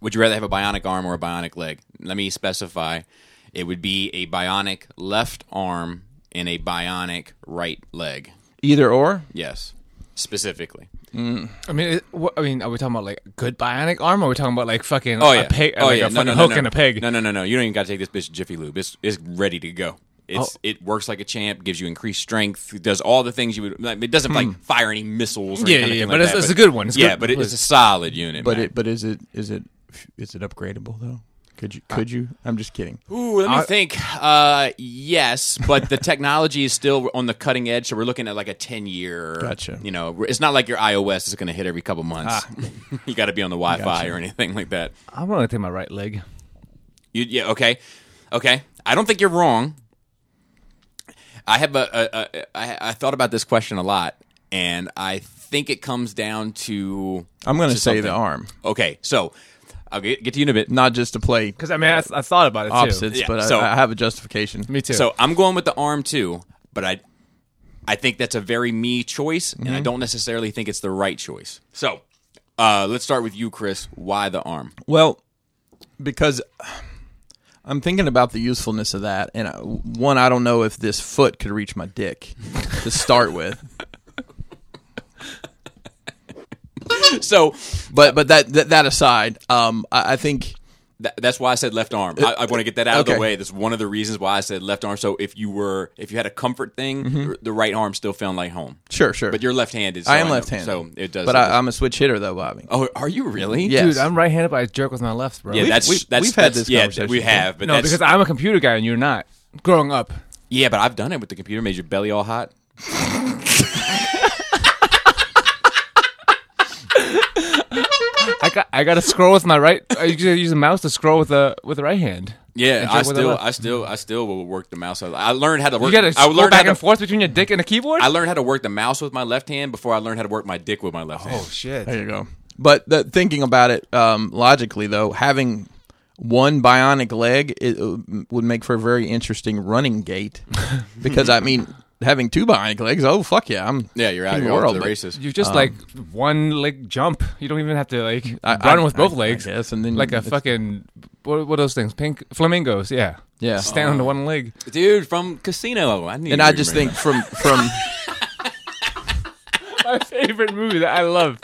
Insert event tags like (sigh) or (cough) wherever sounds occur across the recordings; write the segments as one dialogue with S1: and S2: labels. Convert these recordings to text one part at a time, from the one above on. S1: Would you rather have a bionic arm or a bionic leg? Let me specify. It would be a bionic left arm and a bionic right leg.
S2: Either or.
S1: Yes, specifically.
S3: I mean, it, what, I mean, are we talking about like good bionic arm? Or are we talking about like fucking
S1: Oh yeah,
S3: a pig,
S1: oh
S3: like
S1: yeah,
S3: a
S1: no,
S3: fucking
S1: no, no,
S3: hook
S1: no.
S3: and a pig?
S1: No, no, no, no. You don't even got to take this bitch to Jiffy Lube. It's it's ready to go. It's
S3: Oh.
S1: it works like a champ, gives you increased strength, does all the things you would. Like, it doesn't like fire any missiles. Or
S3: Yeah,
S1: any kind of
S3: yeah,
S1: thing
S3: but
S1: like
S3: it's-
S1: that,
S3: it's a good one. It's
S1: yeah,
S3: good-
S1: but it is a solid unit.
S2: But
S1: man.
S2: it. But is it? Is it? Is it upgradable though? Could you? Could you? I'm just kidding.
S1: Uh, Ooh, let me
S3: I-
S1: think. Uh, yes, but
S2: (laughs)
S1: the technology is still on the cutting edge, so we're looking at like a ten year.
S2: Gotcha. Ah.
S1: You know, it's not like your iOS is going to hit every couple months. (laughs) you got to be on the Wi Fi or anything like that.
S3: I'm gonna take my right leg.
S1: You, yeah, okay, okay. I don't think you're wrong. I have a, a, a I, I thought about this question a lot, and I think it comes down to
S2: I'm going to
S1: to
S2: say the
S1: something.
S2: arm,
S1: Okay, so I'll get, get to you in a bit.
S2: not just to play
S3: Because I mean, I, I thought about it too.
S2: opposites,
S1: Yeah,
S2: but
S1: so-
S2: I, I have a justification.
S3: Me too.
S1: So I'm going with the arm too, but I I think that's a very me choice,
S2: Mm-hmm.
S1: and I don't necessarily think it's the right choice. So uh, let's start with you, Chris. Why the
S2: (laughs)
S1: arm?
S2: Well, because I'm thinking about the usefulness of that, and I, one, I don't know if this foot could reach my dick
S1: (laughs)
S2: to start with,
S1: So
S2: but but that that, that aside, um, I, I think
S1: That, that's why I said left arm. I, I want to get that out of
S2: okay.
S1: the way. That's one of the reasons why I said left arm. So if you were, if you had a comfort thing, the- the right arm still found like home.
S2: Mm-hmm. sure, sure,
S1: But you're left-handed. So
S2: I am
S1: know-
S2: left-handed,
S1: so it does.
S2: But
S1: it
S2: I,
S1: does-
S2: I'm a switch hitter though, Bobby.
S1: oh, are you really?
S2: Yeah.
S3: dude,
S2: yes.
S3: I'm right-handed, but I jerk with my left, bro.
S1: yeah. that's
S2: we've-
S1: that's
S2: we've had
S1: that's-
S2: this
S1: Yeah,
S2: conversation
S1: we
S2: before.
S1: have. But
S3: no,
S1: that's,
S3: because I'm a computer guy and you're not. Growing up,
S1: yeah, but I've done it with the computer. Made your belly all hot.
S3: I got I got to scroll with my right. I usually use a mouse to scroll with the with the right hand.
S1: Yeah, I
S3: And jerk with the
S1: still,
S3: left. Mm.
S1: I still, I still will work the mouse. I, I learned how to work.
S3: You got to
S1: I
S3: scroll
S1: learned
S3: back
S1: how
S3: and
S1: to,
S3: forth between your dick and the keyboard.
S1: I learned how to work the mouse with my left hand before I learned how to work my dick with my left hand.
S3: oh shit!
S2: There you go. But the, thinking about it um, logically, though, having one bionic leg it, uh, would make for a very interesting running
S3: (laughs)
S2: gait. because I mean, having two bionic legs, oh fuck yeah, I'm
S1: Yeah, you're out.
S2: King
S1: You're
S2: of
S1: off
S2: world,
S1: to the
S2: but
S1: races.
S3: You just like one leg jump. You don't even have to like
S2: I-
S3: run with
S2: I-
S3: both
S2: I
S3: legs.
S2: guess, and then
S3: like a
S2: it's-
S3: fucking what, what are those things? Pink flamingos. Yeah,
S2: Yeah.
S3: Stand on the one leg.
S1: Dude from Casino. I knew
S2: And
S1: you
S2: I
S1: would
S2: just think
S1: remember
S2: from
S3: (laughs)
S2: from
S3: My favorite movie that I love.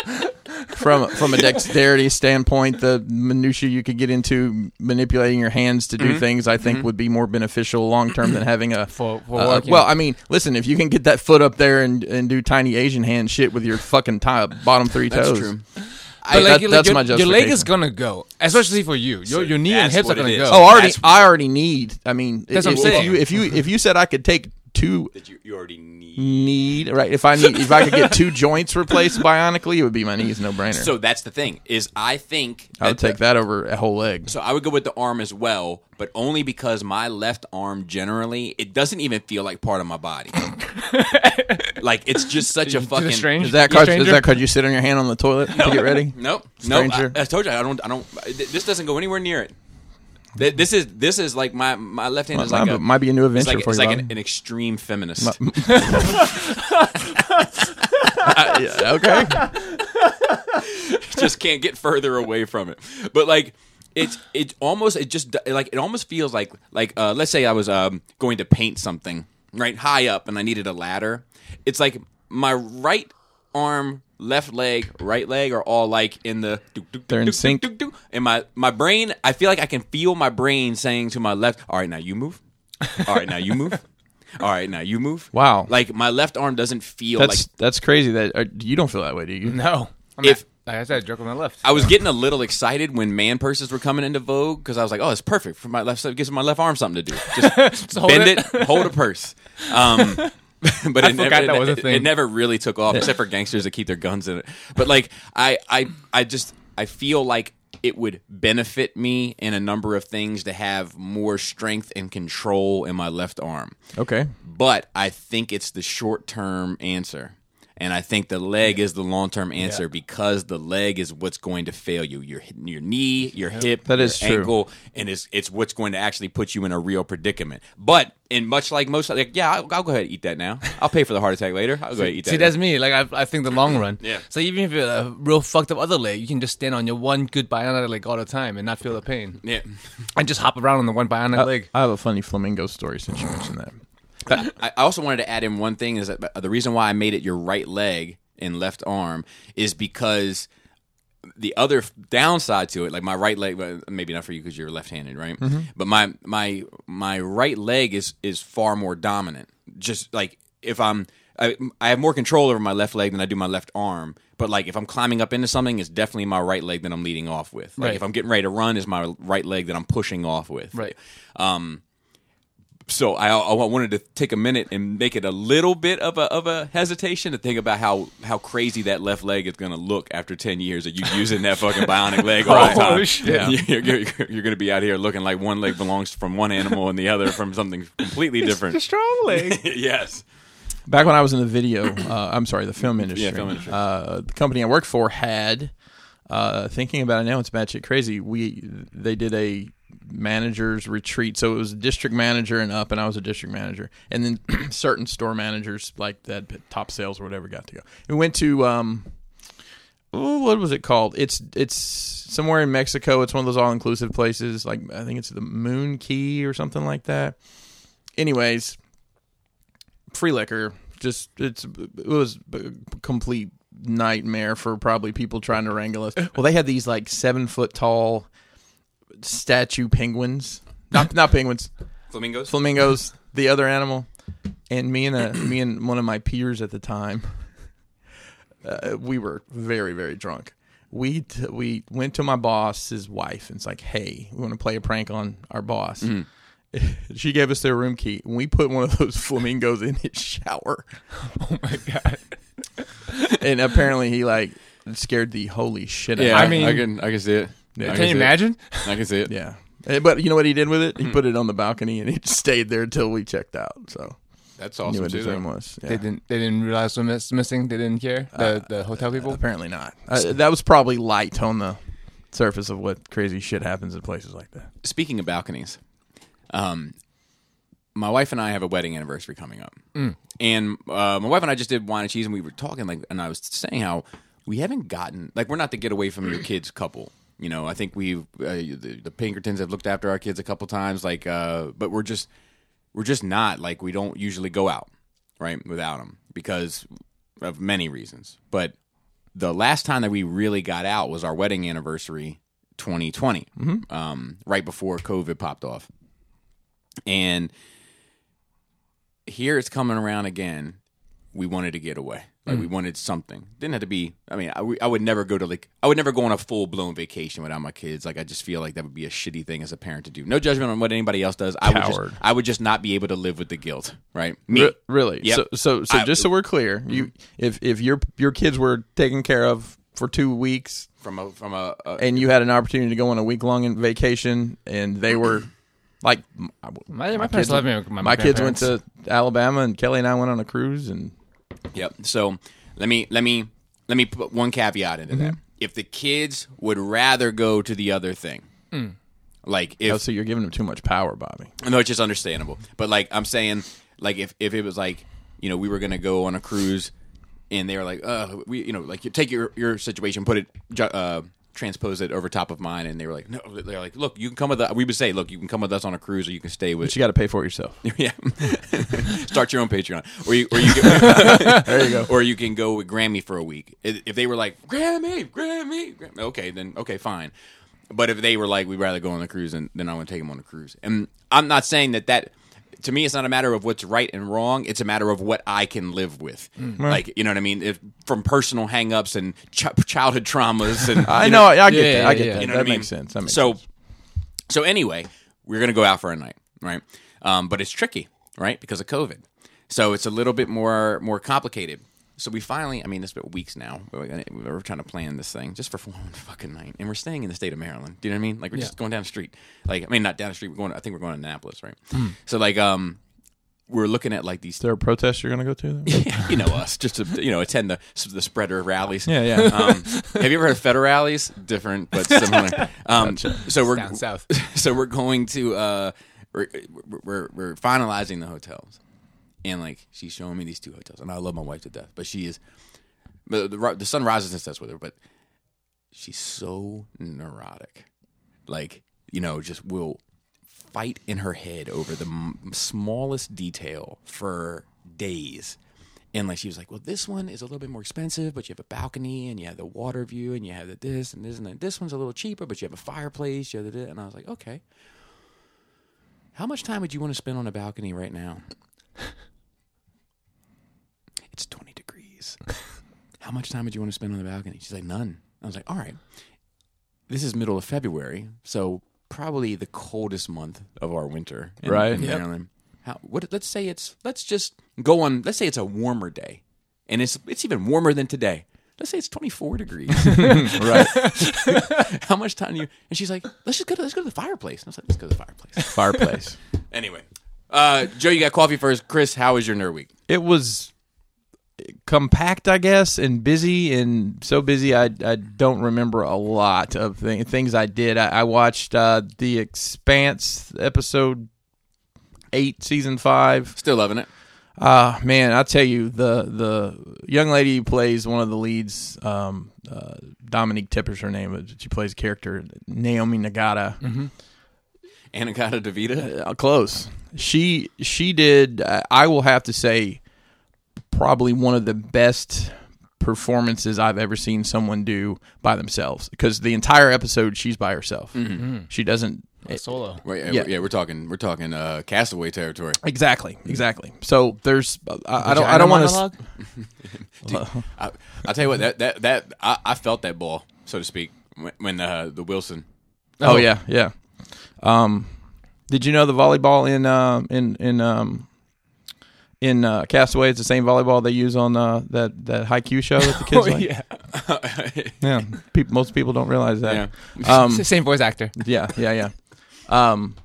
S2: from from a dexterity standpoint, the minutia you could get into manipulating your hands to do things, I think would be more beneficial long term than having a.
S3: Mm-hmm. (clears throat) For, for
S2: uh,
S3: working.
S2: well, I mean, listen, if you can get that foot up there and, and do tiny Asian hand shit with your fucking top, bottom three
S1: that. That's
S2: toes,
S1: true.
S3: But,
S2: I- that-
S3: your-
S2: that's
S3: your,
S2: my
S3: Your leg is
S2: justification.
S3: gonna go, especially for you. Your, your knee and
S1: that's
S3: hips are
S1: what it
S3: gonna
S1: is.
S3: go.
S2: Oh, already,
S1: That's-
S2: I already need. I mean,
S3: That's
S2: if,
S3: what I'm
S2: if
S3: saying.
S2: you if you if you said I could take two
S1: that you, you already need.
S3: Mm.
S2: need right, if I need if I could get
S3: (laughs)
S2: two joints replaced bionically, it would be my knees, no brainer.
S1: So that's the thing is I think
S2: I would
S3: uh,
S1: that-
S2: take that over a whole leg.
S1: So I would go with the arm as well, but only because my left arm generally it doesn't even feel like part of my
S3: (laughs)
S1: body. like it's just such a
S3: To the
S1: fucking
S3: strange-
S2: Is that
S3: You
S2: cause, is
S3: stranger?
S2: that cause you sit on your hand on the toilet to
S3: (laughs)
S2: get ready?
S1: Nope. No, I,
S2: Stranger.
S1: I told you I don't. I don't. th- This doesn't go anywhere near it. Th- This is this is like my my left hand is
S2: Might-
S1: like a,
S2: might- might be a new
S1: it's
S2: adventure
S1: like,
S2: for
S1: it's
S2: you,
S1: like an,
S2: Bobby.
S1: an extreme feminist.
S2: Yeah, okay.
S1: just can't get further away from it. But like it's it almost it just like it almost feels like like uh, let's say I was um, going to paint something right high up and I needed a ladder. It's like my right arm, left leg, right leg are all like in the
S2: They're in sync.
S1: And my my brain, I feel like I can feel my brain saying to my left, "All right, now you move. All right, now you move."
S2: (laughs)
S1: All right, now you move.
S2: Wow.
S1: Like my left arm doesn't feel
S2: That's
S1: like
S2: that's crazy. That uh, you don't feel that way, do you?
S3: no. I'm
S1: If-
S3: not, like I said, jerk with my left.
S1: I was getting a little excited when man purses were coming into vogue because I was like, "Oh, it's perfect for my left side. Gives my left arm something to do.
S3: (laughs)
S1: Just,
S3: hold
S1: bend
S3: it.
S1: it. hold a purse." Um, (laughs) but it
S3: forgot
S1: never,
S3: that was a
S1: it-
S3: thing.
S1: It never really took off, except for gangsters that keep their guns in it. But like, I, I, I just, I feel like it would benefit me in a number of things to have more strength and control in my left arm
S2: Okay.
S1: but I think it's the short term answer. And I think the leg is the long term answer because the leg is what's going to fail you. Your your knee, your hip,
S2: That is
S1: your
S2: true.
S1: ankle, and it's it's what's going to actually put you in a real predicament. But and much like most, like yeah, I'll, I'll go ahead and eat that now. I'll pay for the heart attack later. I'll go ahead and eat that.
S3: See, that's me. Like I, I think the long run.
S1: Yeah.
S3: So even if you're a real fucked up other leg, you can just stand on your one good bionic leg all the time and not feel the pain,
S1: yeah.
S3: and just hop around on the one bionic leg.
S2: I have a funny flamingo story since you mentioned that.
S1: I I also wanted to add in one thing is that the reason why I made it your right leg and left arm is because the other f- downside to it, like my right leg, well, maybe not for you because you're left-handed, right?
S3: Mm-hmm.
S1: But my my my right leg is is far more dominant. Just like if I'm, I, I have more control over my left leg than I do my left arm. But like if I'm climbing up into something, it's definitely my right leg that I'm leading off with. Like
S3: Right.
S1: if I'm getting ready to run, is my right leg that I'm pushing off with
S3: Right.
S1: so I, I wanted to take a minute and make it a little bit of a of a hesitation to think about how how crazy that left leg is going to look after ten years of you using that fucking bionic leg all the
S3: Oh,
S1: time. (laughs)
S3: shit.
S1: You're, you're, going to be out here looking like one leg belongs from one animal and the other from something completely different.
S3: strong (laughs) leg.
S1: (laughs) yes.
S2: back when I was in the video, uh, I'm sorry, the film industry.
S1: film industry.
S2: Uh, the company I worked for had uh, thinking about it now. It's batshit crazy. We they did a managers retreat, so it was district manager and up, and I was a district manager, and then (clears throat) certain store managers like that top sales or whatever got to go. We went to. Um, oh, what was it called? It's it's somewhere in Mexico. It's one of those all inclusive places. Like I think it's the Moon Key or something like that. Anyways, free liquor. Just it's it was a complete nightmare for probably people trying to wrangle us. Well, they had these like seven foot tall statue penguins, not not penguins,
S1: Flamingos.
S2: flamingos, the other animal, and me
S1: (clears throat)
S2: and a, me and one of my peers at the time, uh, we were very very drunk. We t- we went to my boss's wife and it's like, hey, we want to play a prank on our boss.
S1: Mm.
S2: (laughs) She gave us their room key, and we put one of those (laughs) flamingos in his shower.
S3: Oh my god.
S2: And apparently, he like scared the holy shit out.
S1: Yeah,
S2: of
S1: I
S3: I
S2: me.
S1: mean,
S3: mean-
S1: I can I can see it. I
S3: Can
S1: see
S3: you
S1: it.
S3: imagine?
S1: I can see it.
S2: yeah. Eh, But you know what he did with it? He
S1: Mm.
S2: put it on the balcony, and it (laughs) stayed there until we checked out. So
S1: That's
S2: I knew
S1: awesome
S2: what
S1: too.
S2: his room
S1: though.
S2: was. Yeah.
S3: They didn't. They didn't realize what was missing. They didn't care. The the hotel people.
S2: Apparently not. Uh, that was probably light on the surface of what crazy shit happens in places like that.
S1: Speaking of balconies, um, my wife and I have a wedding anniversary coming up, and uh, my wife and I just did wine and cheese, and we were talking like, and I was saying how we haven't gotten like we're not the get away from your kids couple. You know, I think we've uh, the, the Pinkertons have looked after our kids a couple times, like, uh, but we're just we're just not like we don't usually go out right without them because of many reasons, but. The last time that we really got out was our wedding anniversary, 2020, um, right before COVID popped off and here it's coming around again. We wanted to get away. Like we wanted something. Didn't have to be. I mean, I, I would never go to like. I would never go on a full blown vacation without my kids. Like I just feel like that would be a shitty thing as a parent to do. No judgment on what anybody else does. I would
S2: Coward.
S1: just. I would just not be able to live with the guilt. Right. Me.
S2: Re- really?
S1: Yep.
S2: So, so, so
S1: I-
S2: just so we're clear, you if if your your kids were taken care of for two weeks,
S1: From a from a, a
S2: and you had an opportunity to go on a week long vacation, and they were like, m- I-
S3: My, my, parents
S2: kids-
S3: love me. My,
S2: my kids went
S3: grandparents.
S2: to Alabama, and Kelly and I went on a cruise, and
S1: Yep. So let me let me let me put one caveat into that. If the kids would rather go to the other thing, like if
S2: oh, so you're giving them too much power, Bobby.
S1: no, it's just understandable. But like I'm saying, like if if it was like you know we were gonna go on a cruise, and they were like, uh, we you know like you take your your situation, put it. ju- Uh, transpose it over top of mine and they were like no they're like look you can come with us we would say look you can come with us on a cruise or you can stay with
S2: But you got to pay for it yourself.
S1: (laughs) yeah start your own patreon or you or you
S2: (laughs)
S1: can, there you go or you can go with grammy for a week if if they were like grammy grammy, grammy okay then okay fine but if they were like we'd rather go on a cruise and then i want to take them on a cruise and i'm not saying that that to me it's not a matter of what's right and wrong it's a matter of what i can live with
S2: Hmm.
S1: like you know what i mean if, from personal hangups and ch- childhood traumas and
S2: (laughs) I
S1: you
S2: know, I get
S3: yeah,
S2: that.
S3: yeah,
S2: I get
S3: yeah.
S2: that.
S1: you know
S2: that
S1: what I mean?
S2: makes sense. That makes
S1: so,
S2: sense.
S1: so anyway, we're gonna go out for a night, right? Um, but it's tricky, right, because of COVID. So it's a little bit more more complicated. So we finally, I mean, it's been weeks now. but We're, we're trying to plan this thing just for (laughs) one fucking night, and we're staying in the state of Maryland. Do you know what I mean? Like we're
S2: Hmm.
S1: just going down the street. Like I mean, not down the street. We're going. I think we're going to Annapolis, right? So like, um, we're looking at like these
S2: there a protest you're going to go to? then?
S1: (laughs) you know us just to you know attend the the spreader rallies.
S2: Yeah, yeah.
S1: Um, have you ever heard of federal rallies? Different but
S2: (laughs)
S1: similar. Um, so we're
S3: Down (laughs) south.
S1: (laughs) so we're going to uh, we're, we're we're finalizing the hotels, and like she's showing me these two hotels, and I love my wife to death, but she is. But the, ri- the sun rises and sets with her, but she's so neurotic, like you know, just will fight in her head over the m- smallest detail for days. And like she was like, well, this one is a little bit more expensive, but you have a balcony and you have the water view and you have the this and this and that. This one's a little cheaper, but you have a fireplace. You have the, and I was like, okay. How much time would you want to spend on a balcony right now? it's 20 degrees. (laughs) How much time would you want to spend on the balcony? She's like, none. I was like, all right. This is middle of February, so probably the coldest month of our winter, in-
S2: Right.
S1: In
S2: Yep.
S1: Maryland. How, what, let's say it's let's just go on. Let's say it's a warmer day, and it's it's even warmer than today. Let's say it's 24 degrees.
S2: (laughs)
S1: (laughs)
S2: right.
S1: How much time do you? And she's like, let's just go to let's go to the fireplace. And I was like, let's go to the fireplace.
S2: Fireplace.
S1: (laughs) Anyway, uh, Joe, you got coffee first. Chris, how was your nerd week?
S2: it was compact, I guess, and busy, and so busy I I don't remember a lot of th- things I did. I, I watched uh, the Expanse episode eight, season five.
S1: Still loving it.
S2: Uh man, I tell you, the the young lady who plays one of the leads, um, uh, Dominique Tipper's her name. but She plays a character Naomi Nagata.
S1: Anacata Davita.
S2: Uh, close. She she did. Uh, I will have to say, probably one of the best performances I've ever seen someone do by themselves. Because the entire episode, she's by herself. She doesn't.
S3: Solo.
S1: Wait, uh,
S2: Yeah.
S1: yeah, we're talking we're talking uh, Castaway territory.
S2: Exactly, exactly. So there's. uh, I, I don't. I don't want to.
S1: I, I'll tell you what that that that I, I felt that ball, so to speak, when, when uh, the Wilson. (laughs)
S2: Oh, yeah, yeah. Um, did you know the volleyball in um in in um in uh, Castaway is the same volleyball they use on uh, that that high Q show that the kids
S3: Oh,
S2: like? Yeah, Peop most people don't realize
S1: Yeah.
S2: that. Um,
S3: Same voice actor.
S2: yeah, yeah, yeah. Um,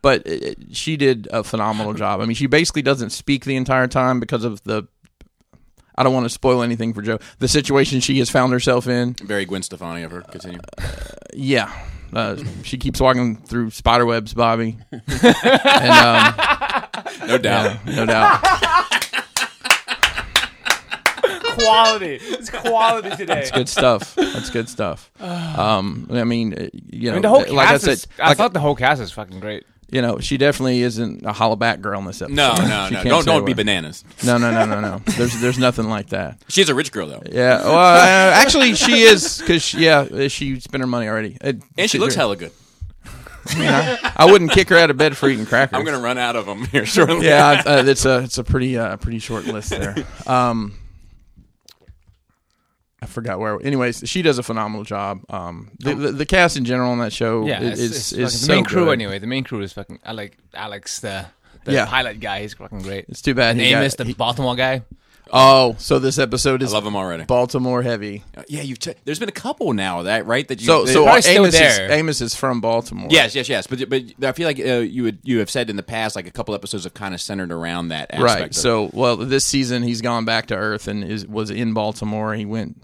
S2: but it, it- she did a phenomenal job. I mean, she basically doesn't speak the entire time because of the. I don't want to spoil anything for Joe. The situation she has found herself in.
S1: Very Gwen Stefani of her. Continue.
S2: Yeah. Uh, she keeps walking through spider webs, Bobby. and, um,
S1: No doubt.
S2: no doubt.
S3: (laughs) Quality. It's quality today.
S2: Good stuff. That's good stuff. Um, I mean, uh, you know,
S3: I mean, the whole cast
S2: like I said,
S3: is, I
S2: like,
S3: thought the whole cast is fucking great.
S2: you know, she definitely isn't a hollow back girl in this episode. (laughs)
S1: No, no,
S2: She
S1: no.
S2: can't
S1: Don't
S2: say
S1: don't
S2: a
S1: be
S2: word.
S1: bananas.
S2: No, no, no, no, no. There's there's nothing like that.
S1: She's a rich girl though,
S2: Yeah.
S3: (laughs)
S2: Well, uh, actually, she is because yeah, uh, she spent her money already, It-
S1: and she looks hella good.
S2: I wouldn't kick her out of bed for eating
S3: (laughs)
S2: crackers. (laughs)
S1: I'm gonna run out of them here (laughs) shortly.
S2: yeah, I- uh, it's a it's a pretty uh, pretty short list
S3: (laughs)
S2: there. Um, I forgot where. Anyways, she does a phenomenal job. Um, the, the, the cast in general on that show
S3: Yeah,
S2: is
S3: it's,
S2: is, so
S3: it's fucking- the main crew
S2: good.
S3: anyway. The main crew is fucking. I like Alex the, the
S2: Yeah.
S3: pilot guy. He's fucking great.
S2: It's too bad.
S3: and
S2: he got-
S3: Amos, the Baltimore guy.
S2: oh, so this episode
S1: I
S2: is
S1: love them already.
S2: Baltimore heavy.
S1: Yeah, you've t- there's been a couple now that right that you
S2: So
S1: they-
S2: so
S3: probably still
S2: Amos is,
S3: there.
S2: Amos is from Baltimore.
S1: Yes, yes, yes. But but I feel like uh, you would you have said in the past like a couple episodes have kind of centered around that aspect.
S2: Right.
S1: of-
S2: So, well, this season he's gone back to Earth and is was in Baltimore. He went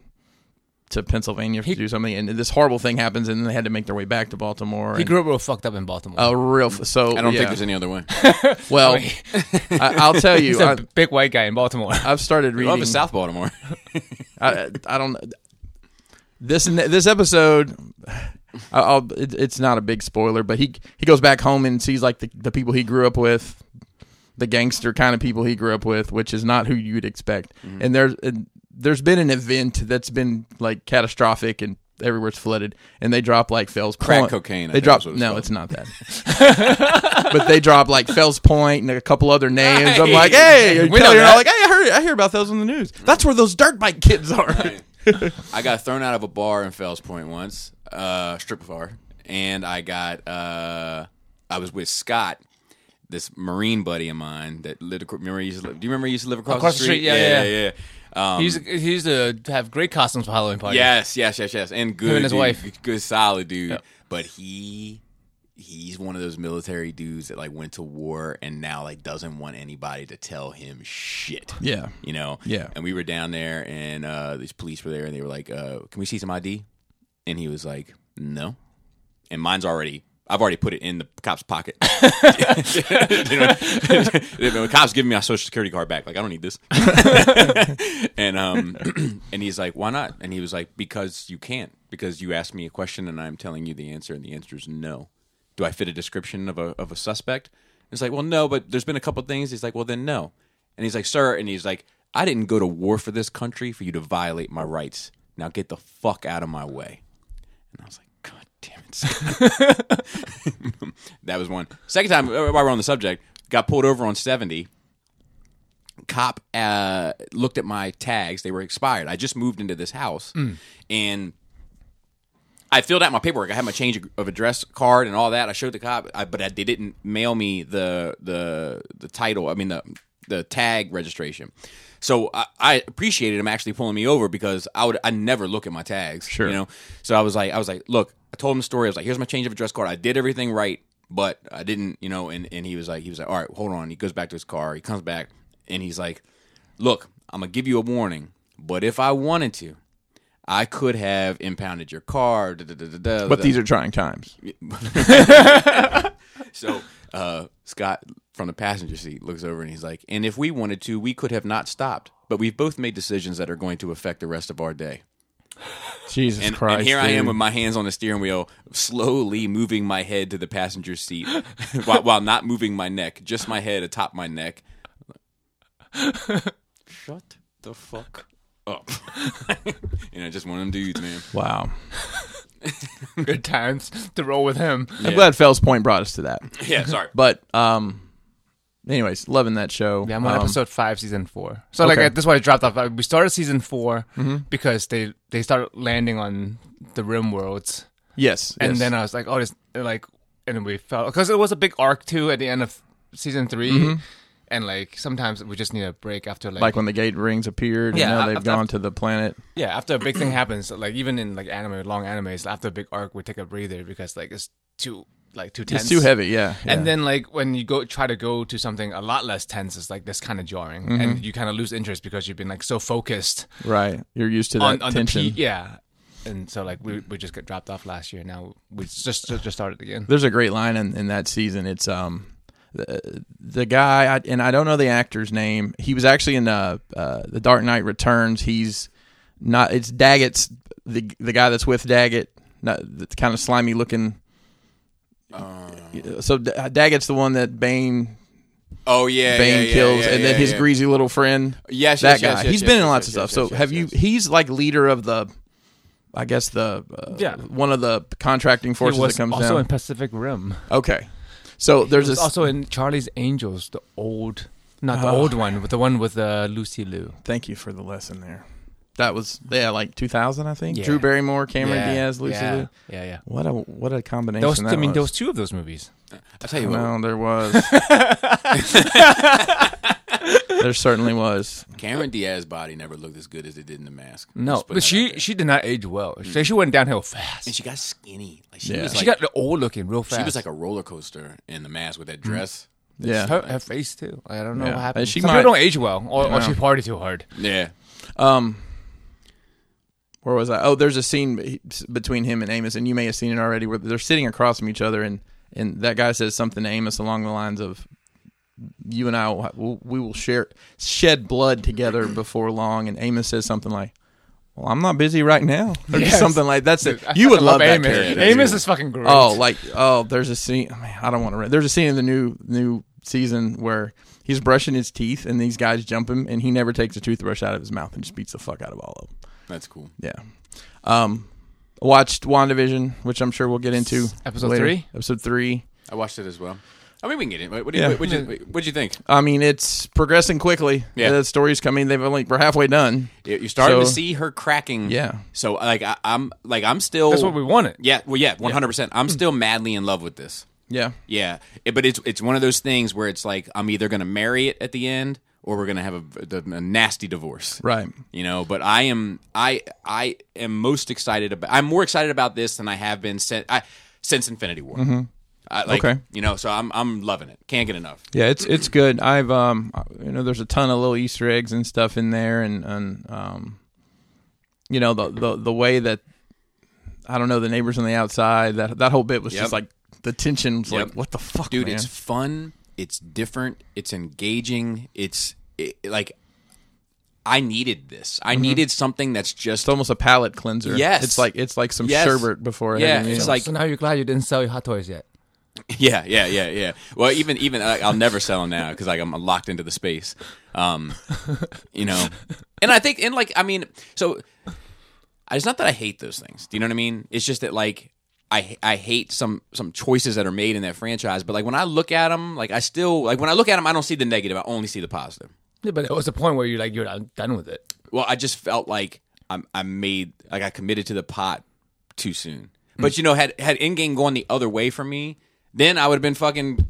S2: to Pennsylvania to do something, and this horrible thing happens, and they had to make their way back to Baltimore.
S3: He
S2: and-
S3: grew up real fucked up in Baltimore.
S2: a real f- so.
S1: I don't
S2: yeah.
S1: think there's any other way. (laughs)
S2: Well, I, I'll tell you.
S3: He's a
S2: I,
S3: big white guy in Baltimore.
S2: I've started
S1: I love
S2: reading.
S1: is South
S3: (laughs)
S1: Baltimore.
S2: I, I don't. This and th- this episode, I- I'll, it, it's not a big spoiler, but he he goes back home and sees like the, the people he grew up with, the gangster kind of people he grew up with, which is not who you'd expect.
S1: Mm-hmm.
S2: And there's and there's been an event that's been like catastrophic and everywhere's flooded, and they drop like Fells
S1: Crack
S2: Point.
S1: cocaine, I
S2: They
S1: think
S2: drop
S1: is what it's
S2: no,
S1: called.
S2: it's not that.
S1: (laughs)
S2: but they drop like Fells Point and a couple other names. I'm like, hey,
S3: We
S2: we
S3: know
S2: you're
S3: that.
S2: not like, hey, I heard I hear about those on the news. That's where those dirt bike kids are.
S1: I got thrown out of a bar in Fells Point once, uh, strip bar, and I got uh, I was with Scott, this Marine buddy of mine that lived. acro- Remember, he used to live, do you remember he used to live across,
S3: Across
S1: the
S3: the
S1: street?
S3: street,
S1: yeah.
S3: yeah,
S1: yeah, yeah. Um,
S3: he, used to, he used to uh, have great costumes for Halloween parties.
S1: yes, yes, yes, yes, and good.
S3: and his
S1: dude.
S3: wife.
S1: good, solid dude. But he he's one of those military dudes that like went to war and now like doesn't want anybody to tell him shit.
S2: Yeah.
S1: You know?
S2: Yeah.
S1: And we were down there and uh these police were there and they were like, uh, can we see some ID? And he was like, No. And mine's already I've already put it in the cop's pocket. (laughs) You know, (laughs) the cops giving me my social security card back. Like I don't need this. and um, (clears throat) and he's like, why not? And he was like, because you can't. Because you asked me a question and I'm telling you the answer, and the answer is no. Do I fit a description of a of a suspect? And it's like, well, no. But there's been a couple things. He's like, well, then no. And he's like, sir. And he's like, I didn't go to war for this country for you to violate my rights. Now get the fuck out of my way. And I was like, God damn it. Scott." (laughs) that was one. Second time, uh, while we're on the subject, got pulled over on 70. Cop uh, looked at my tags. They were expired. I just moved into this house. And I filled out my paperwork. I had my change of address card and all that. I showed the cop, I, but I, they didn't mail me the the the title. I mean the the tag registration. So I, I appreciated him actually pulling me over because I would I never look at my tags. Sure, you know. So I was like I was like, look, I told him the story. I was like, here's my change of address card. I did everything right, but I didn't, you know. And and he was like he was like, all right, hold on. He goes back to his car. He comes back and he's like, look, I'm gonna give you a warning, but if I wanted to. I could have impounded your car. Da, da, da, da, da,
S2: (laughs) But these are trying times.
S1: so uh, Scott from the passenger seat looks over and he's like, "And if we wanted to, we could have not stopped, but we've both made decisions that are going to affect the rest of our day."
S3: Jesus
S1: And,
S3: Christ.
S1: and here I am
S3: dude.
S1: with my hands on the steering wheel, slowly moving my head to the passenger seat, (laughs) while, while not moving my neck, just my head atop my neck. Shut the fuck up! (laughs) you know, just one of them dudes, (laughs) man.
S2: Wow.
S3: good times to roll with him.
S2: I'm glad Fell's Point brought us to that.
S1: Yeah, sorry.
S2: But um, anyways, loving that show.
S3: Yeah, I'm on
S2: Um,
S3: episode five, season four. So like
S2: okay. Mm-hmm.
S3: like, that's why I dropped off. Like, we started season 4 because they they started landing on the Rim worlds,
S2: Yes,
S3: and
S2: yes.
S3: then I was like, oh, this like, and then we felt because it was a big arc too at the end of season 3 and like sometimes we just need a break after like,
S2: Mm-hmm. like when the gate rings appeared,
S3: Yeah,
S2: and now
S3: I-
S2: they've
S3: I've-
S2: gone
S3: I've-
S2: to the planet.
S3: yeah after a big thing happens like even in like anime long animes after a big arc we take a breather because like it's too like too tense
S2: It's too heavy. Yeah, yeah.
S3: And then like when you go try to go to something a lot less tense, it's like this kind of jarring,
S2: Mm-hmm.
S3: and you kind of lose interest because you've been like so focused
S2: right, you're used to that
S3: on, on the
S2: tension.
S3: P- yeah. And so like we, we just got dropped off last year. Now we just just, just started again.
S2: There's a great line in, in that season. It's um the, the guy I, and I don't know the actor's name. He was actually in uh, uh the Dark Knight Returns. He's not. It's Daggett's the the guy that's with Daggett. Not the kind of slimy looking.
S1: Uh.
S2: so D- Daggett's the one that Bane
S1: Oh yeah,
S2: Bane
S1: yeah, yeah,
S2: kills,
S1: yeah,
S2: and then
S1: yeah,
S2: his
S1: yeah.
S2: greasy little friend.
S1: Yes,
S2: that
S1: yes, yes,
S2: guy.
S1: yes,
S2: He's
S1: yes,
S2: been
S1: yes,
S2: in lots
S1: yes,
S2: of
S1: yes,
S2: stuff. so
S1: yes,
S2: have
S1: yes,
S2: you?
S1: yes.
S2: He's like leader of the. I guess the uh,
S3: Yeah.
S2: one of the contracting forces that comes down.
S3: Pacific Rim.
S2: okay, so there's this.
S3: also in Charlie's Angels, the old, not the old one, but the one with uh, Lucy Liu.
S2: Thank you for the lesson there. That was yeah, like 2000, I think.
S3: Yeah.
S2: Drew Barrymore, Cameron
S3: Yeah,
S2: Diaz, Lucy
S3: yeah,
S2: Liu.
S3: Yeah, yeah.
S2: What a what a combination.
S3: Those,
S2: that
S3: I mean,
S2: was.
S3: there was two of those movies.
S1: I'll tell you what,
S2: No, there (laughs) was. there certainly was.
S1: Cameron Diaz's body never looked as good as it did in the mask.
S3: No,
S1: Just putting
S3: but
S1: that out
S3: she
S1: there.
S3: she did not age well. She, Mm. she went downhill fast.
S1: and she got skinny. Like she
S2: Yeah.
S1: was
S3: she
S1: like,
S3: got old looking real fast.
S1: she was like a roller coaster in the mask
S2: Mm.
S1: with that dress.
S2: Yeah.
S3: her, her face too. I don't know
S2: Yeah.
S3: what happened.
S2: And she
S3: Some people
S2: might-
S3: don't age well, or, or she
S2: Yeah.
S3: party too hard.
S1: Yeah,
S2: Um, where was I? Oh, there's a scene be- between him and Amos, and you may have seen it already, where they're sitting across from each other, and and that guy says something to Amos along the lines of, "You and I, will, we will share shed blood together
S3: (clears throat)
S2: before long," and Amos says something like. Well, I'm not busy right now, or
S3: Yes.
S2: something like that's
S3: (laughs)
S2: it. You would love, that
S3: Amos. (laughs)
S2: character.
S3: Amos is fucking great.
S2: Oh, like oh, there's a scene. Man, I don't want to. Re- there's a scene in the new new season where he's brushing his teeth and these guys jump him, and he never takes a toothbrush out of his mouth and just beats the fuck out of all of them.
S1: that's cool.
S2: Yeah. Um, watched WandaVision, which I'm sure we'll get into.
S3: Episode
S2: later.
S3: three?
S2: Episode three.
S1: I watched it as well. I mean, we can get in. What do you,
S2: Yeah.
S1: what, you,
S3: Mm.
S1: what'd you think?
S2: I mean, it's progressing quickly.
S1: Yeah.
S2: The story's coming. They've only we're halfway done.
S1: You- You're starting to
S2: So-
S1: see her cracking.
S2: Yeah.
S1: So like I, I'm like I'm still.
S2: oh.
S3: that's what we wanted.
S1: Yeah. Well, yeah. One hundred percent.
S2: Mm.
S1: I'm still madly in love with this.
S2: Yeah.
S1: Yeah, it- but it's it's one of those things where it's like I'm either going to marry it at the end or we're going to have a, a, a nasty divorce.
S2: Right.
S1: you know but i am i i am most excited about i'm more excited about this than i have been since i since infinity war I, like,
S2: Mm-hmm. Okay. Oh,
S1: You know, so I'm I'm loving it. Can't get enough.
S2: Yeah, it's it's good. I've um you know there's a ton of little Easter eggs and stuff in there, and and um you know the the the way that I don't know the neighbors on the outside that that whole bit was
S1: Yep.
S2: just like the tension was
S1: Yep.
S2: like what the fuck,
S1: dude
S2: man?
S1: it's fun it's different it's engaging it's it, like i needed this
S2: Mm-hmm.
S1: i needed something that's just
S2: It's almost a palate cleanser.
S1: Yes.
S2: it's like it's like some
S1: Yes.
S2: sherbet before. a
S1: Yeah,
S2: heavy
S1: it's
S2: meal.
S1: like-
S3: so now you're glad you didn't sell your hot toys yet.
S1: (laughs) yeah yeah yeah yeah well even even I, i'll never sell them now because like i'm locked into the space um you know and i think and like i mean so it's not that i hate those things do you know what i mean it's just that like I, I hate some some choices that are made in that franchise, but like when I look at them, like I still like when I look at them, I don't see the negative. I only see the positive.
S3: Yeah, but it was a point where you're like, you're I'm done with it.
S1: Well, I just felt like I'm, I made like I committed to the pot too soon. But you know, had had Endgame gone the other way for me, then I would have been fucking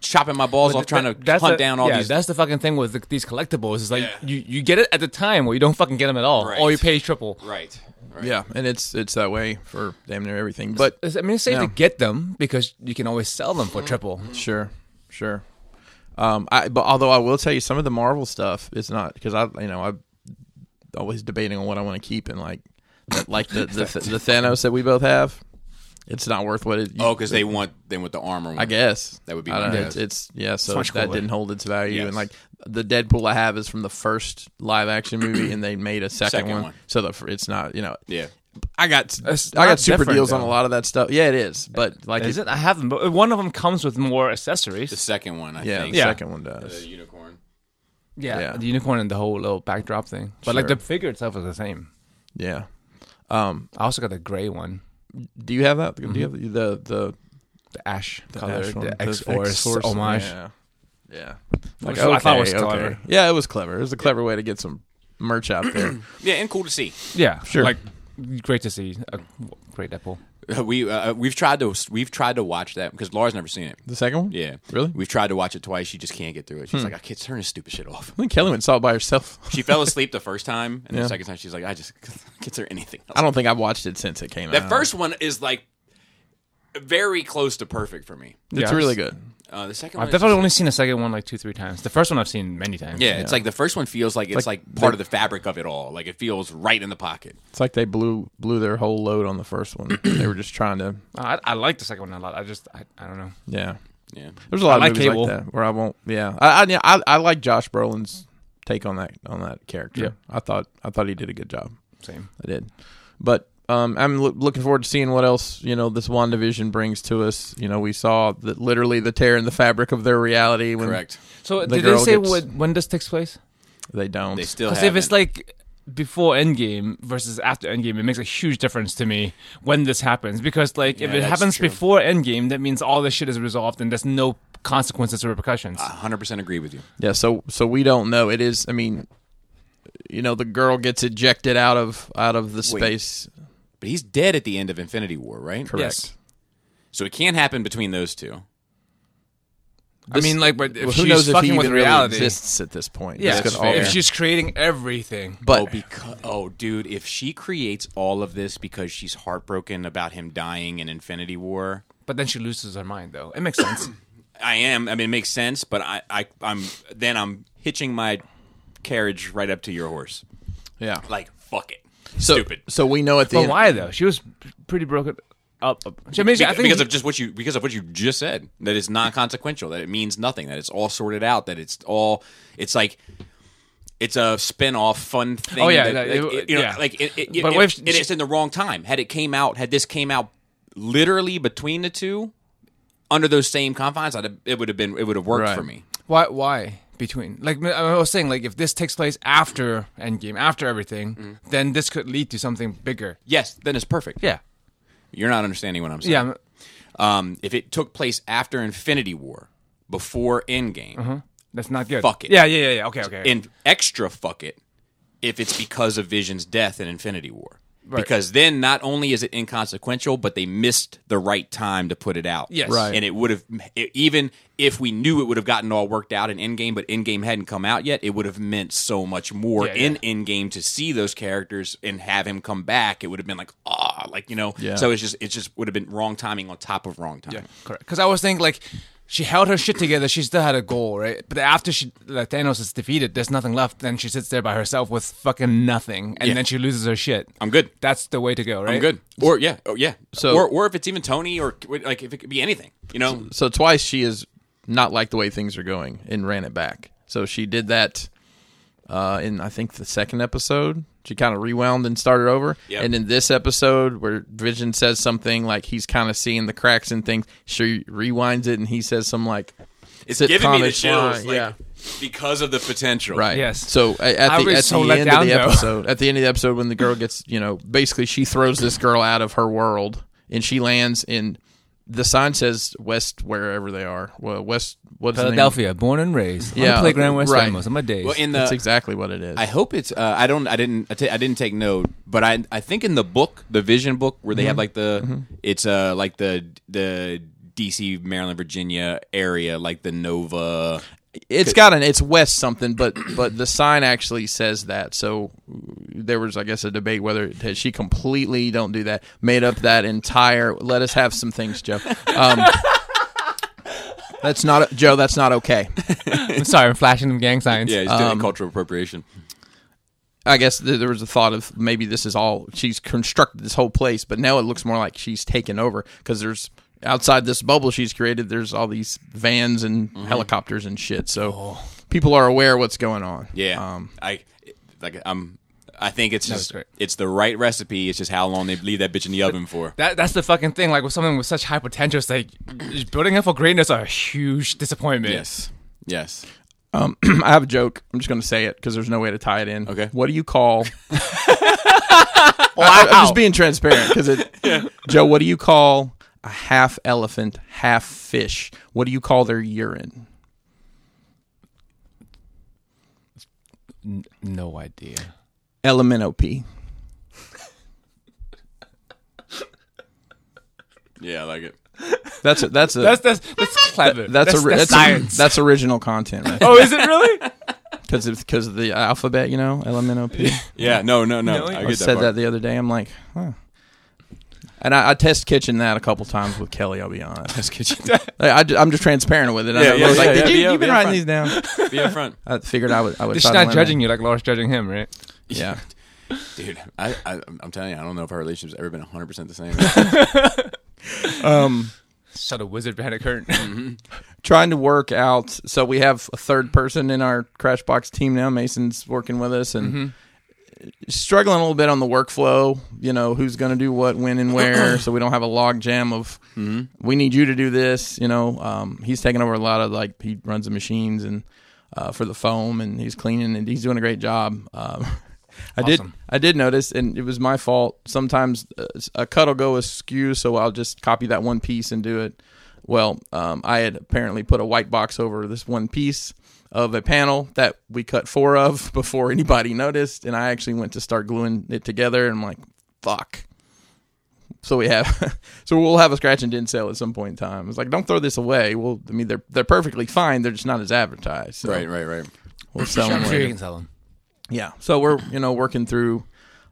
S1: chopping my balls off trying
S3: That-
S1: to
S3: that's
S1: hunt
S3: the-
S1: down all
S3: yeah,
S1: these.
S3: That's the fucking thing with the, these collectibles. It's like you, you get it at the time or you don't fucking get them at all, or
S1: Right.
S3: you pay triple.
S1: right. right.
S2: yeah, and it's it's that way for damn near everything. But
S3: It's- I mean, it's safe
S2: Yeah.
S3: to get them because you can always sell them for triple.
S2: Sure, sure. Um, I but although I will tell you some of the Marvel stuff is not because I you know I'm always debating on what I want to keep and like that- like the the, the Thanos that we both have, it's not worth what it.
S1: Oh, because they want they want the armor. One.
S2: I guess
S1: That would be
S2: I don't
S1: my
S2: know.
S1: guess.
S2: It's, it's yeah. So
S3: much
S2: that
S3: cooler.
S2: didn't hold its value,
S1: Yes.
S2: and like the Deadpool I have is from the first live action movie, and they made a second,
S1: Second
S2: one.
S1: one.
S2: So the fir- it's not you know
S1: Yeah.
S2: I got
S3: It's
S2: I got
S3: not
S2: super
S3: different,
S2: deals on
S3: though.
S2: a lot of that stuff. Yeah, it is, but like
S3: Is it? I have them, but one of them comes with more accessories.
S1: The second one, I
S2: Yeah,
S1: think.
S2: the
S3: Yeah.
S2: second one does.
S1: The unicorn.
S3: Yeah,
S2: Yeah.
S3: the unicorn and the whole little backdrop thing. But like
S2: Sure.
S3: the figure itself is the same.
S2: Yeah. Um,
S3: I also got the gray one,
S2: Do you have that? Do you have the the
S3: the ash
S2: the
S3: color,
S2: Ash one?
S3: the
S2: The
S3: X Force
S2: X-Force?
S3: homage.
S2: Yeah, yeah.
S3: Which I thought was clever.
S2: Yeah, it was clever. It was a clever way to get some merch out there.
S1: Yeah, and cool to see.
S3: Yeah,
S2: Sure.
S3: Like, great to see a great Deadpool.
S1: We uh, we've tried to we've tried to watch that because Laura's never seen it.
S2: (clears throat) the second one.
S1: Yeah,
S2: Really?
S1: We've tried to watch it twice. She just can't get through it.
S3: Hmm.
S1: She's like, I can't turn this stupid shit off.
S2: I think Kelly went and saw it by herself. (laughs)
S1: She fell asleep the first time, and
S2: Yeah.
S1: the second time she's like, I just (laughs) gets her anything. Else.
S2: I don't think I've watched it since it came
S1: That
S2: out.
S1: first one is like very close to perfect for me.
S2: it's
S3: Yeah.
S2: really good.
S1: Uh, the second one,
S3: I've
S1: is just-
S3: definitely only seen the second one like two, three times. The first one I've seen many times.
S1: yeah, it's like the first one feels like it's like, part of the fabric of it all. Like it feels right in the pocket.
S2: It's like they blew blew their whole load on the first one. (clears throat) they were just trying to.
S3: I, I like the second one a lot. I just, I, I don't know.
S2: Yeah,
S1: Yeah,
S2: there's a lot
S3: I
S2: of
S3: like
S2: movies
S3: Cable.
S2: like that where I won't. Yeah, I, I yeah, I I like Josh Brolin's take on that on that character.
S3: Yeah.
S2: I thought I thought he did a good job.
S3: Same.
S2: I did. But um, I'm loo- looking forward to seeing what else you know this Wandavision brings to us. You know, we saw that literally the tear in the fabric of their reality when
S1: correct.
S3: So
S2: The
S3: did they
S2: girl
S3: say
S2: gets-
S3: when, when this takes place?
S2: they don't.
S1: They still
S3: Because
S1: have
S3: if it's like before Endgame versus after Endgame, it makes a huge difference to me when this happens. Because like if
S1: Yeah,
S3: it
S1: that's
S3: happens
S1: true.
S3: before Endgame, that means all this shit is resolved and there's no consequences or repercussions.
S1: 100 percent agree with you.
S2: yeah. So so we don't know. It is. I mean, you know, the girl gets ejected out of out of the
S1: Wait.
S2: space.
S1: But he's dead at the end of Infinity War, right?
S2: Correct.
S3: Yes.
S1: So it can't happen between those two.
S3: I mean, like, but if
S2: Well,
S3: she's
S2: who knows if he
S3: fucking
S2: even
S3: with
S2: really
S3: reality,
S2: exists at this point?
S3: yeah,
S2: This
S1: That's
S2: could all-
S1: fair.
S3: if she's creating everything,
S1: oh,
S2: but
S1: because oh, dude, if she creates all of this because she's heartbroken about him dying in Infinity War,
S3: but then she loses her mind though. It
S1: (clears throat)
S3: makes sense.
S1: I am. I mean, it makes sense, but I, I, I'm then I'm hitching my carriage right up to your horse.
S2: yeah.
S1: Like, fuck it,
S2: So,
S1: stupid.
S2: So we know at the
S3: but
S2: end,
S3: why though? She was pretty broken up. I mean,
S1: Be-
S3: I think
S1: because of just what you because of what you just said that it's non consequential that it means nothing that it's all sorted out that it's all it's like it's a spin off fun thing
S3: Oh, yeah,
S1: that,
S3: that-
S1: like,
S3: it-
S1: you know
S3: yeah.
S1: like it, it,
S3: But
S1: it-
S3: what if-
S1: it- it's in the wrong time had it came out had this came out literally between the two under those same confines I'd have, it would have been it would have worked
S2: Right.
S1: for me
S3: Why? Why between? Like I was saying, like if this takes place after Endgame, after everything,
S1: Mm-hmm.
S3: then this could lead to something bigger.
S1: yes then it's perfect
S3: Yeah,
S1: you're not understanding what I'm saying
S3: yeah. I'm-
S1: um, if it took place after Infinity War, before Endgame,
S3: Uh-huh. That's not good.
S1: Fuck it.
S3: Yeah, yeah, yeah. yeah. Okay, okay.
S1: and extra fuck it if it's because of Vision's death in Infinity War. because then not only is it inconsequential, but they missed the right time to put it out.
S3: Yes.
S2: Right.
S1: And it would have it- even if we knew it would have gotten all worked out in Endgame, but Endgame hadn't come out yet. It would have meant so much more
S3: Yeah,
S1: in Endgame to see those characters and have him come back. It would have been like ah, like you know.
S2: Yeah.
S1: So it's just it just would have been wrong timing on top of wrong timing.
S3: Correct. Because I was thinking like she held her shit together. She still had a goal, right? But after she like, Thanos is defeated, there's nothing left. Then she sits there by herself with fucking nothing, and
S1: Yeah.
S3: then she loses her shit.
S1: I'm good.
S3: That's the way to go, right?
S1: I'm good. Or yeah, oh yeah.
S2: So-
S1: So or or if it's even Tony or like if it could be anything, you know.
S2: So twice she is not like the way things are going and ran it back. So she did that uh, in I think the second episode. She kind of rewound and started over.
S1: Yep.
S2: And in this episode where Vision says something like he's kind of seeing the cracks and things, she rewinds it and he says some like
S1: It's giving me the
S2: sitcomish
S1: chills,
S2: line.
S1: like,
S2: yeah.
S1: because of the potential.
S2: Right.
S3: Yes.
S2: So a- at
S3: I
S2: the,
S3: was
S2: at
S3: so
S2: the
S3: let
S2: end
S3: down,
S2: of the
S3: though.
S2: episode, at the end of the episode, when the girl gets, you know, basically she throws this girl out of her world, and she lands in. The sign says West, wherever they are. Well, West, what's the name?
S3: Philadelphia, born and raised. Yeah, on
S2: Yeah,
S3: the playground West
S2: right.
S3: Ramos. I'm a days.
S1: Well, in the
S2: That's exactly what it is.
S1: I hope it's. Uh, I don't. I didn't. I, t- I didn't take note, but I. I think in the book, the Vision book, where
S2: Mm-hmm.
S1: they have like the. It's uh like the the DC Maryland Virginia area, like the Nova.
S2: it's got an it's West something, but but the sign actually says that. So there was, I guess, a debate whether has she completely don't do that, made up that entire. Let us have some things, Joe. Um, (laughs) that's not Joe. That's not okay.
S3: I'm (laughs) sorry, I'm flashing them gang signs.
S1: Yeah, it's doing
S2: Um,
S1: cultural appropriation.
S2: I guess th- there was a thought of maybe this is all she's constructed this whole place, but now it looks more like she's taken over because there's outside this bubble she's created. There's all these vans and helicopters and shit, so people are aware what's going on.
S1: Yeah.
S2: um,
S1: I like. I'm. I think it's
S3: it's
S1: just.
S3: great.
S1: it's the right recipe. It's just how long they leave that bitch in the oven for.
S3: That, that's the fucking thing. Like with someone with such high potential, it's like building up for greatness are a huge disappointment.
S1: Yes. Yes.
S2: Um, (clears throat) I have a joke. I'm just going to say it because there's no way to tie it in.
S1: Okay.
S2: What do you
S1: (laughs)
S2: call? I, am just being transparent
S1: (laughs)
S2: because it. Joe, what do you call a half elephant, half fish? What do you call their urine?
S3: No idea.
S2: Elementop.
S1: Yeah, I like it.
S2: That's a, that's a
S3: That's that's that's clever.
S2: that's,
S3: that's,
S2: a,
S3: that's
S2: that's,
S3: science.
S2: that's original content, right?
S3: (laughs) oh, is it (laughs) really?
S2: Because of, 'cause of the alphabet, you know,
S1: (laughs)
S2: LMNOP.
S1: Yeah. No. No. No. I
S3: No, I
S1: get
S2: I
S1: that.
S2: said
S1: part.
S2: that the other day. I'm like, huh. And I, I test kitchen that a couple times with Kelly. I'll
S1: (laughs)
S2: be honest.
S1: That's good.
S2: I, am just transparent with it. I
S1: Yeah,
S2: know- I
S1: yeah,
S2: was like,
S1: yeah, yeah,
S2: did you,
S1: yeah,
S2: you've been
S1: yeah,
S2: writing
S1: fine.
S2: these down.
S1: Be upfront.
S2: I figured I would. I would.
S3: She's not judging you like Laura's judging him, right?
S2: Yeah.
S1: Dude, I, I, I'm telling you, I don't know if our relationship's ever been 100% the (laughs) same.
S2: Um,
S3: Shut a wizard behind a curtain. (laughs)
S2: trying to work out. So we have a third person in our crash box team now. Mason's working with us and. Struggling a little bit on the workflow, you know, who's going to do what, when, and where, so we don't have a log jam of we need you to do this. You know, um, he's taking over a lot of like he runs the machines and uh, for the foam, and he's cleaning and he's doing a great job. Um, (laughs) I did
S3: Awesome.
S2: I did notice, and it was my fault. Sometimes uh, a cut will go askew, so I'll just copy that one piece and do it. Well, um, I had apparently put a white box over this one piece of a panel that we cut four of (laughs) before anybody noticed, and I actually went to start gluing it together, and I'm like, fuck. So we have, (laughs) so we'll have a scratch and dent sale at some point in time. It's like, don't throw this away. Well, I mean, they're they're perfectly fine. They're just not as advertised. So
S1: right, right, right.
S2: We'll sell them
S3: sure you
S2: later.
S3: can tell him.
S2: Yeah. So we're you know working through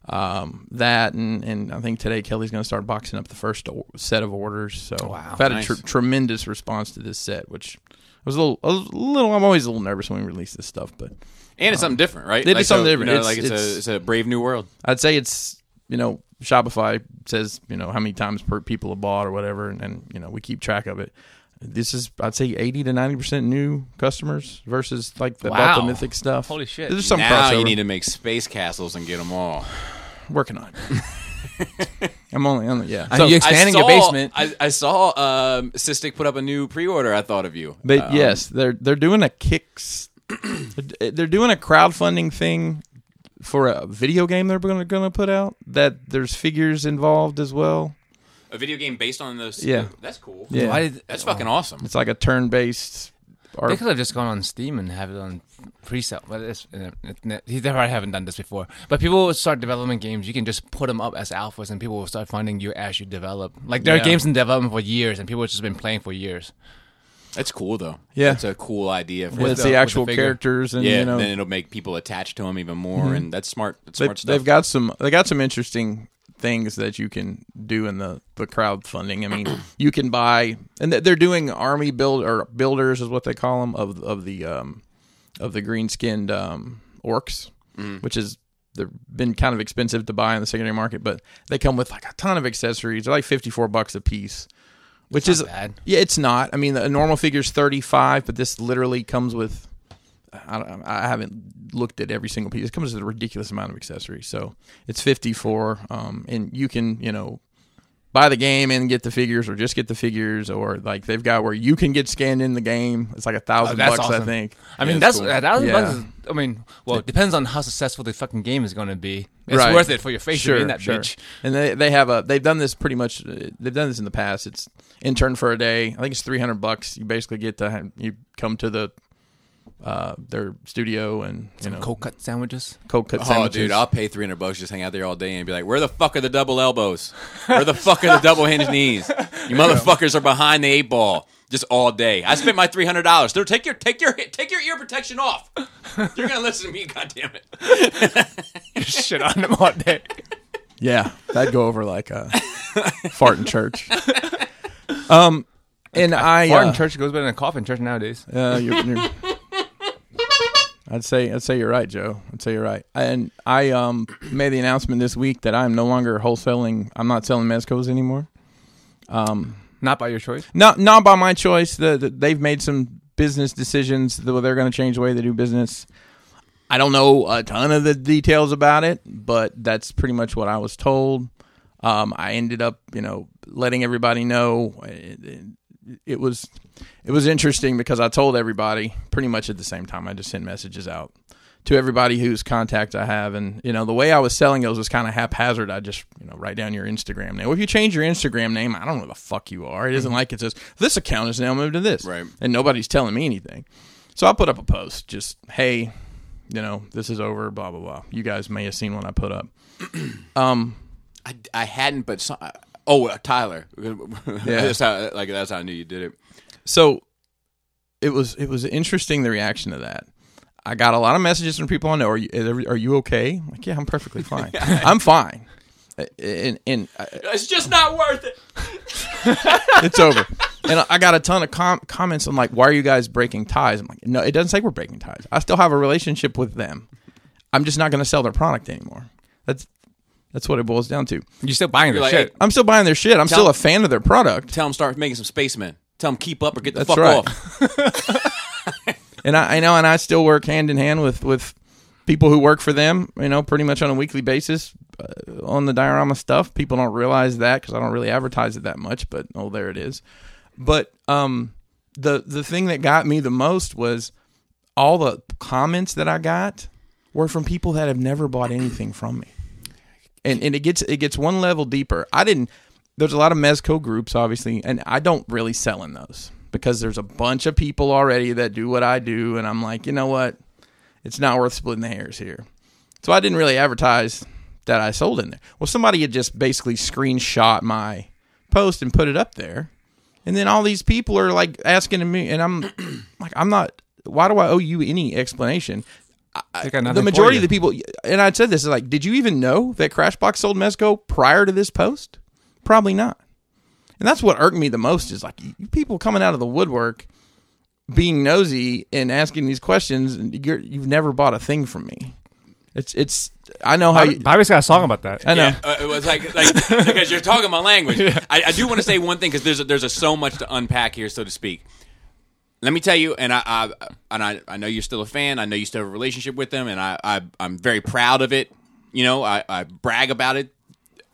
S2: um, that, and and I think today Kelly's going to start boxing up the first o- set of orders. So
S3: Wow.
S2: I've had
S1: Nice.
S2: a tr- tremendous response to this set, which. I was a little, I was a little. I'm always a little nervous when we release this stuff, but
S1: And it's something different, right?
S2: It is something different.
S1: You know,
S2: It's-
S1: like it's,
S2: it's-
S1: a it's a brave new world.
S2: I'd say it's you know Shopify says you know how many times per people have bought or whatever, and, and you know we keep track of it. This is I'd say eighty to ninety percent new customers versus like the
S3: Wow.
S2: Delta Mythic stuff.
S3: Holy shit.
S2: There's some
S1: now
S2: crossover.
S1: you need to make space castles and get them
S2: (laughs)
S1: all.
S2: Working on. it.
S1: (laughs)
S2: I'm only on the yeah.
S3: I- you expanding
S1: I
S3: your
S1: saw,
S3: basement.
S1: I, I saw um, Cystic put up a new pre-order. I thought of you.
S2: But
S1: Um,
S2: yes, they're they're doing a kicks. (clears throat) they're doing a crowdfunding thing for a video game they're going to going to put out that there's figures involved as well.
S1: a video game based on those.
S2: Yeah.
S1: that's cool.
S2: Yeah.
S3: Why did
S1: that's fucking awesome.
S2: It's like a turn based Or,
S3: they could have just gone on Steam and have it on pre-sale, but it's, uh, it, it, they probably haven't done this before. But people will start developing games. You can just put them up as alphas, and people will start finding you as you develop. Like there
S2: Yeah.
S3: are games in development for years, and people have just been playing for years.
S1: That's cool though.
S2: Yeah.
S1: that's a cool idea. For
S2: with
S3: the-
S2: the,
S3: with the
S2: actual
S3: figure.
S2: characters and
S1: yeah,
S2: you know Mm-hmm.
S1: then it'll make people attached to him even more, and that's smart. That's
S2: they,
S1: smart stuff.
S2: they've got some they got some interesting things that you can do in the the crowdfunding. I
S1: (clears throat)
S2: mean, you can buy and they- they're doing army build or builders is what they call them of of the um of the green skinned um orcs,
S1: Mm.
S2: which is they've been kind of expensive to buy in the secondary market, but they come with like a ton of accessories. They're like fifty four bucks a piece. Which is
S3: bad.
S2: yeah, it's not. I mean, a normal figure's thirty five, but this literally comes with I, don't, I haven't looked at every single piece. It comes with a ridiculous amount of accessories. So it's 54. Um, and you can, you know, buy the game and get the figures or just get the figures or like they've got where you can get scanned in the game. It's like a
S3: Oh,
S2: thousand
S3: that's
S2: bucks, I
S3: awesome.
S2: think.
S3: I mean,
S1: that's
S3: that's
S1: cool.
S3: a thousand
S2: Yeah.
S3: bucks. Is, I mean, well, it depends on how successful the fucking game is going to be. It's
S2: Right.
S3: worth it for your face to be in that bitch.
S2: And they, they have a they've done this pretty much uh, they've done this in the past. It's intern for a day. I think it's 300 bucks. You basically get to have, you come to the uh their studio and you know
S3: Cold cut (laughs) sandwiches.
S2: cold cut
S1: Oh,
S2: sandwiches.
S1: dude, I'll pay 300 bucks just hang out there all day and be like, where the fuck are the double elbows? Where the fuck are the double hinge
S2: (laughs)
S1: knees? You motherfuckers are behind the eight ball just all day. I spent my $300. Dude, take your take your take your ear protection off. You're gonna listen to me, (laughs) goddammit.
S3: Shit on them all day.
S2: Yeah, that'd go over
S1: (laughs)
S2: like a fart in church. Um,
S1: (laughs)
S2: and I,
S3: Martin
S2: uh,
S3: church goes better than coffin church nowadays.
S2: uh, you're, you're- I'd say I'd say you're right, Joe. I'd say you're right. And I um made the announcement this week that I'm no longer wholesaling. I'm not selling mezcos anymore.
S3: Not by your choice.
S2: Not not by my choice. The, the, they've made some business decisions. That they're going to change the way they do business. I don't know a ton of the details about it, but that's pretty much what I was told. Um, I ended up, you know, letting everybody know. It, it was it was interesting because I told everybody pretty much at the same time. I just sent messages out to everybody whose contact I have, and you know, the way I was selling those was kind of haphazard. I just, you know, write down your Instagram name. Well, if you change your Instagram name, I don't know who the fuck you are. It isn't like it says this account is now moved to this,
S1: Right.
S2: And nobody's telling me anything. So I put up a post, just hey, you know, this is over, blah blah blah. You guys may have seen what I put up. (clears throat) Um,
S1: I, I hadn't, but some, oh, uh, Tyler. (laughs) that's how like that's how I knew you did it.
S2: so it was it was interesting the reaction to that. I got a lot of messages from people I know. Are you are you okay? I'm like, yeah, I'm perfectly fine. I'm fine. And and uh,
S1: It's just not worth it.
S2: it's over. And I got a ton of com- comments on like, why are you guys breaking ties? I'm like, no, it doesn't say we're breaking ties. I still have a relationship with them. I'm just not going to sell their product anymore. That's that's what it boils down to.
S3: You're still buying the
S1: You're like,
S3: shit.
S2: I'm still buying their shit. I'm still a fan of their product.
S1: Tell him start making some spacemen. Tell him keep up or get the
S2: That's
S1: fuck
S2: right.
S1: off.
S2: and I, I know, and I still work hand in hand with with people who work for them. You know, pretty much on a weekly basis uh, on the diorama stuff. People don't realize that because I don't really advertise it that much. But oh, there it is. But um, the the thing that got me the most was all the comments that I got were from people that have never bought anything from me and and it gets it gets one level deeper. I didn't. There's a lot of mezco groups, obviously, and I don't really sell in those because there's a bunch of people already that do what I do, and I'm like, you know what, it's not worth splitting the hairs here. So I didn't really advertise that I sold in there. Well, somebody had just basically screenshot my post and put it up there, and then all these people are like asking me, and I'm (clears throat) like, I'm not. Why do I owe you any explanation?
S3: They got
S2: the
S3: nothing for
S2: majority
S3: you.
S2: of the people, and I said this is like, did you even know that Crashbox sold Mezco prior to this post? Probably not. And that's what irked me the most is like you people coming out of the woodwork, being nosy and asking these questions. And you're, you've never bought a thing from me. It's it's. I know how. You,
S3: Bobby's got a song about that.
S2: I know.
S1: Yeah, uh, it was like, like because you're talking my language. I, I do want to say one thing because there's a, there's a so much to unpack here, so to speak. Let me tell you, and I, I and I, I know you're still a fan. I know you still have a relationship with them, and I, I I'm very proud of it. You know, I, I brag about it.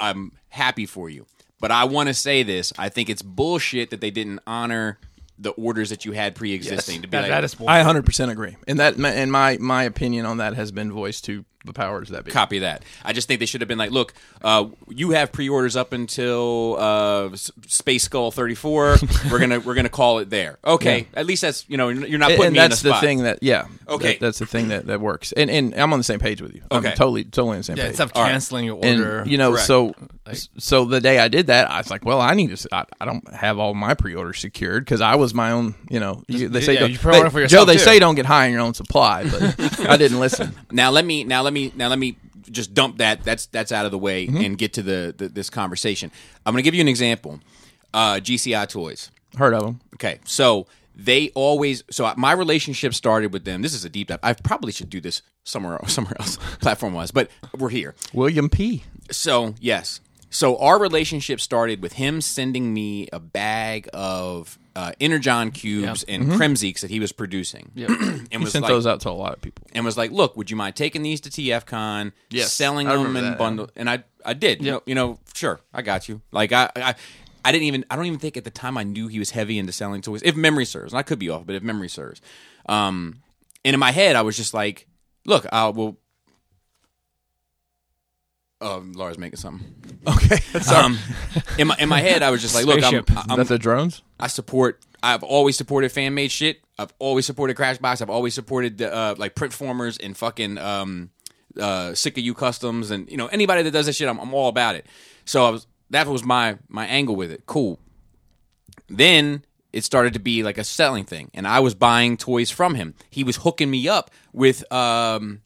S1: I'm happy for you, but I want to say this. I think it's bullshit that they didn't honor the orders that you had pre-existing. to be
S3: That-
S1: like,
S3: that is bull-
S2: I 100 percent agree, and that and my my opinion on that has been voiced to the powers that be.
S1: Copy that. I just think they should have been like, look, uh, you have pre-orders up until uh, S- Space Skull
S2: (laughs)
S1: 34. we're gonna we're gonna call it there. Okay, at least that's you know you're you're not
S2: And-
S1: putting
S2: and
S1: me
S2: that's
S1: in a
S2: the
S1: spot.
S2: thing that yeah
S1: Okay.
S2: that- that's the thing that, that works and and i'm on the same page with you
S1: Okay.
S2: i'm totally totally on the same
S3: Yeah,
S2: page
S3: it's up
S1: All right.
S3: canceling your
S2: and
S3: order.
S2: you know
S1: Correct.
S2: so
S3: Like-
S2: so the day i did that i was like well i need to s- i, I don't have all my pre-orders secured because i was my own you know you, they say
S3: yeah,
S2: don't-
S3: you pre-order
S2: they-
S3: for yourself,
S2: joe they
S3: too.
S2: say don't get high on your own supply but
S3: (laughs)
S2: i didn't listen
S1: Now let me now let me now let me just dump that that's that's out of the way
S2: Mm-hmm.
S1: and get to the, the this conversation. I'm gonna give you an example. Uh, GCI toys.
S2: heard of them
S1: Okay, so they always so my relationship started with them. This is a deep dive. I probably should do this somewhere (laughs) somewhere else platform wise, but we're here.
S2: william p
S1: So yes, so our relationship started with him sending me a bag of uh, Energon cubes and Kremzeeks that he was producing, (clears throat) and was
S2: sent
S1: like,
S2: those out to a lot of people
S1: and was like, "Look, would you mind taking these to TFCon,
S2: Yes,
S1: selling
S2: I
S1: them
S2: remember
S1: and
S2: that,
S1: bundle?" And I, I did. You know- You know, sure, I got you. Like I, I, I didn't even. I don't even think at the time I knew he was heavy into selling toys. If memory serves, and I could be off, but if memory serves, um, and in my head I was just like, "Look, I will." Um, Laura's making something.
S2: okay (laughs)
S1: Um, in my in my head, I was just like, "Look, I'm,
S3: Spaceship.
S1: I'm
S2: that's the drones
S1: I support. I've always supported fan made shit. I've always supported Crashbox. I've always supported the, uh, like Printformers and fucking um, uh, Sick of You Customs and you know anybody that does that shit. I'm, I'm all about it. So I was that was my my angle with it. Cool. Then it started to be like a selling thing, and I was buying toys from him. He was hooking me up with um,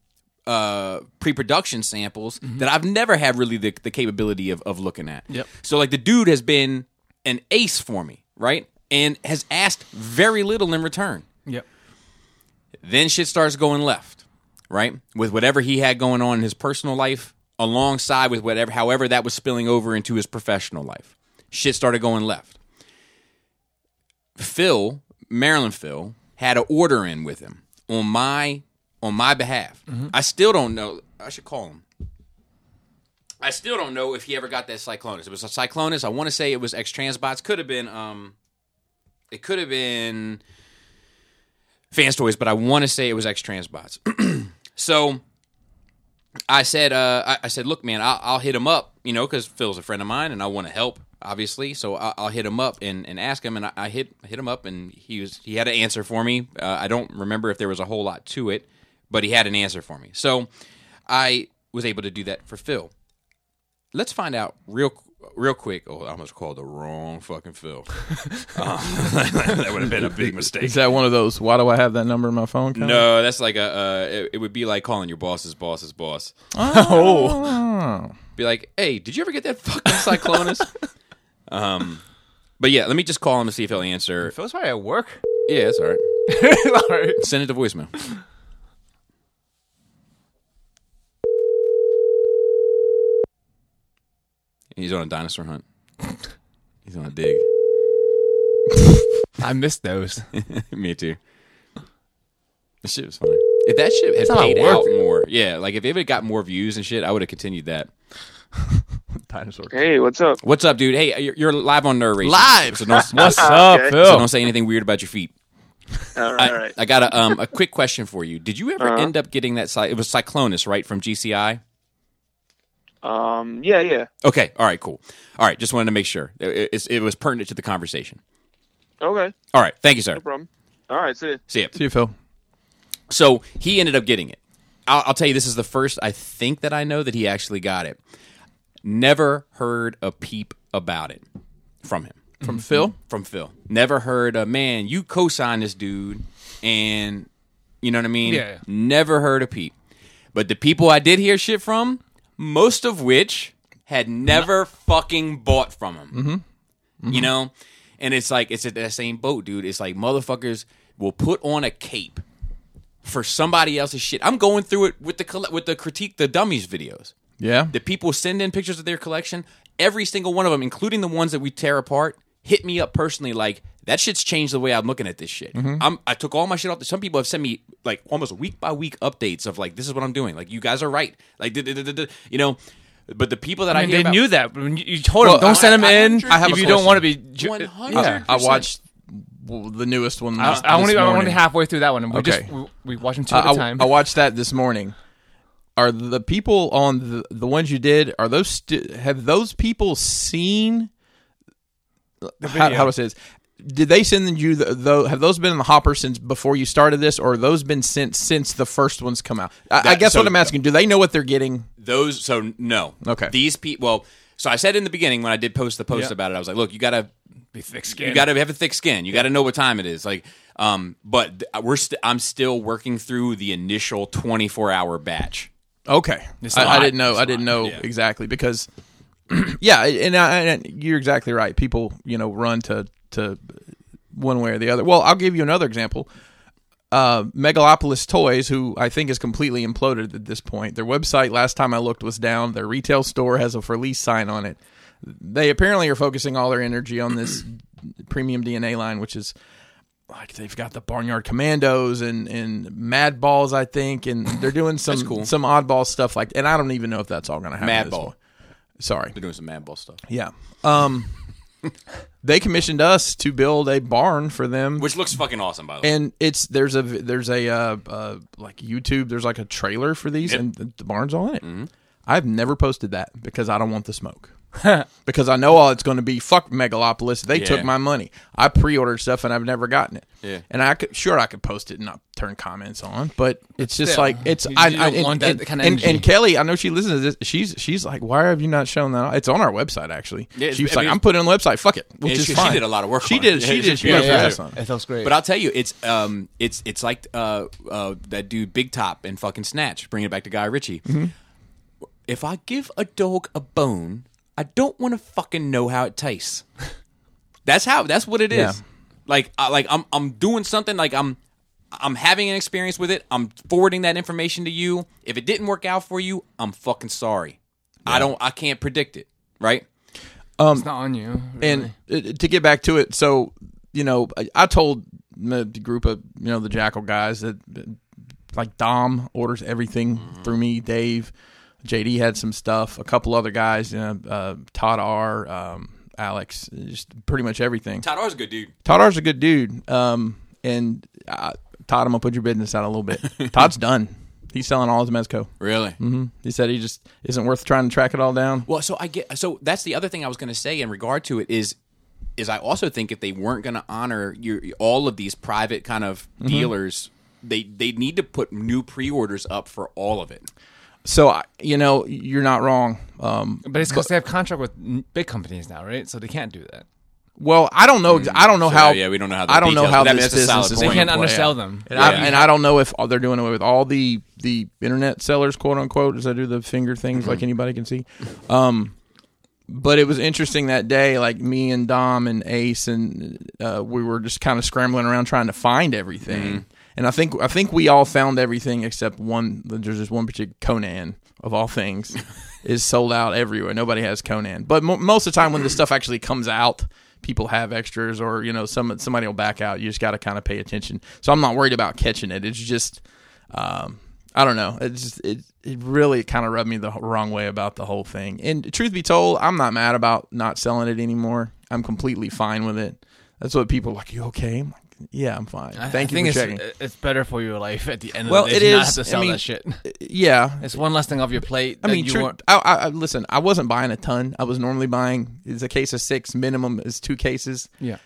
S1: uh, pre-production samples that I've never had really the, the capability of, of looking at.
S3: Yep.
S1: So like the dude has been an ace for me, right? And has asked very little in return.
S3: yep.
S1: Then shit starts going left, right? With whatever he had going on in his personal life, alongside with whatever, however that was spilling over into his professional life. Shit started going left. Phil, Maryland Phil, had an order in with him on my on my behalf. I still don't know. I should call him. I still don't know if he ever got that Cyclonus. It was a Cyclonus. I want to say it was X Transbots. Could have been. um It could have been fans toys, but I want to say it was X Transbots. (clears throat) so I said, uh, I, I said, look, man, I'll, I'll hit him up, you know, because Phil's a friend of mine and I want to help, obviously. So I, I'll hit him up and, and ask him, and I, I hit hit him up, and he was he had an answer for me. Uh, I don't remember if there was a whole lot to it, but he had an answer for me. So I was able to do that for Phil. Let's find out real real quick. Oh, I almost called the wrong fucking Phil. (laughs) Uh, that would have been a big mistake.
S2: is that one of those why do i have that number in my phone kind of-
S1: No, that's like a. Uh, it, it would be like calling your boss's boss's boss.
S2: oh
S1: Be like, hey, did you ever get that fucking
S3: (laughs)
S1: Cyclonus? um, but yeah, let me just call him to see if he'll answer.
S3: Phil's probably at (laughs) work.
S1: Yeah, that's all right.
S3: All right.
S1: Send it to voicemail. He's on a dinosaur hunt. He's on a dig. (laughs)
S3: I missed (laughs) those.
S1: me too. This shit was funny. If that shit had
S3: not how it
S1: paid out
S3: worked.
S1: more, yeah, like if it had got more views and shit, I would have continued that.
S2: dinosaur
S4: Hey, what's up?
S1: What's up, dude? Hey, you're, you're live on Nerd Race.
S2: Live!
S1: So
S4: (laughs)
S1: don't,
S3: What's
S4: up, Okay. Phil?
S1: so don't say anything weird about your feet.
S4: All
S1: I,
S4: right, all right. Uh-huh.
S1: I got a um a quick question for you. Did you ever end up getting that? Cy- it was Cyclonus, right, from GCI?
S4: Um, yeah, yeah.
S1: Okay, all right, cool. All right, just wanted to make sure it, it- it's- it was pertinent to the conversation.
S4: Okay,
S1: All right, thank you, sir.
S4: no problem. All right, see. ya.
S1: See ya.
S2: see you phil
S1: So he ended up getting it. I'll, I'll tell you, this is the first I think that I know that he actually got it. Never heard a peep about it from him. Mm-hmm.
S2: from phil
S1: from Phil. Never heard a man, you co sign this dude, and you know what I mean?
S3: Yeah, yeah.
S1: Never heard a peep. But the people I did hear shit from, most of which had never fucking bought from him. Mm-hmm. You know? And it's like, it's at that same boat, dude. It's like motherfuckers will put on a cape for somebody else's shit. I'm going through it with the colle- with the critique the dummies videos
S2: yeah
S1: the people send in pictures of their collection. Every single one of them, including the ones that we tear apart, hit me up personally. Like that shit's changed the way I'm looking at this shit. I'm, I took all my shit off. Some people have sent me like almost week by week updates of like this is what I'm doing. Like you guys are right. Like da- da- da- da- da, you know, but the people that I,
S3: I mean,
S1: hear
S3: they
S1: about-
S3: knew that. When you, you told
S2: Well,
S3: them, don't
S2: I-
S3: send them
S1: I-
S3: in
S1: I have
S3: if
S1: a
S3: you don't
S1: question.
S3: want to be. Ju- Uh,
S1: 100%.
S2: I watched w- the newest one.
S3: I,
S2: This,
S3: I, only,
S2: this
S3: I'm
S2: morning.
S3: only halfway through that one. and We
S2: Okay.
S3: just we, we watched them two
S2: I,
S3: at a
S2: I-
S3: time.
S2: I watched that this morning. are the people on the, the ones you did are those st- have those people seen how, how do I say this? Did they send you the, though? Have those been in the hopper since before you started this, or those been sent since the first ones come out? I, I
S1: That-
S2: guess
S1: so-
S2: what I'm asking: Do they know what they're getting?
S1: those so no
S2: Okay.
S1: these people well so i said in the beginning when i did post the post
S2: Yeah.
S1: about it i was like look you gotta
S3: Be thick
S1: you
S3: skinned.
S1: gotta have a thick skin you gotta know what time it is like um but th- we're st- i'm still working through the initial 24 hour batch
S2: Okay, I, I
S1: not.
S2: didn't know.
S1: It's
S2: I didn't
S1: not,
S2: know
S1: yeah.
S2: exactly because, (clears throat) yeah, and, I, and you're exactly right. People, you know, run to to one way or the other. Well, I'll give you another example. Uh, Megalopolis Toys, who I think is completely imploded at this point. Their website, last time I looked, was down. Their retail store has a for lease sign on it. They apparently are focusing all their energy on this (clears throat) premium DNA line, which is like they've got the Barnyard Commandos and and Mad Balls, I think, and they're doing some
S1: cool.
S2: some oddball stuff like. And I don't even know if that's all going to happen. at
S1: mad
S2: this
S1: ball
S2: point. Sorry,
S1: they're doing some mad ball stuff (laughs)
S2: yeah. Um, they commissioned us to build a barn for them,
S1: which looks fucking awesome by the way
S2: and it's there's a there's a uh, uh, like YouTube there's like a trailer for these, and the, the barn's all in it.
S1: Mm-hmm.
S2: I've never posted that because I don't want
S1: (laughs)
S2: the smoke. because I know all it's going to be fuck Megalopolis. They took
S1: Yeah.
S2: my money. I pre-ordered stuff and I've never gotten it.
S1: Yeah.
S2: And I could sure I could post it and not turn comments on, but it's just
S3: still,
S2: like it's
S3: you-
S2: I,
S3: you
S2: I
S3: don't
S2: and,
S3: want that
S2: and-
S3: kinda
S2: and-
S3: energy.
S2: and Kelly, I know she listens to this. She's she's like, why have you not shown that? It's on our website actually.
S1: Yeah, it's-
S2: she was
S1: I
S2: like,
S1: mean,
S2: I'm putting it on the website. Fuck it, which
S1: Yeah,
S2: is
S1: she- she
S2: fine.
S1: did a lot of work
S2: She
S1: on it.
S2: did. She
S1: Yeah,
S2: did.
S1: she-
S2: She
S1: yeah,
S2: worked her
S1: yeah.
S2: ass on it.
S3: It feels great.
S1: but I'll tell you, it's um, it's it's like uh, uh, that dude Big Top and fucking Snatch. Bring it back to Guy Ritchie. If I give a dog a bone, I don't want to fucking know how it tastes. that's how. That's what it is.
S2: Yeah.
S1: Like, I, like I'm I'm doing something. Like I'm I'm having an experience with it. I'm forwarding that information to you. If it didn't work out for you, I'm fucking sorry. I don't. I can't predict it. Right.
S3: it's not on you.
S2: and uh, to get back to it, so you know, I, I told the group of you know the Jackal guys that uh, like Dom orders everything through me. Dave, JD had some stuff. A couple other guys, you know, uh, Todd R, um, Alex, just pretty much everything.
S1: Todd R's a good dude.
S2: Todd R's a good dude. Um, and uh, Todd, I'm gonna put your business out a little bit. Todd's done. He's selling all his Mezco.
S1: Really.
S2: hmm He said he just isn't worth trying to track it all down.
S1: Well, so I get so that's the other thing I was going to say in regard to it is is I also think if they weren't going to honor your all of these private kind of
S2: Mm-hmm.
S1: dealers, they they need to put new pre-orders up for all of it.
S2: So I, you know, you're not wrong. Um,
S3: But it's because they have contract with n- big companies now, right? So they can't do that.
S2: Well, I don't know. I don't know how.
S1: Mm, yeah, we don't know how the
S2: I don't know
S1: details-
S2: how
S1: but that-
S2: this
S1: that's a solid
S2: business is.
S1: point. They
S2: gonna
S3: can't
S2: play
S3: undersell
S2: out.
S3: them.
S2: And, I,
S1: Yeah.
S2: and I don't know if all- they're doing away with all the the internet sellers, quote unquote, as I do the finger things
S1: Mm-hmm.
S2: like anybody can see. Um, but it was interesting that day. Like me and Dom and Ace and uh, we were just kind of scrambling around trying to find everything. And I think I think we all found everything except one. There's just one particular Conan of all things is sold out everywhere. Nobody has Conan. But mo- most of the time, when this stuff actually comes out, people have extras or you know some somebody will back out. You just got to kind of pay attention. So I'm not worried about catching it. It's just um, I don't know. It just it it really kind of rubbed me the wrong way about the whole thing. And truth be told, I'm not mad about not selling it anymore. I'm completely fine with it. That's what people are like. You okay? I'm like, yeah, I'm fine.
S3: I-
S2: Thank
S3: I
S2: you
S3: think
S2: for
S3: it's, uh,
S2: checking.
S3: It's better for your life at the end
S2: Well,
S3: of the
S2: it
S3: day. to Not
S2: is.
S3: have to
S2: I
S3: sell
S2: mean,
S3: that shit.
S2: yeah,
S3: It's one less thing off your plate.
S2: I mean,
S3: uh, you
S2: true,
S3: weren't-
S2: I, I, I- listen. I wasn't buying a ton. I was normally buying. It's a case of six minimum. Is two cases.
S3: Yeah.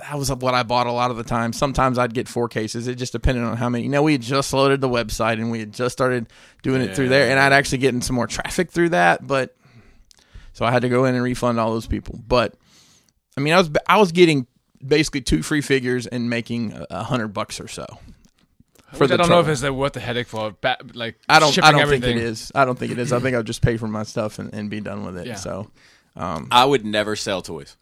S2: That was what I bought a lot of the time. Sometimes I'd get four cases. It just depended on how many. You know, we had just loaded the website and we had just started doing it through there, and I'd actually getting some more traffic through that. But so I had to go in and refund all those people. But I mean, I was I was getting basically two free figures and making a- a hundred bucks or so. For
S3: Which I
S2: the
S3: don't know
S2: trouble.
S3: if it's uh, worth the headache for ba- like
S2: I don't.
S3: shipping
S2: I don't
S3: everything.
S2: think it is. I don't think it is. I think I'll just pay for my stuff and, and be done with it.
S3: Yeah.
S2: So
S1: I would never sell toys.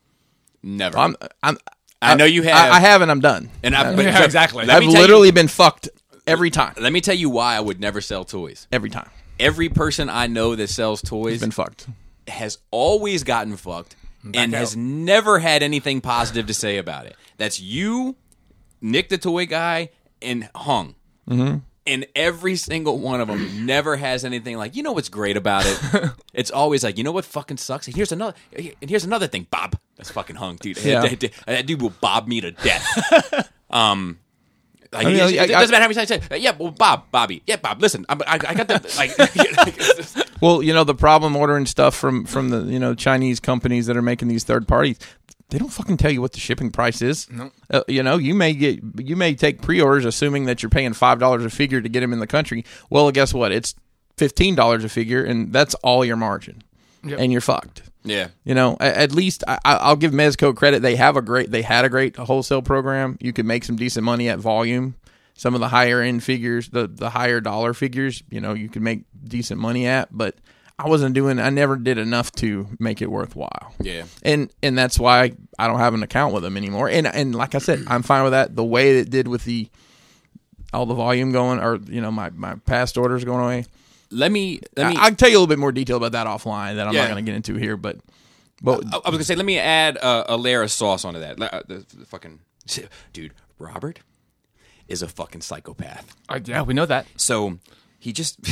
S1: Never.
S2: I'm. I'm.
S1: I know you have.
S2: I, I have, and I'm done.
S1: and
S2: (laughs)
S1: I, but-
S3: Yeah, exactly.
S1: Let
S2: I've
S1: me tell
S2: literally
S1: You,
S2: been fucked every time.
S1: let me tell you why I would never sell toys.
S2: Every time,
S1: Every person I know that sells toys
S2: been fucked.
S1: has always gotten fucked and has never had anything positive to say about it. That's you, Nick the toy guy, and Hung.
S2: Mm-hmm.
S1: And every single one of them
S2: (clears throat)
S1: never has anything like, you know what's great about
S2: (laughs)
S1: it? it's always like, you know what fucking sucks? And here's another and here's another thing, (laughs) Bob. That's fucking hung, dude.
S2: Yeah. (laughs)
S1: That, that- that dude will bob me to death. um Like,
S2: I mean,
S1: it,
S2: I-
S1: it
S2: I-
S1: doesn't matter how many times I say, it. yeah, well, Bob, Bobby, yeah, Bob. Listen, I'm, I, I got the like. it's just-
S2: (laughs) Well, you know the problem ordering stuff from from the you know Chinese companies that are making these third parties. They don't fucking tell you what the shipping price is. No. Uh, you know, you may get you may take pre-orders assuming that you're paying five dollars a figure to get them in the country. Well, guess what? It's fifteen dollars a figure, and that's all your margin, and you're fucked.
S1: (laughs) yeah.
S2: You know, a- at least I, I- I'll give Mezco credit. They have a great, they had a great wholesale program. You could make some decent money at volume. Some of the higher end figures, the the higher dollar figures, you know, you could make decent money at. But I wasn't doing, I never did enough to make it worthwhile.
S1: Yeah.
S2: and and that's why I don't have an account with them anymore. And and like I said, I'm fine with that. The way it did with the all the volume going, or you know, my my past orders going away.
S1: Let me. Let
S2: I,
S1: me.
S2: I can tell you a little bit more detail about that offline that I'm
S1: Yeah.
S2: not going to get into here, but. But
S1: I I was gonna say, let me add uh, a layer of sauce onto that. La- uh, The, the fucking dude, Robert is a fucking psychopath.
S3: Uh, yeah, we know that.
S1: So he just, (laughs)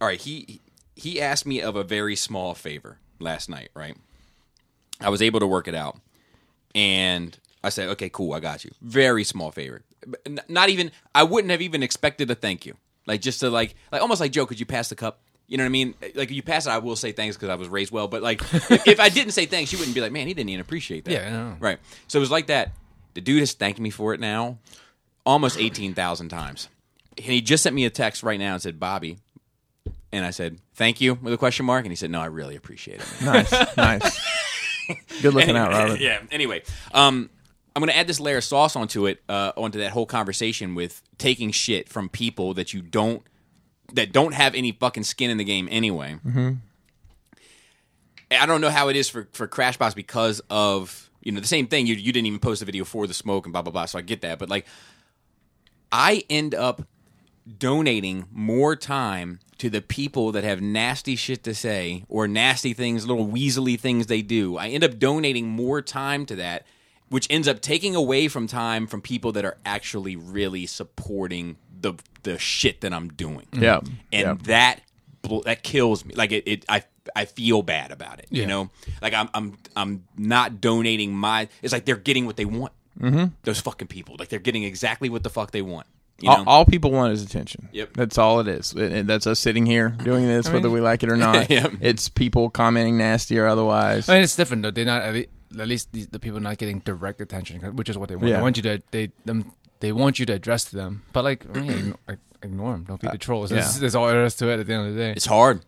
S1: all right. He he asked me of a very small favor last night. Right, I was able to work it out, and I said, okay, cool, I got you. Very small favor. But n- Not even. I wouldn't have even expected a thank you. Like just to like like almost like Joe, could you pass the cup? You know what I mean? Like if you pass it, I will say thanks because I was raised well. But
S3: (laughs)
S1: like if, if I didn't say thanks, you wouldn't be like, man, he didn't even appreciate that.
S3: Yeah, I know.
S1: right. So it was like that. The dude has thanked me for it now almost 18,000 times. And he just sent me a text right now and said, Bobby. And I said, thank you with a question mark. And he said, no, I really appreciate it. man." (laughs)
S2: nice, nice. Good looking out, Robert.
S1: yeah. Anyway, um, I'm going to add this layer of sauce onto it, uh, onto that whole conversation with taking shit from people that you don't, that don't have any fucking skin in the game anyway.
S2: Mm-hmm.
S1: And I don't know how it is for for Crashbox because of you know the same thing. You you didn't even post a video for the smoke and blah blah blah. So I get that, but like, I end up donating more time to the people that have nasty shit to say or nasty things, little weaselly things they do. I end up donating more time to that, which ends up taking away from time from people that are actually really supporting the the shit that I'm doing
S2: Yeah.
S1: and that bl- that kills me. Like it, it I I feel bad about it. You know, like I'm I'm I'm not donating my. It's like they're getting what they want. Mm-hmm. Those fucking people, like they're getting exactly what the fuck they want. You know,
S2: all, all people want is attention.
S1: Yep.
S2: That's all it is. And- and that's us sitting here doing this, whether we like it
S1: (laughs)
S2: or not.
S1: Yeah.
S2: It's people commenting nasty or otherwise.
S3: I mean, it's different though. They're not at least, at least the, the people not getting direct attention, which is what they want.
S2: Yeah.
S3: They want you to they them they want you to address them, but like
S2: (clears throat)
S3: I mean, ign- ignore them. Don't be the trolls.
S2: Uh, yeah.
S3: That's, that's all there is to it. At the end of the day,
S1: it's hard.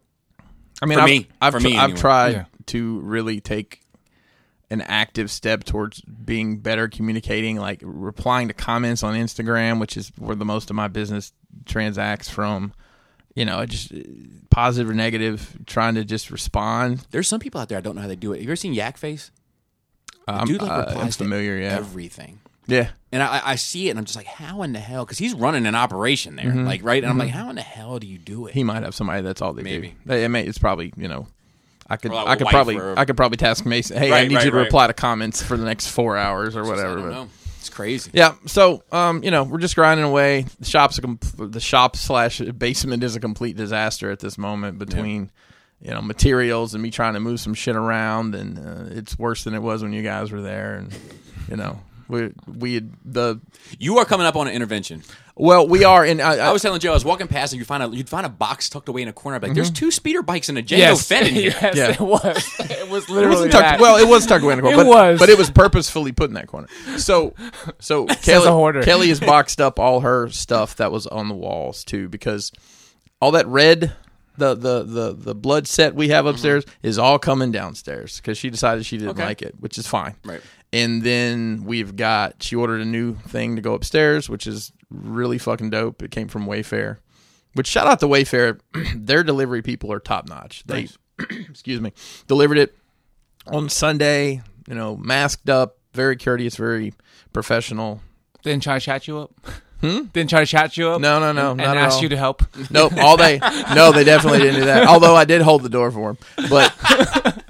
S2: I mean,
S1: for
S2: I've,
S1: me.
S2: I've,
S1: For
S2: tr-
S1: me,
S2: I've
S1: anyway.
S2: tried
S3: Yeah.
S2: to really take an active step towards being better communicating, like replying to comments on Instagram, which is where the most of my business transacts from. You know, just uh, positive or negative, trying to just respond.
S1: There's some people out there I don't know how they do it. Have you ever seen Yak Face? The
S2: I'm,
S1: dude like
S2: uh, I'm
S1: replies to
S2: familiar, yeah.
S1: everything.
S2: Yeah.
S1: And I, I see it, and I'm just like, how in the hell? Because he's running an operation there, like right. And I'm like, how in the hell do you do it?
S2: Mm-hmm. he might have somebody that's all they
S1: Maybe.
S2: do. They- It may, it's probably you know, I could
S1: Or like
S2: I
S1: a
S2: could
S1: wife
S2: probably
S1: or a-
S2: I could probably task Mason. Hey,
S1: Right,
S2: I need you
S1: right,
S2: to
S1: right.
S2: reply to comments for the next four hours or
S1: I
S2: whatever.
S1: don't
S2: but-
S1: know. It's crazy.
S2: Yeah, so um, you know we're just grinding away. The shops, a com- the shop slash basement is a complete disaster at this moment between, you know, materials and me trying to move some shit around, and uh, it's worse than it was when you guys were there, and you know we we had the
S1: You are coming up on an intervention.
S2: well we are in I,
S1: I was telling Joe, I was walking past and you find a you'd find a box tucked away in a corner. I'd be like, there's two speeder bikes and a Django
S3: (laughs)
S1: Fed in here.
S3: yes,
S2: Mm-hmm. (laughs) Yeah.
S3: it was. It was
S2: It
S3: literally
S2: wasn't tucked-
S3: that.
S2: well, it was tucked away in a corner.
S3: It
S2: but,
S3: was.
S2: but it was purposefully put in that corner. So,
S3: (laughs)
S2: so
S3: a
S2: Kelly,
S3: hoarder.
S2: Kelly has boxed up all her stuff that was on the walls too, because all that red, the the the the blood set we
S3: Mm-hmm.
S2: have upstairs is all coming downstairs because she decided she didn't like it, which is fine.
S1: Right.
S2: And then we've got she ordered a new thing to go upstairs, which is really fucking dope. It came from Wayfair. Which shout out to Wayfair, (clears throat) their delivery people are top notch. They, (clears throat) excuse me, delivered it on Sunday, you know, masked up, very courteous, very professional.
S3: Didn't try to chat you up. Hmm? Didn't try to chat you up.
S2: No, no, no,
S3: And
S2: not at
S3: ask
S2: all.
S3: you to help.
S2: Nope, all they no, they definitely didn't do that. Although I did hold the door for them, but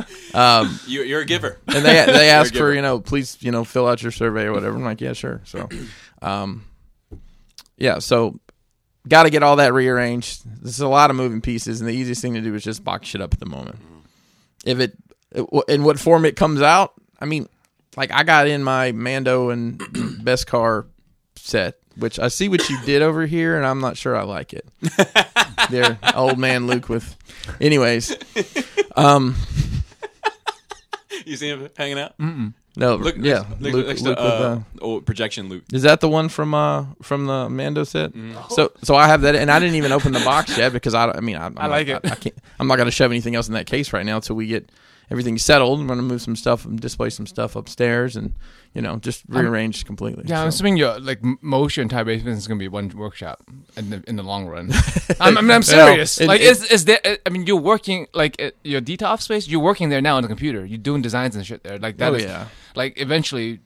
S1: You, you're a
S2: (laughs)
S1: giver.
S2: and
S1: (laughs)
S2: they they asked
S1: giver.
S2: for you know please you know fill out your survey or whatever. I'm like yeah sure. So, um, yeah, so got to get all that rearranged. There's a lot of moving pieces, and the easiest thing to do is just box shit up at the moment.
S1: Mm-hmm.
S2: If it in what form it comes out, I mean, like I got in my Mando and (clears throat) best car set, which I see what you did over here, and I'm not sure I
S1: (laughs)
S2: like it. there, old man Luke with. Anyways,
S1: You see him hanging out?
S2: no,
S1: Look,
S2: Mm-hmm. yeah,
S1: next-
S2: Luke,
S1: look next to,
S2: Luke with,
S1: uh,
S2: uh,
S1: oh, projection Luke.
S2: Is that the one from uh from the Mando set? So so I have that, and I didn't even open the box yet because I, don't- I mean I, I'm not-
S3: like it.
S2: I, I can't. I'm not going to shove anything else in that case right now until we get everything settled. I'm going to move some stuff and display some stuff upstairs, and you know just rearrange completely.
S3: Yeah, I'm
S2: so.
S3: assuming your like m- most your entire basement is going to be one workshop in the in the long run. (laughs) I'm, I mean, I'm serious.
S2: it-
S3: like,
S2: it-
S3: is is there? I mean, you're working like at your DTOF space. You're working there now on the computer. You're doing designs and shit there. Like that
S2: Oh,
S3: is-
S2: yeah.
S3: Like eventually,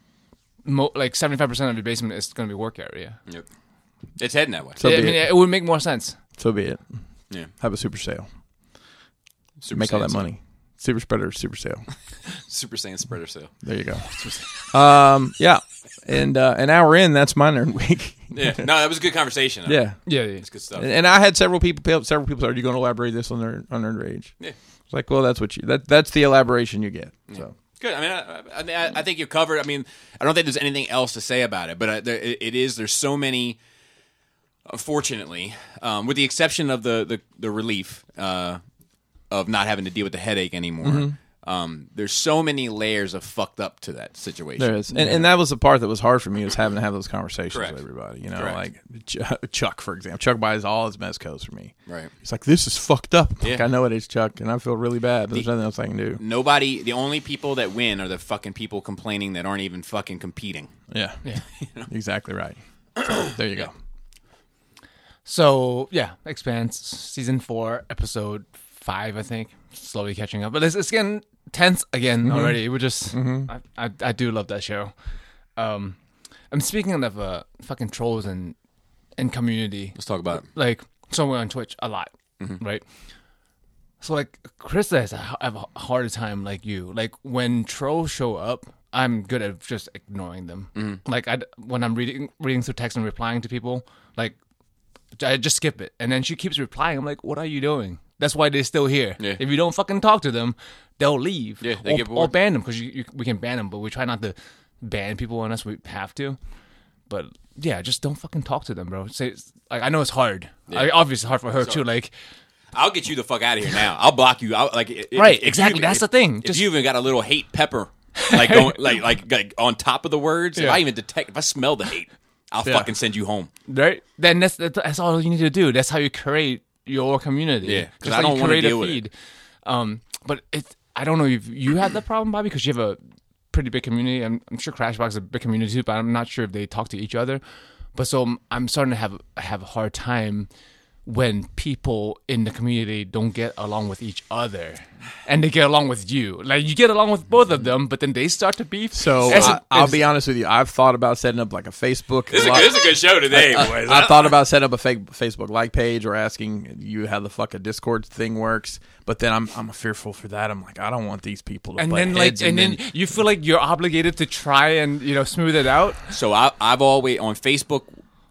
S3: mo- like 75 percent of your basement is going to be work area.
S1: Yep. It's heading that way.
S2: So
S3: Yeah, I
S2: be
S3: mean,
S2: it.
S3: it would make more sense.
S2: so be it.
S1: Yeah.
S2: Have a super sale.
S1: Super
S2: Make all that
S1: Saiyan-
S2: money. Super spreader, super sale.
S1: Super Saiyan spreader sale.
S2: There you go. um, yeah, and uh, an hour in, that's my nerd week. (laughs)
S1: Yeah. No, that was a good conversation. though.
S2: yeah,
S3: Yeah, yeah.
S1: It's good stuff.
S2: And, and I had several people, pe- several people said, "Are you going to elaborate this on their on their rage?"
S1: Yeah.
S2: It's like, well, that's what you that that's the elaboration you get. So
S1: Good. I mean, I, I, mean, I- I think you covered. I mean, I don't think there's anything else to say about it, but I, there, it, it is. There's so many. Unfortunately, um, with the exception of the the, the relief uh, of not having to deal with the headache anymore,
S2: Mm-hmm.
S1: um, there's so many layers of fucked up to that situation.
S2: there is, and, and that was the part that was hard for me was having to have those conversations
S1: Correct.
S2: with everybody. You know,
S1: Correct.
S2: like Ch- (laughs) Chuck, for example, Chuck buys all his mezcos for me.
S1: Right.
S2: He's like, "This is fucked up." I'm Like,
S1: Yeah.
S2: I know it is, Chuck, and I feel really bad. But there's nothing else I can do.
S1: Nobody. The only people that win are the fucking people complaining that aren't even fucking competing.
S2: Yeah,
S1: (laughs)
S2: yeah,
S1: (coughs)
S2: exactly right. So, there you go.
S3: So yeah, Expanse season four, episode five, I think, slowly catching up. But it's, it's getting tense again already. We're just, I, I, I do love that show. Um, I'm speaking of uh, fucking trolls and and community
S1: Let's talk about it.
S3: like somewhere on Twitch a lot, right? So like Krista has a, have a harder time like you. Like when trolls show up, I'm good at just ignoring them.
S1: Mm-hmm.
S3: Like I when I'm reading reading through text and replying to people, like I just skip it. And then she keeps replying. I'm like, what are you doing? That's why they're still here.
S1: Yeah.
S3: If you don't fucking talk to them, they'll leave.
S1: Yeah, they
S3: or,
S1: get bored.
S3: or ban them because you, you, we can ban them, but we try not to ban people unless we have to. But yeah, just don't fucking talk to them, bro. Say like I know it's hard. Like, obviously, it's hard for her too. Like
S1: I'll get you the fuck out of here now. I'll block you. I'll, like i- i-
S3: Right,
S1: if you-
S3: exactly. That's the thing.
S1: If
S3: Just-
S1: you even got a little hate pepper, like
S3: (laughs)
S1: going, like, like like on top of the words, if
S3: Yeah.
S1: I even detect, if I smell the hate, I'll fucking send you home.
S3: right? Then that's that's that's all you need to do. That's how you create your community.
S1: Yeah, 'cause
S3: Just
S1: I
S3: like
S1: don't
S3: you
S1: wanna
S3: create
S1: deal
S3: a
S1: with it.
S3: feed. Um, but it's I don't know if you have that problem, Bobby, because you have a pretty big community. I'm, I'm sure Crashbox is a big community too, but I'm not sure if they talk to each other. But so I'm, I'm starting to have have a hard time when people in the community don't get along with each other and they get along with you like you get along with both of them but then they start to beef
S2: So
S3: That's-
S2: I, I'll be honest with you. I've thought about setting up like a Facebook.
S1: This is, a
S2: li-
S1: good, this is a good show (laughs) today, boys.
S2: I thought about setting up a fake Facebook like page or asking you how the fuck a Discord thing works, but then I'm I'm fearful for that. I'm like, I don't want these people to
S3: and
S2: butt
S3: then
S2: heads
S3: like and then you feel like you're obligated to try and you know smooth it out
S1: so I, I've always on Facebook,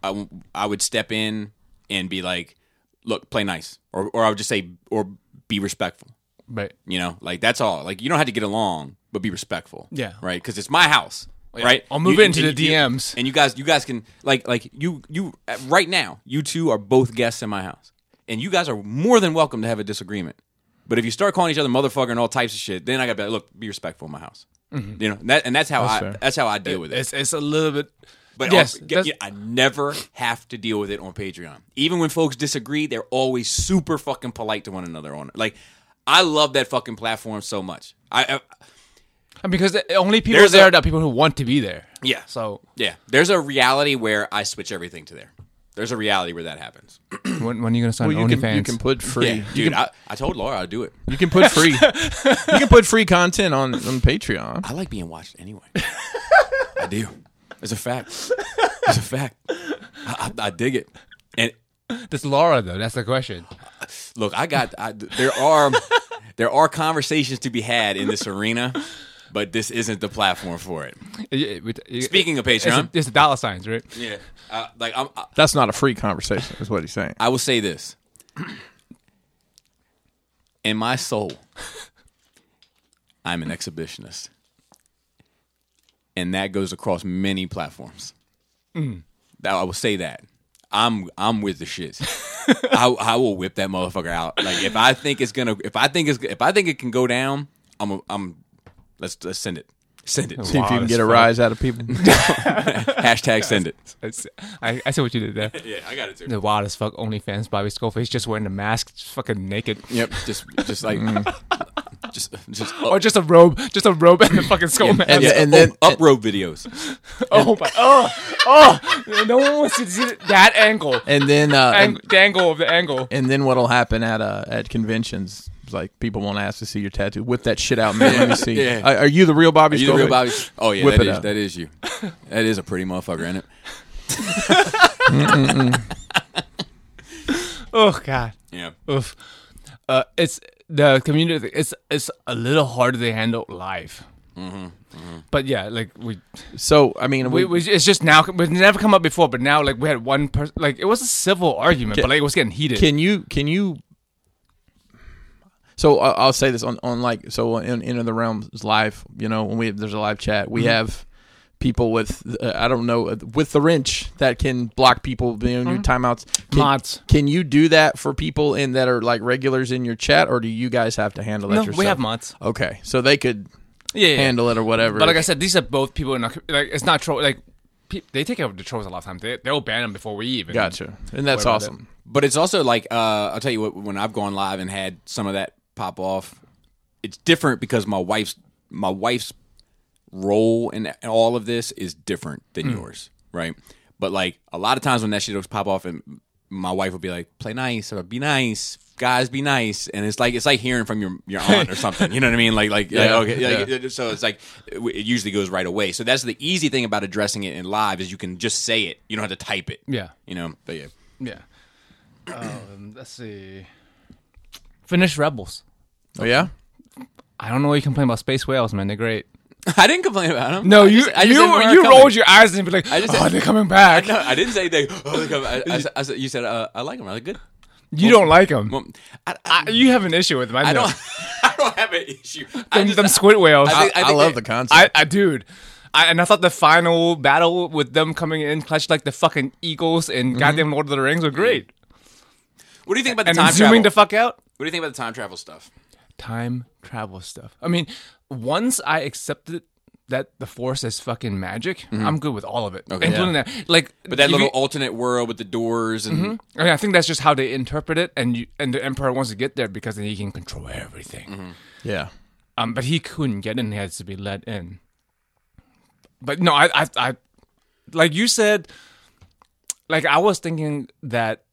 S1: I, w- I would step in and be like, "Look, play nice," or or I would just say, or be respectful.
S3: right
S1: You know, like that's all. Like you don't have to get along, but be respectful.
S3: Yeah.
S1: right. Because it's my house. Right.
S3: I'll move
S1: You-
S3: into
S1: and
S3: the
S1: you-
S3: DMs.
S1: and you guys, you guys can like like you you uh, right now. You two are both guests in my house, and you guys are more than welcome to have a disagreement. But if you start calling each other motherfucker and all types of shit, then I gotta be like, look, be respectful in my house.
S3: Mm-hmm.
S1: You know, and that, and that's how I
S2: fair.
S1: that's how I deal with it.
S3: It's it's a little bit.
S1: But
S3: yes,
S1: on-
S3: that's-
S1: yeah, I never have to deal with it on Patreon. Even when folks disagree, they're always super fucking polite to one another. On it. like, I love that fucking platform so much. I, I
S3: and because the only people
S1: There's
S3: there
S1: a-
S3: are the people who want to be there.
S1: yeah.
S3: So (clears throat)
S1: Yeah, there's a reality where I switch everything to there. There's a reality where that happens.
S3: when, when are you gonna sign
S2: Well, you
S3: OnlyFans?
S2: can, you can put free
S1: Yeah,
S2: you,
S1: dude,
S2: can,
S1: I, I told Laura I'd do it.
S2: you can put free you can put free content on, on Patreon.
S1: I like being watched anyway. I do. It's a fact. It's a fact. I, I, I dig it. And
S3: That's Laura though. That's the question.
S1: look, I got I, there are there are conversations to be had in this arena, but this isn't the platform for it. Speaking of
S3: it's, a,
S1: Patreon,
S3: it's a dollar signs, right?
S1: yeah, uh, like I'm, I,
S2: That's not a free conversation, is what he's saying.
S1: I will say this. In my soul, I'm an exhibitionist. And that goes across many platforms. That I will say that. I'm I'm with the shits. I, I will whip that motherfucker out. Like if I think it's gonna, if I think it's, if I think it can go down, I'm a, I'm. Let's let's send it. Send it.
S2: See if you can
S3: that's
S2: get a
S3: funny.
S2: rise out of people.
S1: Hashtag send it.
S3: It's- I, I see what you did there.
S1: Yeah, I got it too.
S3: The wildest fuck OnlyFans Bobby Skullface just wearing a mask, just fucking naked.
S1: Yep. Just just like just just up,
S3: Or just a robe, just a robe and a fucking skull mask.
S2: And-
S1: yeah,
S2: and
S1: up-
S2: then-
S1: up road videos.
S3: oh my, oh, oh, no one wants to see that angle.
S2: and then uh,
S3: Ang-
S2: and,
S3: the angle of the angle.
S2: and then what'll happen at uh, at conventions? is, Like people won't ask to see your tattoo. Whip that shit out, man. Let me see.
S1: Yeah.
S2: Are, are you the real Bobby?
S1: Are you the
S2: Scoville?
S1: real Bobby? Oh yeah,
S2: Whip
S1: that
S2: it
S1: is,
S2: out.
S1: that is you. That is a pretty motherfucker, ain't it?
S3: Oh god.
S1: Yeah.
S3: Oof. Uh, it's the community. It's it's a little harder to handle live. But yeah, like we,
S2: So I mean,
S3: Mm-hmm, we, we, it's just now we've never come up before, but now like we had one person, like it was a civil argument, but like it was getting heated.
S2: Can you can you? So I- I'll say this on, on like so in in the realms live. You know when we there's a live chat,
S3: Mm-hmm.
S2: we have people with uh, I don't know with the wrench that can block people during your timeouts. Can,
S3: Mm-hmm. Mods.
S2: Can you do that for people in that are like regulars in your chat, or do you guys have to handle that
S3: no,
S2: yourself?
S3: we have mods.
S2: Okay, so they could
S3: Yeah, yeah.
S2: handle it or whatever.
S3: But like I said, these are both people in our co- like it's not troll. Like pe- they take care of the trolls a lot of times. They they'll ban them before we even.
S2: gotcha, and that's
S3: Whatever
S2: awesome.
S1: But it's also like uh, I'll tell you what. When I've gone live and had some of that pop off, it's different because my wife's my wife's role in all of this is different than
S2: Hmm.
S1: yours, right? But like a lot of times when that shit would pop off, and my wife would be like, "Play nice," or "Be nice." Guys, be nice, and it's like it's like hearing from your your aunt or something. You know what I mean? Like like, like,
S2: Yeah,
S1: okay, like,
S2: yeah.
S1: it- so it's like it w- it usually goes right away. So that's the easy thing about addressing it in live is you can just say it. You don't have to type it.
S3: Yeah.
S1: you know. But yeah,
S3: Yeah. um, let's see. Finnish rebels.
S2: Oh yeah,
S3: I don't know why you complain about space whales, man. They're great.
S1: I didn't complain about them.
S3: No,
S1: I
S3: you
S1: just- I just
S3: you
S1: said we're not
S3: you
S1: coming.
S3: rolled your eyes and be like,
S1: I just
S3: "Oh,
S1: said-
S3: they're coming back."
S1: No, (laughs) I didn't say they.
S3: (laughs)
S1: Oh, they come. I, I, said- I said, you said uh, I like them. I like good.
S3: You don't like them.
S1: Well, I, I,
S3: I, you have an issue with them. I,
S1: I
S3: know. (laughs)
S1: don't. I don't have an issue. I
S3: them,
S1: just,
S3: them squid whales.
S1: I
S3: I,
S1: think-
S2: I, love
S1: they-
S2: the concept.
S3: I, dude. I, and I thought the final battle with them coming in clutch like the fucking eagles and goddamn Lord of the Rings were great.
S1: what do you think about the
S3: And
S1: Mm-hmm. time
S3: zooming
S1: travel?
S3: the fuck out.
S1: what do you think about the time travel stuff?
S3: time travel stuff. I mean, once I accepted that the force is fucking magic, I'm good with all of it, including that. Like,
S1: Mm-hmm. But that little alternate world with the doors and
S3: I, mean, I think that's just how they interpret it, and you, and the emperor wants to get there because then he can control everything.
S2: yeah,
S3: Um, but he couldn't get in; he has to be let in. But no, I, I, I, like you said, like I was thinking that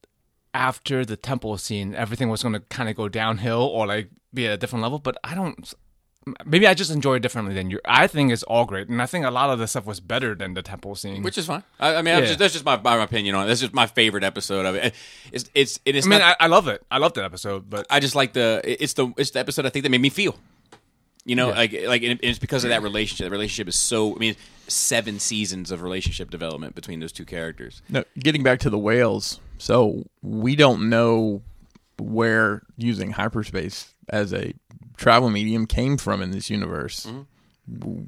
S3: after the temple scene, everything was going to kind of go downhill or like be at a different level. But I don't. Maybe I just enjoy it differently than you. I think it's all great, and I think a lot of the stuff was better than the temple scene.
S1: which is fine. I, I mean, I'm
S3: Yeah.
S1: just, that's just my, my opinion on it. That's just my favorite episode of it. It's it's it is.
S3: I mean,
S1: not,
S3: I, I love it. I love that episode, but
S1: I, just like the it- it's the it's the episode I think that made me feel. You know, like like and it- it's because of that relationship. The relationship is so. I mean, seven seasons of relationship development between those two characters.
S2: No, getting back to the whales. So we don't know where using hyperspace as a travel medium came from in this universe. W-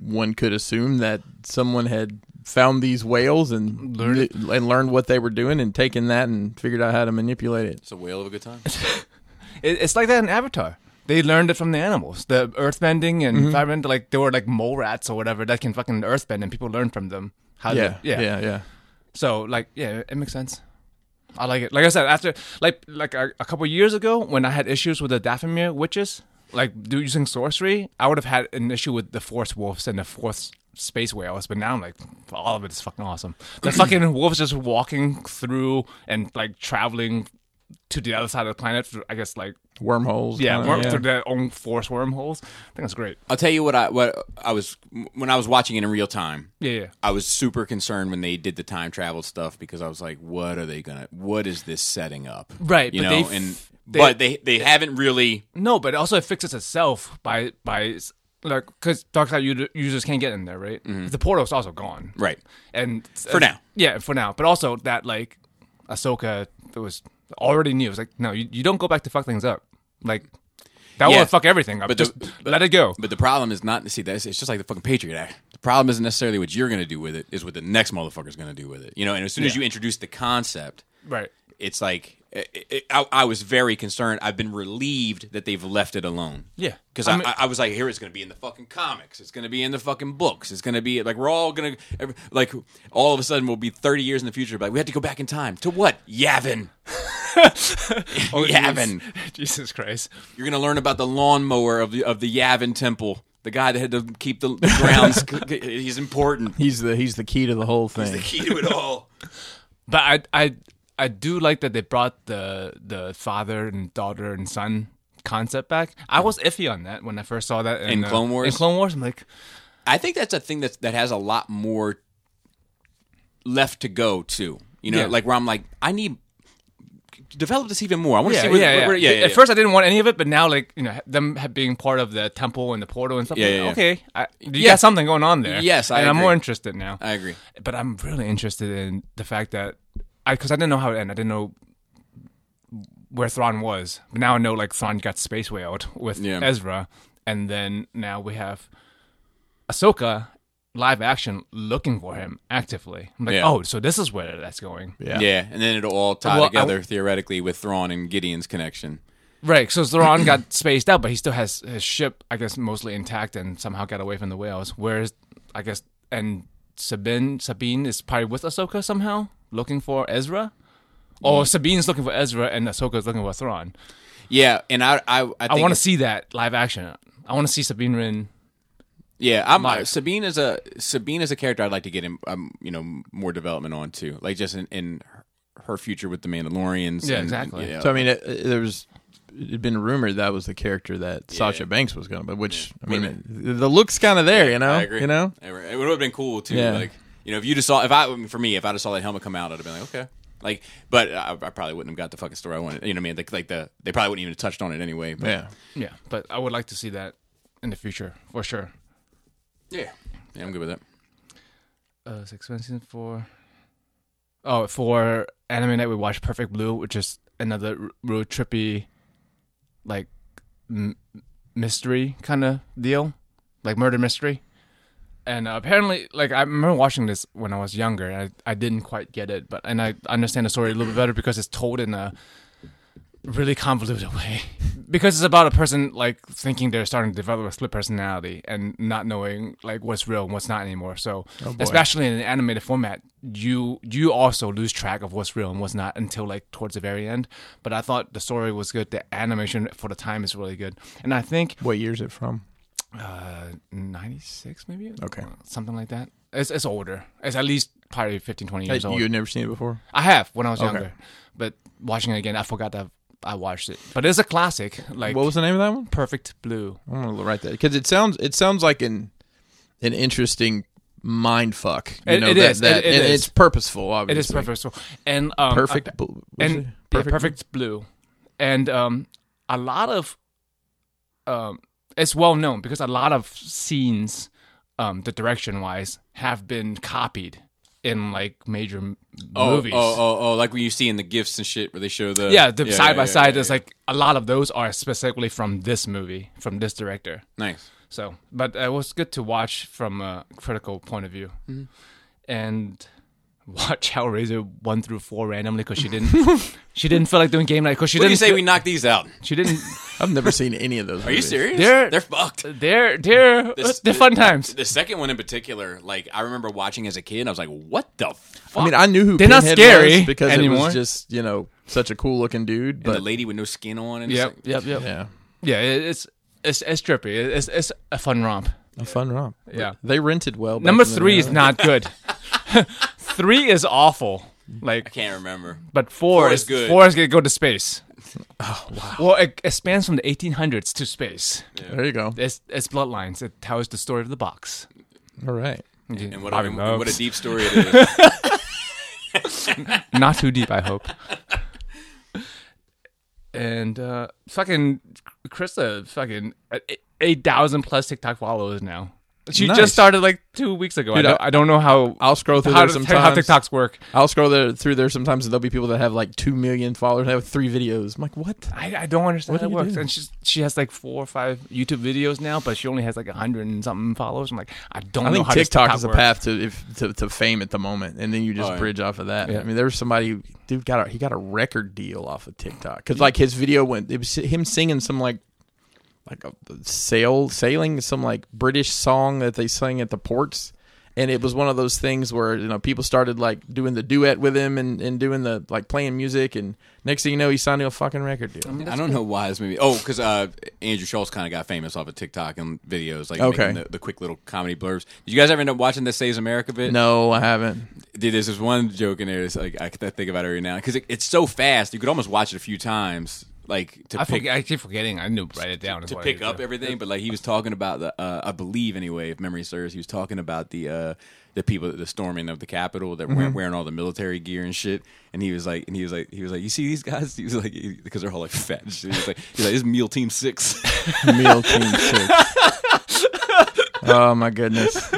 S2: One could assume that someone had found these whales and learned and learned what they were doing and taken that and figured out how to manipulate it.
S1: It's a whale of a good time.
S3: It, it's like that in Avatar. They learned it from the animals. The earthbending and environment, like they were like mole rats or whatever that can fucking earthbend, and people learn from them. How
S2: Yeah,
S3: they,
S2: yeah,
S3: yeah,
S2: yeah,
S3: So like, yeah, it makes sense. I like it. Like I said, after like like a, a couple years ago, when I had issues with the Dathomir witches, like do using sorcery, I would have had an issue with the Force Wolves and the Force Space Whales. But now I'm like, all of it is fucking awesome. The fucking wolves just walking through and like traveling to the other side of the planet. Through, I guess like
S2: Wormholes.
S3: yeah,
S2: kinda,
S3: worm through their own force wormholes. I think that's great.
S1: I'll tell you what I what I was when I was watching it in real time.
S3: Yeah, yeah.
S1: I was super concerned when they did the time travel stuff because I was like, what are they gonna? What is this setting up?
S3: Right,
S1: you
S3: but
S1: know,
S3: they f-
S1: and
S3: they-
S1: but they they haven't really.
S3: No, but also it fixes itself by by like because dark side u- users can't get in there, right? The portal's also gone,
S1: Mm-hmm. Right.
S3: And
S1: For now.
S3: yeah, for now. But also that like Ahsoka that was already knew. It was like no, you, you don't go back to fuck things up, like. That
S1: Yeah.
S3: will fuck everything up.
S1: But
S3: just
S1: the-
S3: let it go.
S1: But the problem is not see that's it's just like the fucking Patriot Act. The problem isn't necessarily what you're going to do with it; is what the next motherfucker's going to do with it. You know, and as soon as you introduce the concept,
S3: Right.
S1: it's like it, it, I, I was very concerned. I've been relieved that they've left it alone.
S3: Yeah.
S1: because
S3: I
S1: I,
S3: mean-
S1: I, I was like, here it's going to be in the fucking comics. It's going to be in the fucking books. It's going to be like we're all going to like all of a sudden we'll be thirty years in the future, but we had to go back in time to what
S3: (laughs)
S1: Yavin. (laughs) Yavin,
S3: Oh, Jesus (laughs) Christ.
S1: you're going to learn about the lawnmower of the of the Yavin Temple. The guy that had to keep the the
S3: (laughs)
S1: grounds. he's important.
S2: He's the he's the key to the whole thing.
S1: The key to (laughs) it all.
S3: But I I I do like that they brought the the father and daughter and son concept back. I was iffy on that when I first saw that
S1: In
S3: uh,
S1: Clone Wars?
S3: In Clone Wars, I'm like,
S1: I think that's a thing that's that has a lot more left to go too. You know,
S3: Yeah.
S1: like where I'm like, I need develop this even more. I want to
S3: yeah,
S1: see where,
S3: yeah, yeah.
S1: where- yeah, yeah,
S3: At
S1: yeah.
S3: first, I didn't want any of it, but now, like you know, ha- them ha- being part of the temple and the portal and stuff.
S1: Yeah,
S3: like,
S1: yeah, yeah.
S3: Okay, I, you
S1: Yeah.
S3: got something going on there.
S1: Yes, I
S3: and I'm
S1: agree.
S3: more interested now.
S1: I agree.
S3: but I'm really interested in the fact that I because I didn't know how it ended. I didn't know where Thrawn was, but now I know like Thrawn got space whaled with
S1: Yeah.
S3: Ezra, and then now we have Ahsoka live action looking for him actively. I'm like,
S1: Yeah.
S3: oh, so this is where that's going,
S1: Yeah. and then it'll all tie
S3: Well, I-
S1: together theoretically with Thrawn and Gideon's connection.
S3: right? So Thrawn got spaced out, but he still has his ship, I guess, mostly intact, and somehow got away from the whales. Whereas, I guess, and Sabine Sabine is probably with Ahsoka somehow looking for Ezra. Or Sabine's looking for Ezra and Ahsoka's looking for Thrawn.
S1: Yeah, and I, I, I,
S3: I
S1: think
S3: want to
S1: it's-
S3: see that live action. I want to see Sabine Wren.
S1: Yeah, I'm,
S3: Mike.
S1: Sabine is a Sabine is a character I'd like to get him, um, you know, more development on too, like just in, in her- her future with the Mandalorians.
S3: Yeah,
S1: and-
S3: exactly.
S1: yeah.
S2: So I mean, it, it- there was it had been rumored that was the character that Sasha Banks was going to, but which I mean, the, the look's kind of there, you know.
S1: I agree.
S2: You know,
S1: it would have been cool too.
S2: Yeah.
S1: Like you know, if you just saw if I for me if I just saw that helmet come out, I'd have been like, okay. Like, but I, I probably wouldn't have got the fucking story I wanted. You know what I mean? Like, like the they probably wouldn't even have touched on it anyway. But
S2: yeah.
S3: Yeah, but I would like to see that in the future for sure.
S1: yeah, yeah, I'm good with that.
S3: Uh, it's expensive for. Oh, for anime night we watched Perfect Blue, which is another r- real trippy, like, m- mystery kind of deal, like murder mystery. And uh, apparently, like I remember watching this when I was younger, and I, I didn't quite get it, but and I understand the story a little bit better because it's told in a really convoluted (laughs) way. because it's about a person like thinking they're starting to develop a split personality and not knowing like what's real and what's not anymore. So,
S2: Oh,
S3: especially in an animated format, you you also lose track of what's real and what's not until like towards the very end. But I thought the story was good. The animation for the time is really good, and I think
S2: What year is it from?
S3: uh, 96 maybe
S2: Okay.
S3: something like that it's, it's older it's at least probably 15 20 years
S2: Hey,
S3: old
S2: Uh, you had never seen it before.
S3: i have when i was younger but watching it again i forgot that i watched it but it's a classic like
S2: What was the name of that one?
S3: perfect blue
S2: I'm gonna write that because it sounds it sounds like an an interesting mind fuck. You
S3: It-
S2: know,
S3: it
S2: that,
S3: is.
S2: That,
S3: It- it
S2: and
S3: is.
S2: it's purposeful. Obviously,
S3: it is perfect so and um,
S2: Perfect.
S3: I-
S2: bl- what's
S3: and
S2: it?
S3: yeah, perfect, (laughs) blue and um a lot of um it's well known because a lot of scenes um the direction wise have been copied in like major m-
S1: Oh,
S3: movies
S1: oh, oh, oh, like what you see in the gifts and shit where they show the
S3: yeah, the side by
S1: yeah,
S3: side
S1: yeah,
S3: is
S1: yeah.
S3: like a lot of those are specifically from this movie, from this director.
S1: nice.
S3: So, but it was good to watch from a critical point of view,
S1: Mm-hmm.
S3: and (laughs) watch Hellraiser one through four randomly because she didn't, (laughs) she didn't feel like doing game night because she
S1: What do
S3: didn't
S1: you say
S3: feel-
S1: we knock these out?
S3: she didn't.
S2: I've never seen any of those.
S1: Are you serious?
S3: They're-
S1: they're fucked.
S3: They're they're
S1: (laughs) This-
S3: (laughs) they're fun times.
S1: The second one in particular, like I remember watching as a kid, I was like, "What the fuck?"
S2: I mean, I knew who
S3: They're not
S2: Pinhead
S3: scary
S2: was because it
S3: anymore.
S2: was just you know such a cool looking dude.
S1: and the
S2: But
S1: lady with no skin on, and it's
S3: Yep,
S1: like-
S3: yep, yep.
S2: yeah,
S3: Yeah, it, it's it's it's trippy. It, it's it's a fun romp.
S2: a fun romp.
S3: Yeah.
S2: they rented well. back
S3: Number
S2: in the
S3: three
S2: day.
S3: is not (laughs) good. three is awful. Like
S1: can't remember.
S3: But four,
S1: Four
S3: is,
S1: is good. Oh,
S3: Four is gonna go
S1: (laughs)
S3: to space. Well, it, it spans from the 1800s to space.
S2: There you go.
S3: It's, it's bloodlines. It tells the story of the box.
S2: All right.
S1: And what, a,
S3: Bobby
S1: and
S3: Moe.
S1: what a deep story
S3: (laughs)
S1: it is.
S3: Not too deep, I hope. And uh, fucking Krista, fucking eight thousand plus TikTok followers now. She
S2: Nice.
S3: just started like two weeks ago.
S2: Dude,
S3: I, don't,
S2: I-
S3: I don't know how
S2: I'll scroll through
S3: how,
S2: there
S3: to- how
S2: sometimes.
S3: TikToks work.
S2: I'll scroll there, through there sometimes, and there'll be people that have like two million followers and have three videos. I'm like, what?
S3: I, I don't understand
S2: What
S3: how
S2: do
S3: it
S2: you
S3: works.
S2: do?
S3: And she's, she has like four or five YouTube videos now, but she only has like a hundred and something followers. I'm like, I don't
S2: I
S3: know
S2: think
S3: how this
S2: TikTok is the
S3: works.
S2: path to, if, to to fame at the moment, and then you just
S1: Oh, yeah.
S2: bridge off of that.
S3: Yeah.
S2: I mean, there was somebody who- dude got a, he got a record deal off of TikTok because like his video went it was him singing some like like a uh, sail sailing some like British song that they sang at the ports, and it was one of those things where you know people started like doing the duet with him and and doing the like playing music, and next thing you know, he signed a fucking record deal.
S1: I don't know why this movie. Oh, because uh, Andrew Schultz kind of got famous off of TikTok and videos, like
S2: Okay.
S1: making the, the quick little comedy blurbs. Did you guys ever end up watching the Saves America bit?
S2: No, I haven't.
S1: Dude, there's this one joke in there. That's like I can think about it right now because it, it's so fast. You could almost watch it a few times, like to
S3: I,
S1: pick
S3: forget, I keep forgetting. I knew to write it down. is
S1: to
S3: what I
S1: pick
S3: did.
S1: up everything. But like he was talking about the, uh, I believe anyway, if memory serves, he was talking about the uh, the people, the storming of the Capitol that
S2: Mm-hmm.
S1: weren't wearing all the military gear and shit. And he was like, and he was like, he was like, you see these guys? (laughs) He was like, because they're all like fat. And shit. He was like, he's like, this is meal team six.
S2: Meal
S3: (laughs)
S2: team six. oh my goodness.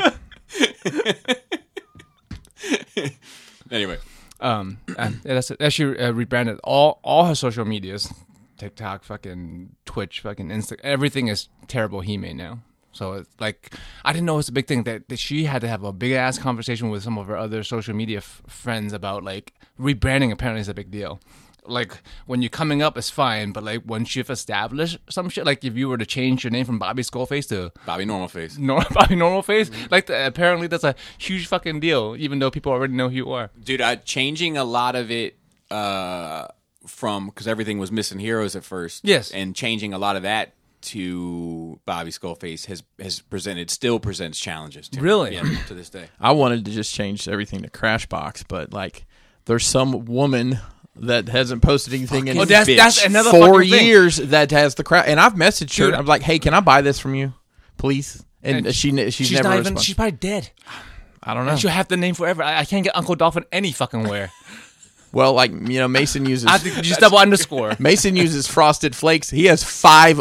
S1: anyway,
S3: Um, and yeah, that's it. That she uh, rebranded all all her social medias, TikTok, fucking Twitch, fucking Insta. Everything is terrible He-Man now. So it's like I didn't know it's a big thing that, that she had to have a big ass conversation with some of her other social media f- friends about like rebranding. Apparently, is a big deal. Like when you're coming up, it's fine, but like once you've established some shit, like if you were to change your name from Bobby Skullface to
S1: Bobby Normal Face.
S3: normal, (laughs) Bobby Normal Face, like the, apparently that's a huge fucking deal, even though people already know who you are.
S1: dude uh, changing a lot of it uh, from because everything was missing heroes at first
S3: Yes.
S1: and changing a lot of that to bobby skullface has has presented still presents challenges to me.
S3: Really?
S1: yeah, to this day
S2: I wanted to just change everything to Crashbox, but like, there's some woman that hasn't posted anything in
S1: Fucking
S3: Oh, that's
S1: bitch.
S3: that's another
S2: four
S3: fucking thing.
S2: years that has the crash. And I've messaged her.
S3: Dude,
S2: I'm like, hey, can I buy this from you, please? And,
S3: And
S2: she ne- she's,
S3: She's
S2: never
S3: not even.
S2: responded.
S3: She's probably dead.
S2: I don't know.
S3: She'll have the name forever. I, I can't get Uncle Dolphin any fucking where.
S2: well, like you know, Mason uses
S3: (laughs) I think just double underscore.
S2: (laughs) Mason uses Frosted Flakes. He has five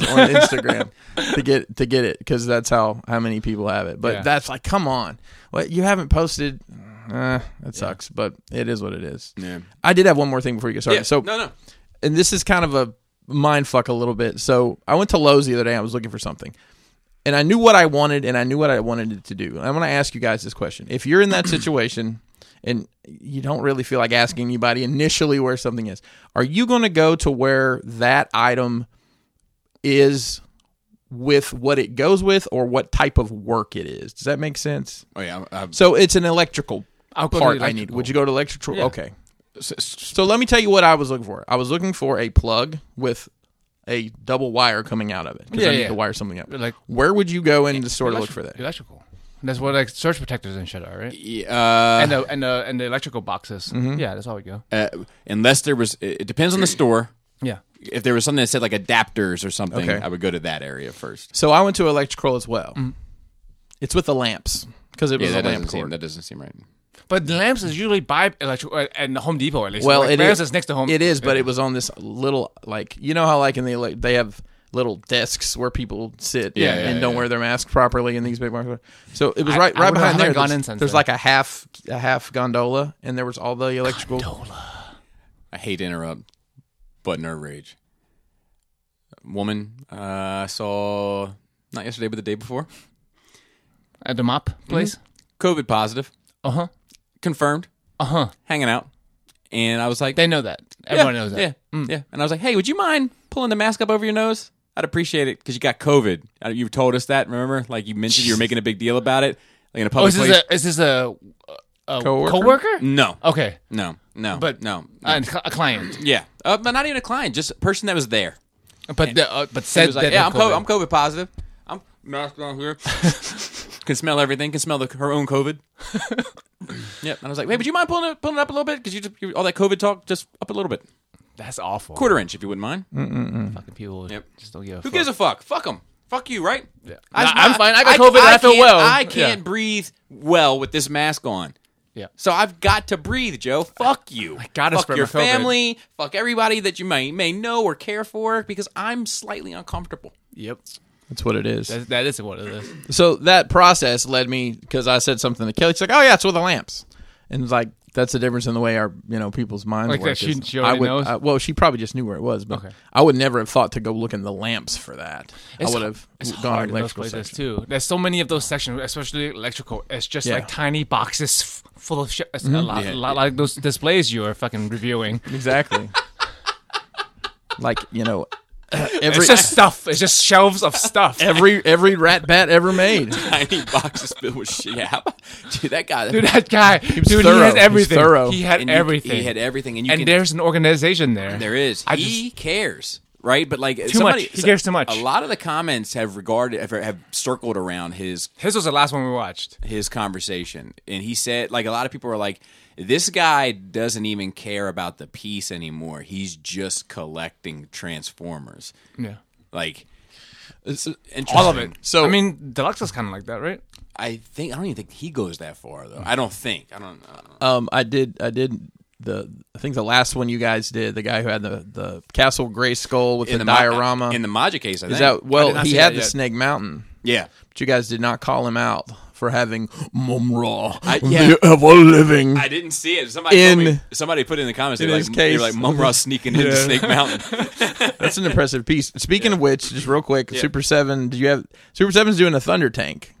S1: (laughs)
S2: on Instagram to get to get it because that's how how many people have it. But
S3: Yeah.
S2: that's like, come on, what you haven't posted. Uh, that sucks, but it is what it is.
S1: Yeah.
S2: I did have one more thing before you get started.
S1: yeah
S2: So
S1: no no
S2: and this is kind of a mind fuck a little bit. So I went to Lowe's the other day. I was looking for something, and I knew what I wanted, and I knew what I wanted it to do. And I'm going to ask you guys this question: If you're
S3: (clears throat)
S2: in that situation and you don't really feel like asking anybody initially where something is, are you going to go to where that item is? With what it goes with, or what type of work it is, does that make sense?
S1: oh yeah I, I,
S2: So it's an electrical
S3: (laughs) I'll go to
S2: part I need.
S3: electrical.
S2: Would you go to electrical?
S3: Yeah.
S2: Okay, so let me tell you what I was looking for. I was looking for a plug with a double wire coming out of it because
S3: Yeah,
S2: I need
S3: yeah.
S2: to wire something up.
S3: Like-
S2: where would you go in the store to look for that?
S3: Electrical. That's what like surge protectors and shit are, right?
S1: yeah, uh,
S3: And the and the and the electrical boxes. Yeah, that's how we go.
S1: uh, unless there was it it depends on the store
S3: Yeah.
S1: if there was something that said like adapters or something
S2: Okay.
S1: i would go to that area first
S2: So I went to electrical as well.
S3: Mm-hmm.
S2: It's with the lamps because it
S1: yeah
S2: was
S1: that
S2: a lamp
S1: doesn't, seem,
S2: cord.
S1: that doesn't seem right
S3: But the lamps is usually by electrical uh, and Home Depot at least.
S2: well,
S3: like,
S2: it
S3: lamps
S2: is,
S3: is, next to Home.
S2: It is, but it was on this little like you know how like in the elec- they have little desks where people sit
S1: Yeah,
S2: and,
S1: yeah,
S2: and don't
S1: yeah.
S2: wear their mask properly in these big markets. So it was
S3: I-
S2: right right
S3: I wouldn't know, I
S2: behind there.
S3: haven't gone
S2: there's
S3: in since
S2: there's
S3: then.
S2: like a half a half gondola and there was all the electrical.
S1: I hate to interrupt, but nerve rage. Woman, uh, I saw not yesterday, but the day before.
S3: at the mop place.
S1: COVID positive,
S3: Uh huh.
S1: confirmed,
S3: Uh huh.
S1: hanging out, and I was like,
S3: They know that.
S1: yeah,
S3: Everyone knows that. Mm.
S1: yeah, yeah. And I was like, hey, would you mind pulling the mask up over your nose? I'd appreciate it because you got COVID. Uh, You told us that, remember? Like you mentioned, you were making a big deal about it, like in a
S3: Oh,
S1: public
S3: is this
S1: place.
S3: a is this a, a
S2: Coworker?
S3: coworker? Mm.
S1: no,
S3: Okay,
S1: no, no,
S3: but
S1: no,
S3: and cl- Uh, a client.
S1: yeah, uh, but not even a client, just a person that was there.
S3: But the, uh, but
S1: He
S3: said
S1: was like,
S3: that
S1: yeah, I'm
S3: they're
S1: COVID. I'm COVID positive. I'm mask on here. (laughs) can smell everything. Can smell the, her own
S3: (laughs)
S1: COVID. yep. And I was like, hey, would you mind pulling it, pulling it up a little bit? Because you, just- you all that COVID talk just up a little bit,
S3: That's awful.
S1: quarter inch, if you wouldn't mind.
S3: Fucking people
S1: Yep.
S3: just don't give a
S1: Who
S3: fuck.
S1: gives a fuck? Fuck them. Fuck you, right? Yeah.
S3: Nah, I'm fine. I got COVID and I feel
S1: can't-
S3: well.
S1: I
S3: Yeah.
S1: can't breathe well with this mask on.
S3: Yeah.
S1: So I've got to breathe, Joe. Fuck you. I
S3: gotta
S1: fuck
S3: spread
S1: your
S3: my COVID.
S1: family. Fuck everybody that you may may know or care for because I'm slightly uncomfortable.
S3: Yep.
S2: That's what it is.
S3: That, that is what it is.
S2: So that process led me because I said something to Kelly. She's like, "Oh yeah, it's with the lamps," and it's like that's the difference in the way our you know people's minds
S3: Like that
S2: work.
S3: she-
S2: is
S3: she
S2: I
S3: already
S2: would,
S3: knows?
S2: I- well, she probably just knew where it was, but
S3: Okay.
S2: I would never have thought to go look in the lamps for that. I would have
S3: It's
S2: gone
S3: hard in those
S2: electrical
S3: places
S2: section.
S3: too. There's so many of those sections, especially electrical. It's just
S2: Yeah.
S3: like tiny boxes f- full of shit. It's a lot,
S1: Yeah.
S3: lot like those displays you are fucking reviewing. (laughs)
S2: Exactly. like you know, e-, every
S3: It's just stuff. It's just shelves of stuff.
S2: every every rat bat ever
S3: (laughs)
S2: made.
S1: Tiny boxes filled with shit. Yeah, how about- dude, that guy.
S3: Dude, that guy. Dude,
S2: thorough.
S3: he
S2: He was
S3: had everything.
S2: thorough.
S3: He had
S1: and you-
S3: everything.
S1: He had everything, and you
S3: and
S1: can,
S3: there's an organization there.
S1: There is.
S3: I
S1: he cares, right? But like too
S3: much. He cares too much.
S1: A lot of the comments have regarded have, have circled around his
S3: His was the last one we watched.
S1: his conversation, and he said like a lot of people are like, this guy doesn't even care about the piece anymore. He's just collecting transformers,
S3: Yeah.
S1: like
S3: All of it.
S1: interesting.
S2: So-
S3: I mean, Deluxe is kind of like that, right?
S1: I think I don't even think he goes that far though. I don't think. I don't. I don't know.
S2: Um, I did. I did the. I think the last one you guys did, the guy who had the the castle gray skull with the,
S1: mo-
S2: diorama.
S1: in the Maja case, I think.
S2: is that
S3: did
S2: well?
S3: not
S2: He
S3: see
S2: had
S3: that
S2: the
S3: yet.
S2: Snake Mountain.
S1: yeah.
S2: But you guys did not call him out for having Mumra,
S1: yeah.
S2: the ever living.
S1: I didn't see it. Somebody told
S2: In-
S1: me, somebody put it in the comments. They're
S2: in
S1: like,
S2: his
S1: they were like
S2: case.
S1: Mumra sneaking into Snake Mountain.
S2: That's an impressive piece. Speaking of which, just real quick, Super Seven. Do you have Super Seven's doing a Thunder Tank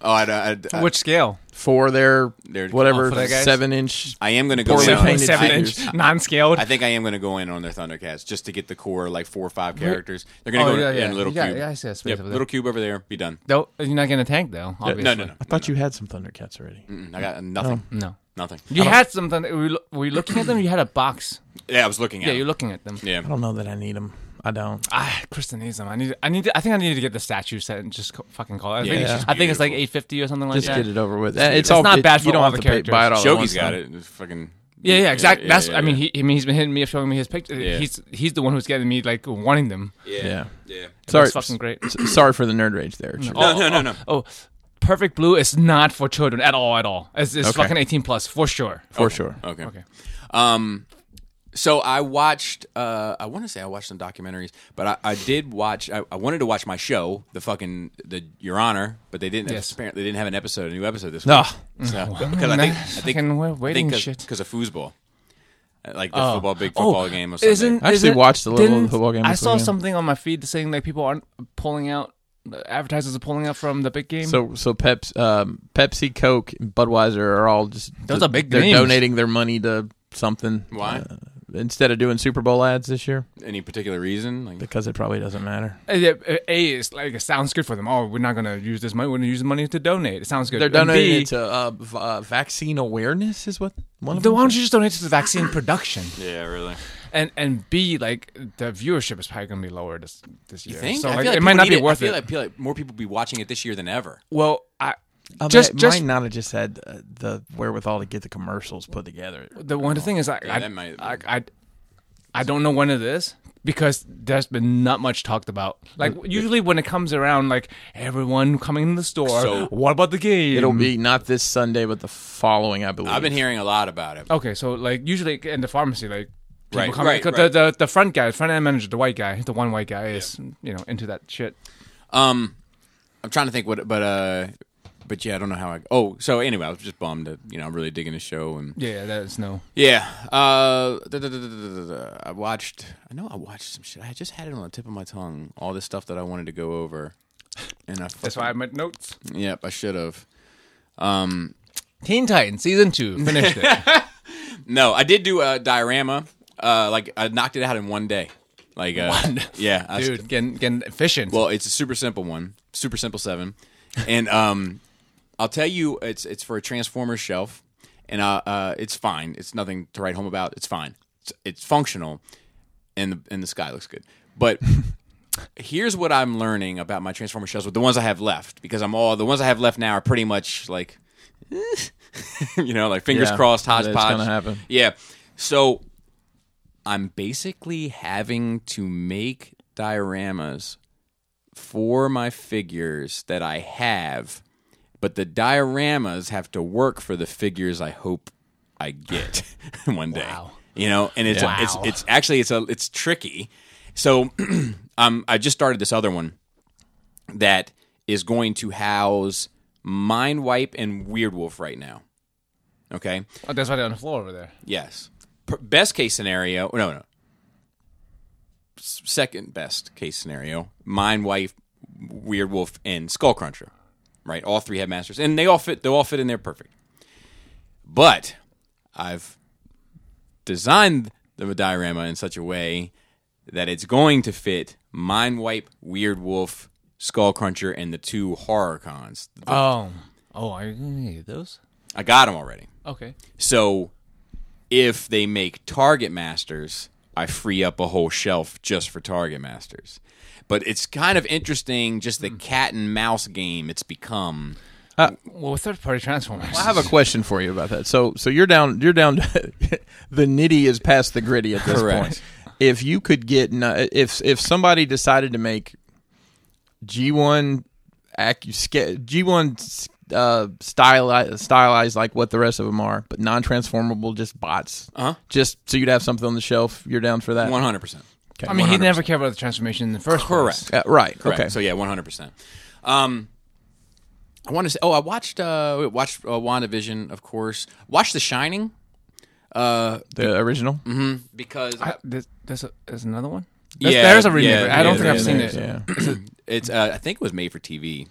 S1: Oh, I, I, I,
S3: Which scale?
S2: for their
S1: Their-
S2: whatever
S3: oh, for that guy's-
S2: seven inch?
S1: I am going to go
S2: Poorly
S1: in.
S2: Yeah.
S1: On,
S2: painted
S1: I,
S3: Seven
S2: figures.
S3: inch, non-scaled.
S1: I think I am going to go in on their Thundercats just to get the core like four or five characters. They're going
S3: Oh,
S1: to go
S3: yeah,
S1: in,
S3: yeah.
S1: in little
S3: Yeah,
S1: cube.
S3: yeah, I see that space
S1: Yep,
S3: over there.
S1: little cube over there. Be done.
S3: Though you're not getting a tank though. Obviously.
S1: No, no, no.
S2: I thought you had some Thundercats already.
S1: Mm, I got nothing.
S3: Oh, No.
S1: Nothing.
S3: You had something. Were you, were you looking at them? You had a box.
S1: Yeah, I was looking at.
S3: Yeah, you're
S1: it.
S3: looking at them.
S1: Yeah.
S2: I don't know that I need them. I don't.
S3: Ah, Kristen needs them. I need. I need. To, I think I need to get the statue set and just co- fucking call it. I, think,
S1: Yeah.
S3: I think it's like eight fifty or something like
S2: Just
S3: that.
S2: get it over with. It's,
S3: it.
S2: all
S3: It's not
S2: it-
S3: bad
S2: you
S3: for
S2: don't
S3: all
S2: have
S3: the
S2: to pay, buy it all. at
S1: Shogi's
S2: once,
S1: got
S2: though.
S1: it. It's fucking.
S3: Yeah, yeah, exactly.
S1: yeah,
S3: That's.
S1: yeah,
S3: I mean,
S1: yeah.
S3: he, he mean, he's been hitting me up, showing me his picture. He's he's the one who's getting me like wanting them.
S2: Yeah.
S1: Yeah.
S2: Sorry,
S3: That's fucking great.
S2: s- sorry for the nerd rage there. Chip.
S1: No, no, no, no.
S3: Oh, Perfect Blue is not for children at all, at all. It's, it's
S2: Okay.
S3: fucking eighteen plus for sure.
S2: for sure.
S1: Okay.
S3: Okay.
S1: Um, so I watched. Uh, I want to say I watched some documentaries, but I, I did watch. I, I wanted to watch my show, the fucking the Your Honor, but they didn't.
S3: Yes.
S1: Apparently, they didn't have an episode, a new episode this
S2: No.
S1: week.
S3: (laughs)
S1: So, because I think I think
S3: Fucking we're waiting shit. Oh.
S1: because of foosball, Uh, like the football big football game. Or something.
S3: isn't,
S2: I actually
S3: isn't-
S2: watched a little of the
S3: didn't-
S2: football game
S3: I
S2: this
S3: saw
S2: weekend.
S3: something on my feed saying like people aren't pulling out. Advertisers are pulling out from the big game.
S2: So so Peps, um, Pepsi, Coke, and Budweiser are all just
S3: Those are big
S2: They're
S3: names.
S2: donating their money to something.
S1: Why?
S2: uh, instead of doing Super Bowl ads this year
S1: any particular reason? Like,
S2: because it probably doesn't matter.
S3: Uh, yeah, uh, A is like it sounds good for them. Oh, we're not gonna use this money. We're gonna use the money to donate. It sounds good.
S2: They're
S3: And
S2: donating
S3: B,
S2: it to uh, v- uh, vaccine awareness is what one of
S3: then
S2: them.
S3: why don't you just donate to the
S2: (clears throat)
S3: vaccine production?
S1: yeah, really.
S3: And and B, like the viewership is probably gonna be lower this this year.
S1: You think?
S3: So
S1: I
S3: like,
S1: feel like
S3: it might
S1: people
S3: not
S1: need
S3: be worth
S1: I feel
S3: it.
S1: Like, I feel like more people be watching it this year than ever.
S3: well, I
S2: Uh,
S3: just
S2: might-
S3: just
S2: might not have just had uh, the wherewithal to get the commercials put together.
S3: the one thing is I
S1: Oh, Yeah,
S3: I,
S1: that might-
S3: I I I don't know when it is because there's been not much talked about. Like usually when it comes around, like everyone coming in the store.
S1: So-
S3: what about the game?
S2: It'll be not this Sunday, but the following, I believe.
S1: I've been hearing a lot about it.
S3: Okay, so like usually in the pharmacy, like people
S1: Right,
S3: come
S1: right,
S3: the,
S1: right.
S3: the the front guy, front end manager, the white guy, the one white guy is you know into that shit.
S1: Um, I'm trying to think what, but uh, but yeah, I don't know how I. Oh, so anyway, I was just bummed that you know I'm really digging the show and
S3: Yeah, that is no.
S1: yeah. Uh, da- da- da- da- da- da- da. I watched. I know I watched some shit. I just had it on the tip of my tongue. All this stuff that I wanted to go over, and I.
S3: That's why I made notes.
S1: fucking- Yep, I should have. Um,
S3: Teen Titans season two finished
S1: (laughs)
S3: it.
S1: no, I did do a diorama. Uh, like I knocked it out in one day. Like uh, yeah, I,
S3: dude, getting getting efficient.
S1: Well, it's a super simple one, super simple seven, and um, I'll tell you, it's it's for a Transformers shelf, and uh, uh, it's fine. It's nothing to write home about. It's fine. It's, it's functional, and the and the sky looks good. But here's what I'm learning about my Transformer shelves with the ones I have left, because I'm all the ones I have left now are pretty much like, (laughs) you know, like fingers
S2: Yeah,
S1: crossed,
S2: that's
S1: hodgepodge.
S2: gonna happen.
S1: Yeah. So I'm basically having to make dioramas for my figures that I have, but the dioramas have to work for the figures I hope I get (laughs) one day.
S3: Wow.
S1: You know, and it's
S3: Yeah.
S1: it's
S3: Wow.
S1: it's actually it's a it's tricky. So um I just started this other one that is going to house Mind Wipe and Weird Wolf right now. Okay.
S3: Oh, that's why they're on the floor over there.
S1: Yes. Per- best case scenario. No, no. S- Second best case scenario. Mind Wife, Weird Wolf, and Skullcruncher. Right. All three have masters, and they all fit. They all fit in there perfect. But I've designed the diorama in such a way that it's going to fit Mind Wipe, Weird Wolf, Skullcruncher, and the two horror cons.
S3: Oh, oh, are you gonna get those?
S1: I got them already.
S3: Okay.
S1: So if they make target masters, I free up a whole shelf just for target masters. But it's kind of interesting just the cat and mouse game it's become.
S3: Well, third party transformers.
S2: I have a question for you about that. So, so you're down. You're down. (laughs) the nitty is past the gritty at this
S1: Correct.
S2: point. If you could get, n- if if somebody decided to make G one, G one uh, stylized, stylized like what the rest of them are, but non transformable, just bots.
S1: Uh-huh.
S2: Just so you'd have something on the shelf. You're down for that.
S1: 100%.
S3: I mean, he never cared about the transformation in the first
S1: Correct.
S3: place.
S2: Uh, right.
S1: Correct.
S2: Okay.
S1: So yeah, 100%. Um I want to say oh, I watched uh watched uh, WandaVision, of course. Watched The Shining
S2: the original.
S1: Mm-hmm. because
S3: I, there's, there's, a, there's another one.
S1: Yeah,
S3: There's- there is a remake.
S1: yeah,
S3: but I
S1: yeah,
S3: don't think I've
S1: there
S3: seen
S2: is,
S3: it.
S2: yeah.
S1: it's uh, I think it was made for TV.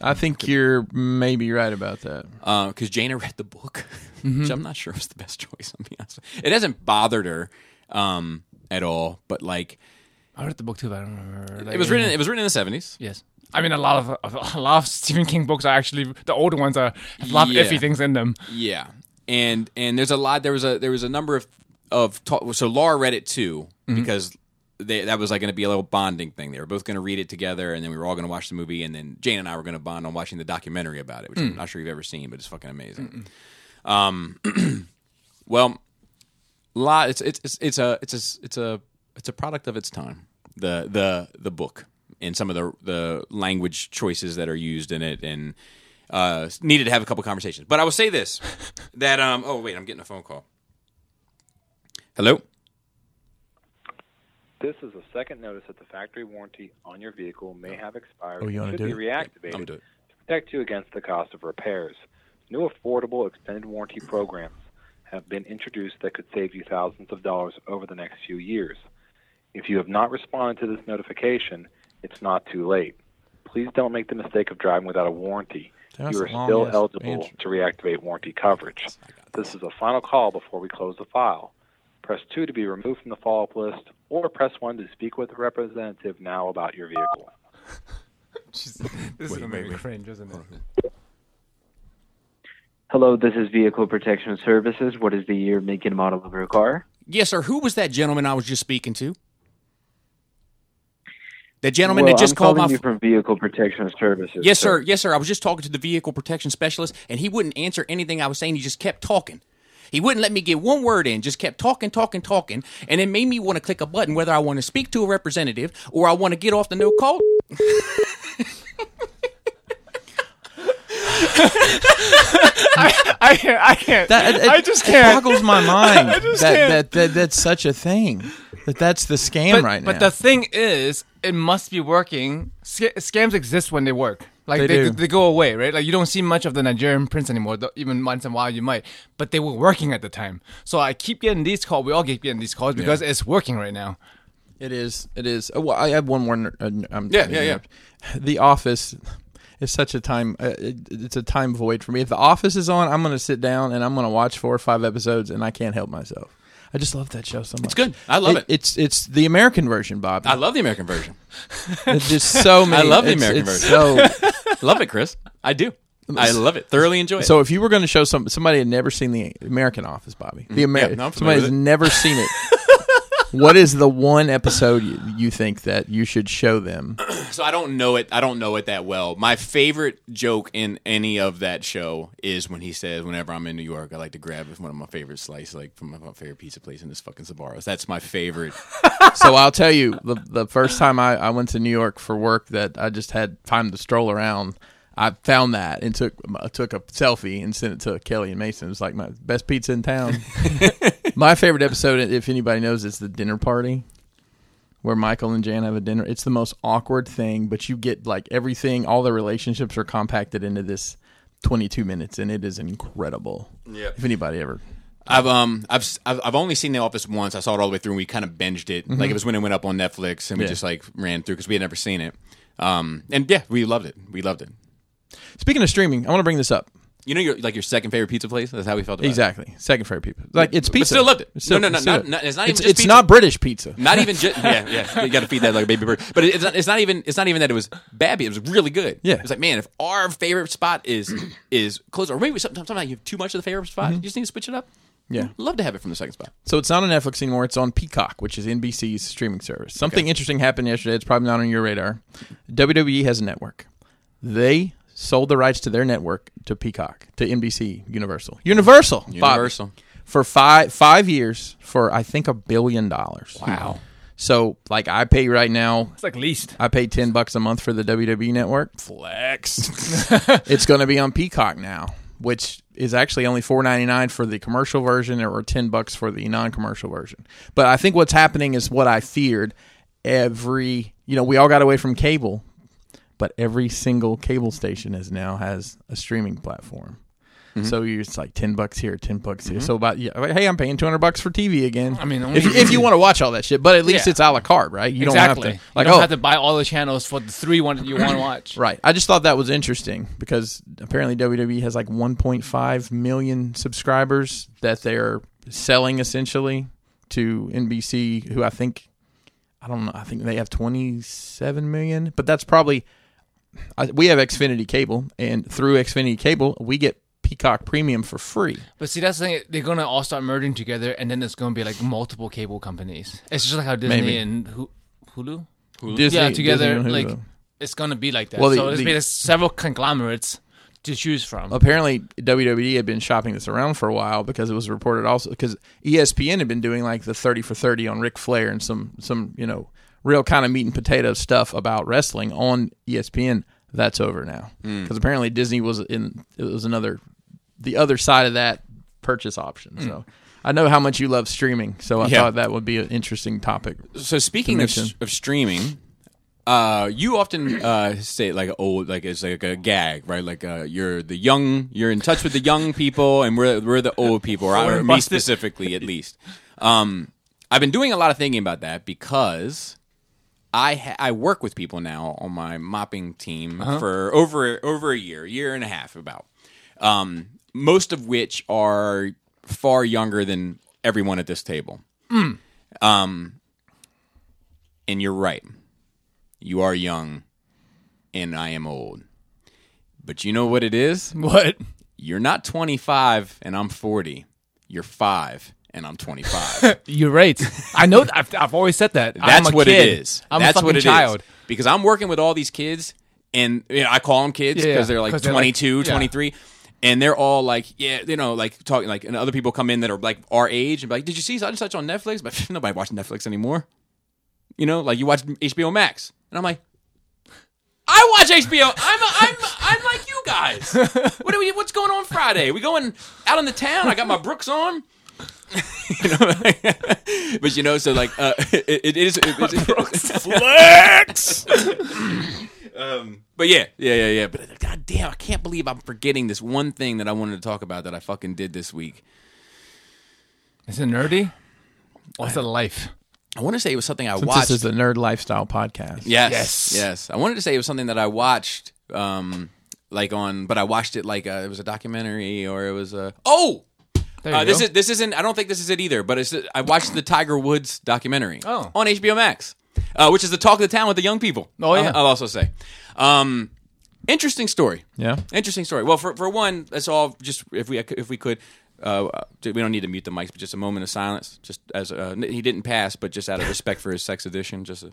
S2: I think you're maybe right about that.
S1: because Jana Uh, read the book, (laughs) which I'm not sure was the best (laughs) choice. I'll be honest. It hasn't bothered her um, at all, but like
S3: I read the book too, but I don't remember.
S1: it was written. It was written in the 70s.
S3: Yes. I mean, a lot of a lot of Stephen King books are actually the older ones are have a lot
S1: Yeah.
S3: of iffy things in them.
S1: Yeah, and and there's a lot. There was a there was a number of of talk, so Laura read it too because they, that was like going to be a little bonding thing. They were both going to read it together, and then we were all going to watch the movie, and then Jane and I were going to bond on watching the documentary about it, which I'm not sure you've ever seen, but it's fucking amazing. Um, (clears throat) well, lot it's it's it's, it's a it's a it's a it's a product of its time. The the the book and some of the the language choices that are used in it and uh, needed to have a couple conversations. But I will say (laughs) this that um oh wait I'm getting a phone call. Hello.
S5: This is the second notice that the factory warranty on your vehicle may have expired
S2: Oh, you wanna
S5: and should
S2: do
S5: be
S2: it?
S5: reactivated
S1: I'm
S5: to
S1: doing.
S5: protect you against the cost of repairs. New affordable extended warranty programs have been introduced that could save you thousands of dollars over the next few years. If you have not responded to this notification, it's not too late. Please don't make the mistake of driving without a warranty.
S2: That's
S5: you
S2: a
S5: are
S2: long
S5: still
S2: ass
S5: eligible
S2: answer.
S5: to reactivate warranty coverage. This is a final call before we close the file. Press 2 to be removed from the follow up list, or press 1 to speak with a representative now about your vehicle.
S3: This is gonna make me cringe, isn't it?
S6: Hello, this is Vehicle Protection Services. What is the year, make, and model of your car?
S1: Yes, sir. Who was that gentleman I was just speaking to? The gentleman
S6: well,
S1: that just
S6: I'm
S1: called
S6: calling
S1: my.
S6: you
S1: f-
S6: from Vehicle Protection Services.
S1: yes, sir. Yes, sir. I was just talking to the vehicle protection specialist, and he wouldn't answer anything I was saying. He just kept talking. He wouldn't let me get one word in. Just kept talking, talking, talking, and it made me want to click a button whether I want to speak to a representative or I want to get off the no call.
S3: I can't. I can't.
S2: That, it,
S3: I just
S2: It
S3: can't.
S1: (laughs)
S2: boggles my mind
S3: just
S2: that,
S3: can't.
S2: That, that that's such a thing. That that's the scam
S3: But,
S2: right
S3: but
S2: now.
S3: the thing is, it must be working. Sc- scams exist when they work. Like
S2: They
S3: they,
S2: do.
S3: they go away, right? Like you don't see much of the Nigerian prince anymore. Though even once in a while you might, but they were working at the time. So I keep getting these calls. We all keep getting these calls because it's working right now.
S2: it is. It is. Oh, well, I have one more. ner- Uh, n- I'm
S1: Yeah, yeah, yeah.
S2: The Office is such a time. Uh, it, it's a time void for me. If The Office is on, I'm going to sit down and I'm going to watch four or five episodes, and I can't help myself. I just love that show so much. It's
S1: good. I love it.
S2: It's it's the American version, Bob.
S1: I love the American version.
S2: It's just
S1: (laughs)
S2: so many.
S1: love the
S2: it's-
S1: American
S2: it's So
S1: love it, Chris. (laughs) I do. I love it. Thoroughly enjoy it.
S2: So if you were going to show some somebody had never seen the American Office, Bobby, the Amer-
S1: Yeah, no, I'm familiar
S2: somebody
S1: with
S2: has
S1: it.
S2: never
S1: (laughs)
S2: seen it. what is the one episode you, you think that you should show them?
S1: So I don't know it. I don't know it that well. My favorite joke in any of that show is when he says, "Whenever I'm in New York, I like to grab one of my favorite slice, like from my favorite pizza place in this fucking Sabaros." That's my favorite.
S2: so I'll tell you the the first time I, I went to New York for work that I just had time to stroll around. I found that and took I took a selfie and sent it to Kelly and Mason. It was like my best pizza in town. my favorite episode, if anybody knows, is the dinner party. where Michael and Jan have a dinner. It's the most awkward thing, but you get like everything, all the relationships are compacted into this 22 minutes, and it is incredible. Yeah. If anybody ever.
S1: I've um I've s- I've I've only seen The Office once. I saw it all the way through, and we kind of binged it. Like it was when it went up on Netflix, and we
S2: Mm-hmm. Yeah.
S1: just like ran through because we had never seen it. Um, and yeah, we loved it. We loved it.
S2: Speaking of streaming, I want to bring this up.
S1: You know, your like your second favorite pizza place. That's how we felt about it.
S2: Exactly. Second favorite pizza. Like, it's pizza.
S1: still loved it.
S2: It's still-
S1: No, no, no,
S2: still-
S1: not- not- it's not even just
S2: it's
S1: pizza.
S2: not British pizza.
S1: Not even
S2: (laughs)
S1: just yeah yeah. You got to feed that like a baby bird. But it's not, it's not even it's not even that it was bad. It was really good.
S2: Yeah.
S1: It's like man, if our favorite spot is (clears throat) is close, or maybe sometimes sometimes you have too much of the favorite spot. You just need to switch it up.
S2: Mm-hmm. Yeah.
S1: Love to have it from the second spot.
S2: So it's not on Netflix anymore. It's on Peacock, which is NBC's streaming service. Something interesting happened yesterday. It's probably not on your radar. WWE has a network. They sold the rights to their network to Peacock to NBC Universal. Universal. Bobby.
S1: Universal.
S2: for five five years for I think a billion dollars. Wow. So like I pay right now.
S3: It's like least.
S2: I pay ten bucks a month for the WWE network.
S3: Flex.
S2: It's going to be on Peacock now, which is actually only four ninety nine for the commercial version, or ten bucks for the non commercial version. But I think what's happening is what I feared. Every you know, we all got away from cable, but every single cable station is now has a streaming platform.
S3: Mm-hmm.
S2: So you're it's like ten bucks here, ten bucks here. So about yeah, like, hey, I'm paying two hundred bucks for TV again. I
S3: mean,
S2: if,
S3: only- (laughs)
S2: if you want to watch all that shit, but at least
S3: Yeah.
S2: it's a la carte, right? (laughs) You
S3: exactly.
S2: don't have to like
S3: you don't
S2: oh,
S3: have to buy all the channels for the three one you want to watch.
S2: Right. I just thought that was interesting because apparently WWE has like 1.5 million subscribers that they're selling essentially to NBC, who I think, I don't know, I think they have 27 million, but that's probably, I, we have Xfinity Cable, and through Xfinity Cable, we get Peacock Premium for free.
S3: But see, that's the thing. They're gonna all start merging together, and then there's gonna be like multiple cable companies. It's just like how Disney
S2: Maybe.
S3: and Hu- Hulu,
S2: Disney-
S3: yeah, together.
S2: Disney and Hulu.
S3: like it's gonna be like that.
S2: Well, the-
S3: so there's
S2: the-
S3: been several conglomerates to choose
S1: Uh,
S3: from.
S2: apparently WWE had been shopping this around for a while because it was reported also E because ESPN had been doing like the thirty for thirty on Ric Flair and some some you know real kind of meat and potato stuff about wrestling on E ESPN. That's over now
S1: Hmm.
S2: because apparently Disney was in it was another the other side of that purchase option. So I know how much you love streaming, so I
S1: Hmm. Yeah.
S2: thought that would be an interesting topic.
S1: So speaking of,
S2: Dimension.
S1: of streaming, uh, you often uh, say like old, like it's like a gag, right? Like uh, you're the young, you're in touch with the young people, and we're we're the old people, or, or me specifically, at least. Um, I've been doing a lot of thinking about that because I ha- I work with people now on my mopping team for over over a year, year and a half about. Um, most of which are far younger than everyone at this table. Um, and you're right. You are young, and I am old. But you know what it is?
S3: What?
S1: You're not 25, and I'm 40. You're five, and I'm 25.
S3: You're right. I know. th- I've, I've always said that.
S1: That's
S3: I'm a
S1: what
S3: kid.
S1: it is.
S3: I'm a
S1: That's
S3: fucking
S1: what it is.
S3: child.
S1: Because I'm working with all these kids, and you know, I call them kids
S3: Yeah,
S1: because they're like
S3: 'cause they're like-
S1: 22,
S3: yeah.
S1: 23. And they're all like, yeah, you know, like talking, like, and other people come in that are like our age and be like, did you see such and such on Netflix? But (laughs) nobody watches Netflix anymore. You know, like you watch HBO Max, and I'm like, I watch HBO. I'm a, I'm I'm like you guys.
S3: (laughs)
S1: What are we? What's going on Friday? We going out in the town? I got my Brooks on. (laughs) you know, (laughs) but you know, so like uh, (laughs) it, it is it, it's, flex. um, (laughs) but yeah, yeah, yeah, yeah. But uh, god damn, I can't believe I'm forgetting this one thing that I wanted to talk about that I fucking did this week.
S3: (laughs) Is it nerdy? Or is it life?
S1: I want to say it was something I
S2: Since
S1: watched.
S2: this is the Nerd Lifestyle Podcast.
S1: Yes.
S3: Yes.
S1: Yes. I wanted to say it was something that I watched, um, like on, but I watched it like uh it was a documentary or it was a. Oh,
S3: There you
S1: uh, this
S3: go.
S1: is this isn't. I don't think this is it either. But it's I watched the Tiger Woods documentary.
S3: Oh.
S1: on HBO Max, uh, which is the talk of the town with the young people.
S3: Oh, yeah.
S1: I'll, I'll also say, um, interesting story.
S2: Yeah.
S1: Interesting story. Well, for for one, let's all just if we if we could. Uh, we don't need to mute the mics, but just a moment of silence. Just as uh, he didn't pass, but just out of respect for his sex addiction, just a,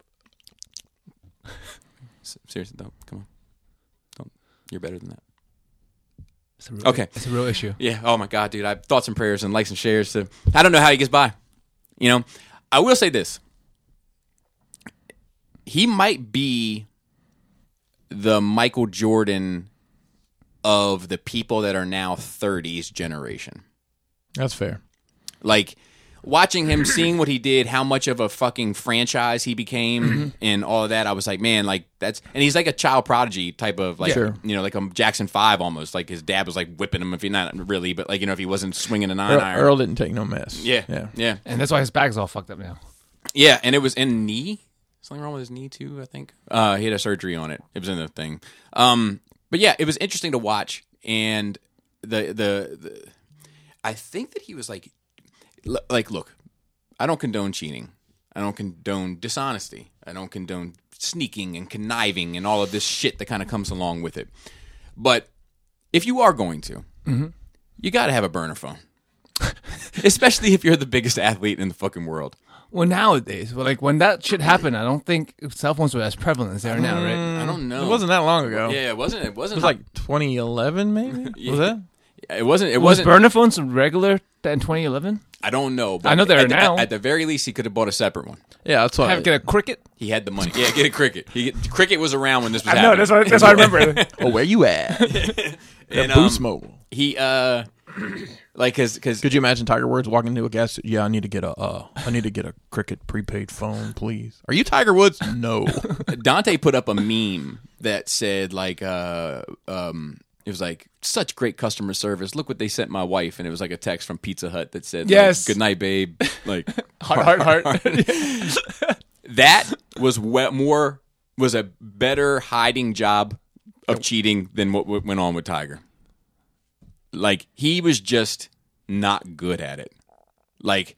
S1: (laughs) S- seriously, don't come on, don't. You're better than that.
S3: It's a real,
S1: Okay.
S3: It's a real issue.
S1: Yeah. Oh my God, dude. I have thoughts and prayers and likes and shares. To, I don't know how he gets by. You know, I will say this. He might be the Michael Jordan of the people that are now 30s generation.
S2: That's fair.
S1: Like watching him, seeing what he did, how much of a fucking franchise he
S2: Mm-hmm.
S1: became, and all of that, I was like, man, like that's. And he's like a child prodigy type of like,
S2: Sure.
S1: you know, like a Jackson Five almost. Like his dad was like whipping him if he not really, but like you know if he wasn't swinging a nine
S2: Earl,
S1: iron.
S2: Earl didn't take no mess.
S1: yeah,
S2: yeah.
S1: yeah, yeah,
S3: and that's why his bag's all fucked up now.
S1: yeah. And it was in knee. Something wrong with his knee too. I think uh, he had a surgery on it. It was in the thing. Um, but yeah, it was interesting to watch. And the the, the I think that he was like l- like look i don't condone cheating i don't condone dishonesty i don't condone sneaking and conniving and all of this shit that kind of comes along with it but if you are going to you got to have a burner phone (laughs) especially if you're the biggest athlete in the fucking world
S3: Well, nowadays, well, like when that shit happened, I don't think cell phones were as prevalent as they are now, right?
S1: i don't know
S2: It wasn't that long ago.
S1: yeah it wasn't it
S2: It
S1: wasn't
S2: was like 2011, (laughs) maybe. Was that?
S1: it wasn't it
S3: Was
S1: wasn't
S3: burner phones regular in 2011?
S1: i don't know but
S3: I know they're
S1: at the-
S3: now.
S1: at the very least he could have bought a separate one
S2: Yeah, that's what.
S3: Have to get a cricket.
S1: he had the money yeah get a cricket he, cricket was around when this was
S3: I
S1: happening
S3: know that's what, that's what I (laughs) remember.
S2: oh, where you (laughs) at?
S1: And,
S2: the
S1: um,
S2: Boost Mobile.
S1: he uh like cause cause
S2: Could you imagine Tiger Woods walking into a gas? st- Yeah, I need to get a. Uh, I need to get a cricket prepaid phone, please. Are you Tiger Woods? (laughs) No.
S1: Dante put up a meme that said like uh um it was like such great customer service. Look what they sent my wife, and it was like a text from Pizza Hut that said, like,
S3: Yes.
S1: good night, babe." Like
S3: (laughs) heart, heart, (laughs) heart.
S1: (laughs) that was we- more was a better hiding job of cheating than what w- went on with Tiger. Like he was just not good at it. Like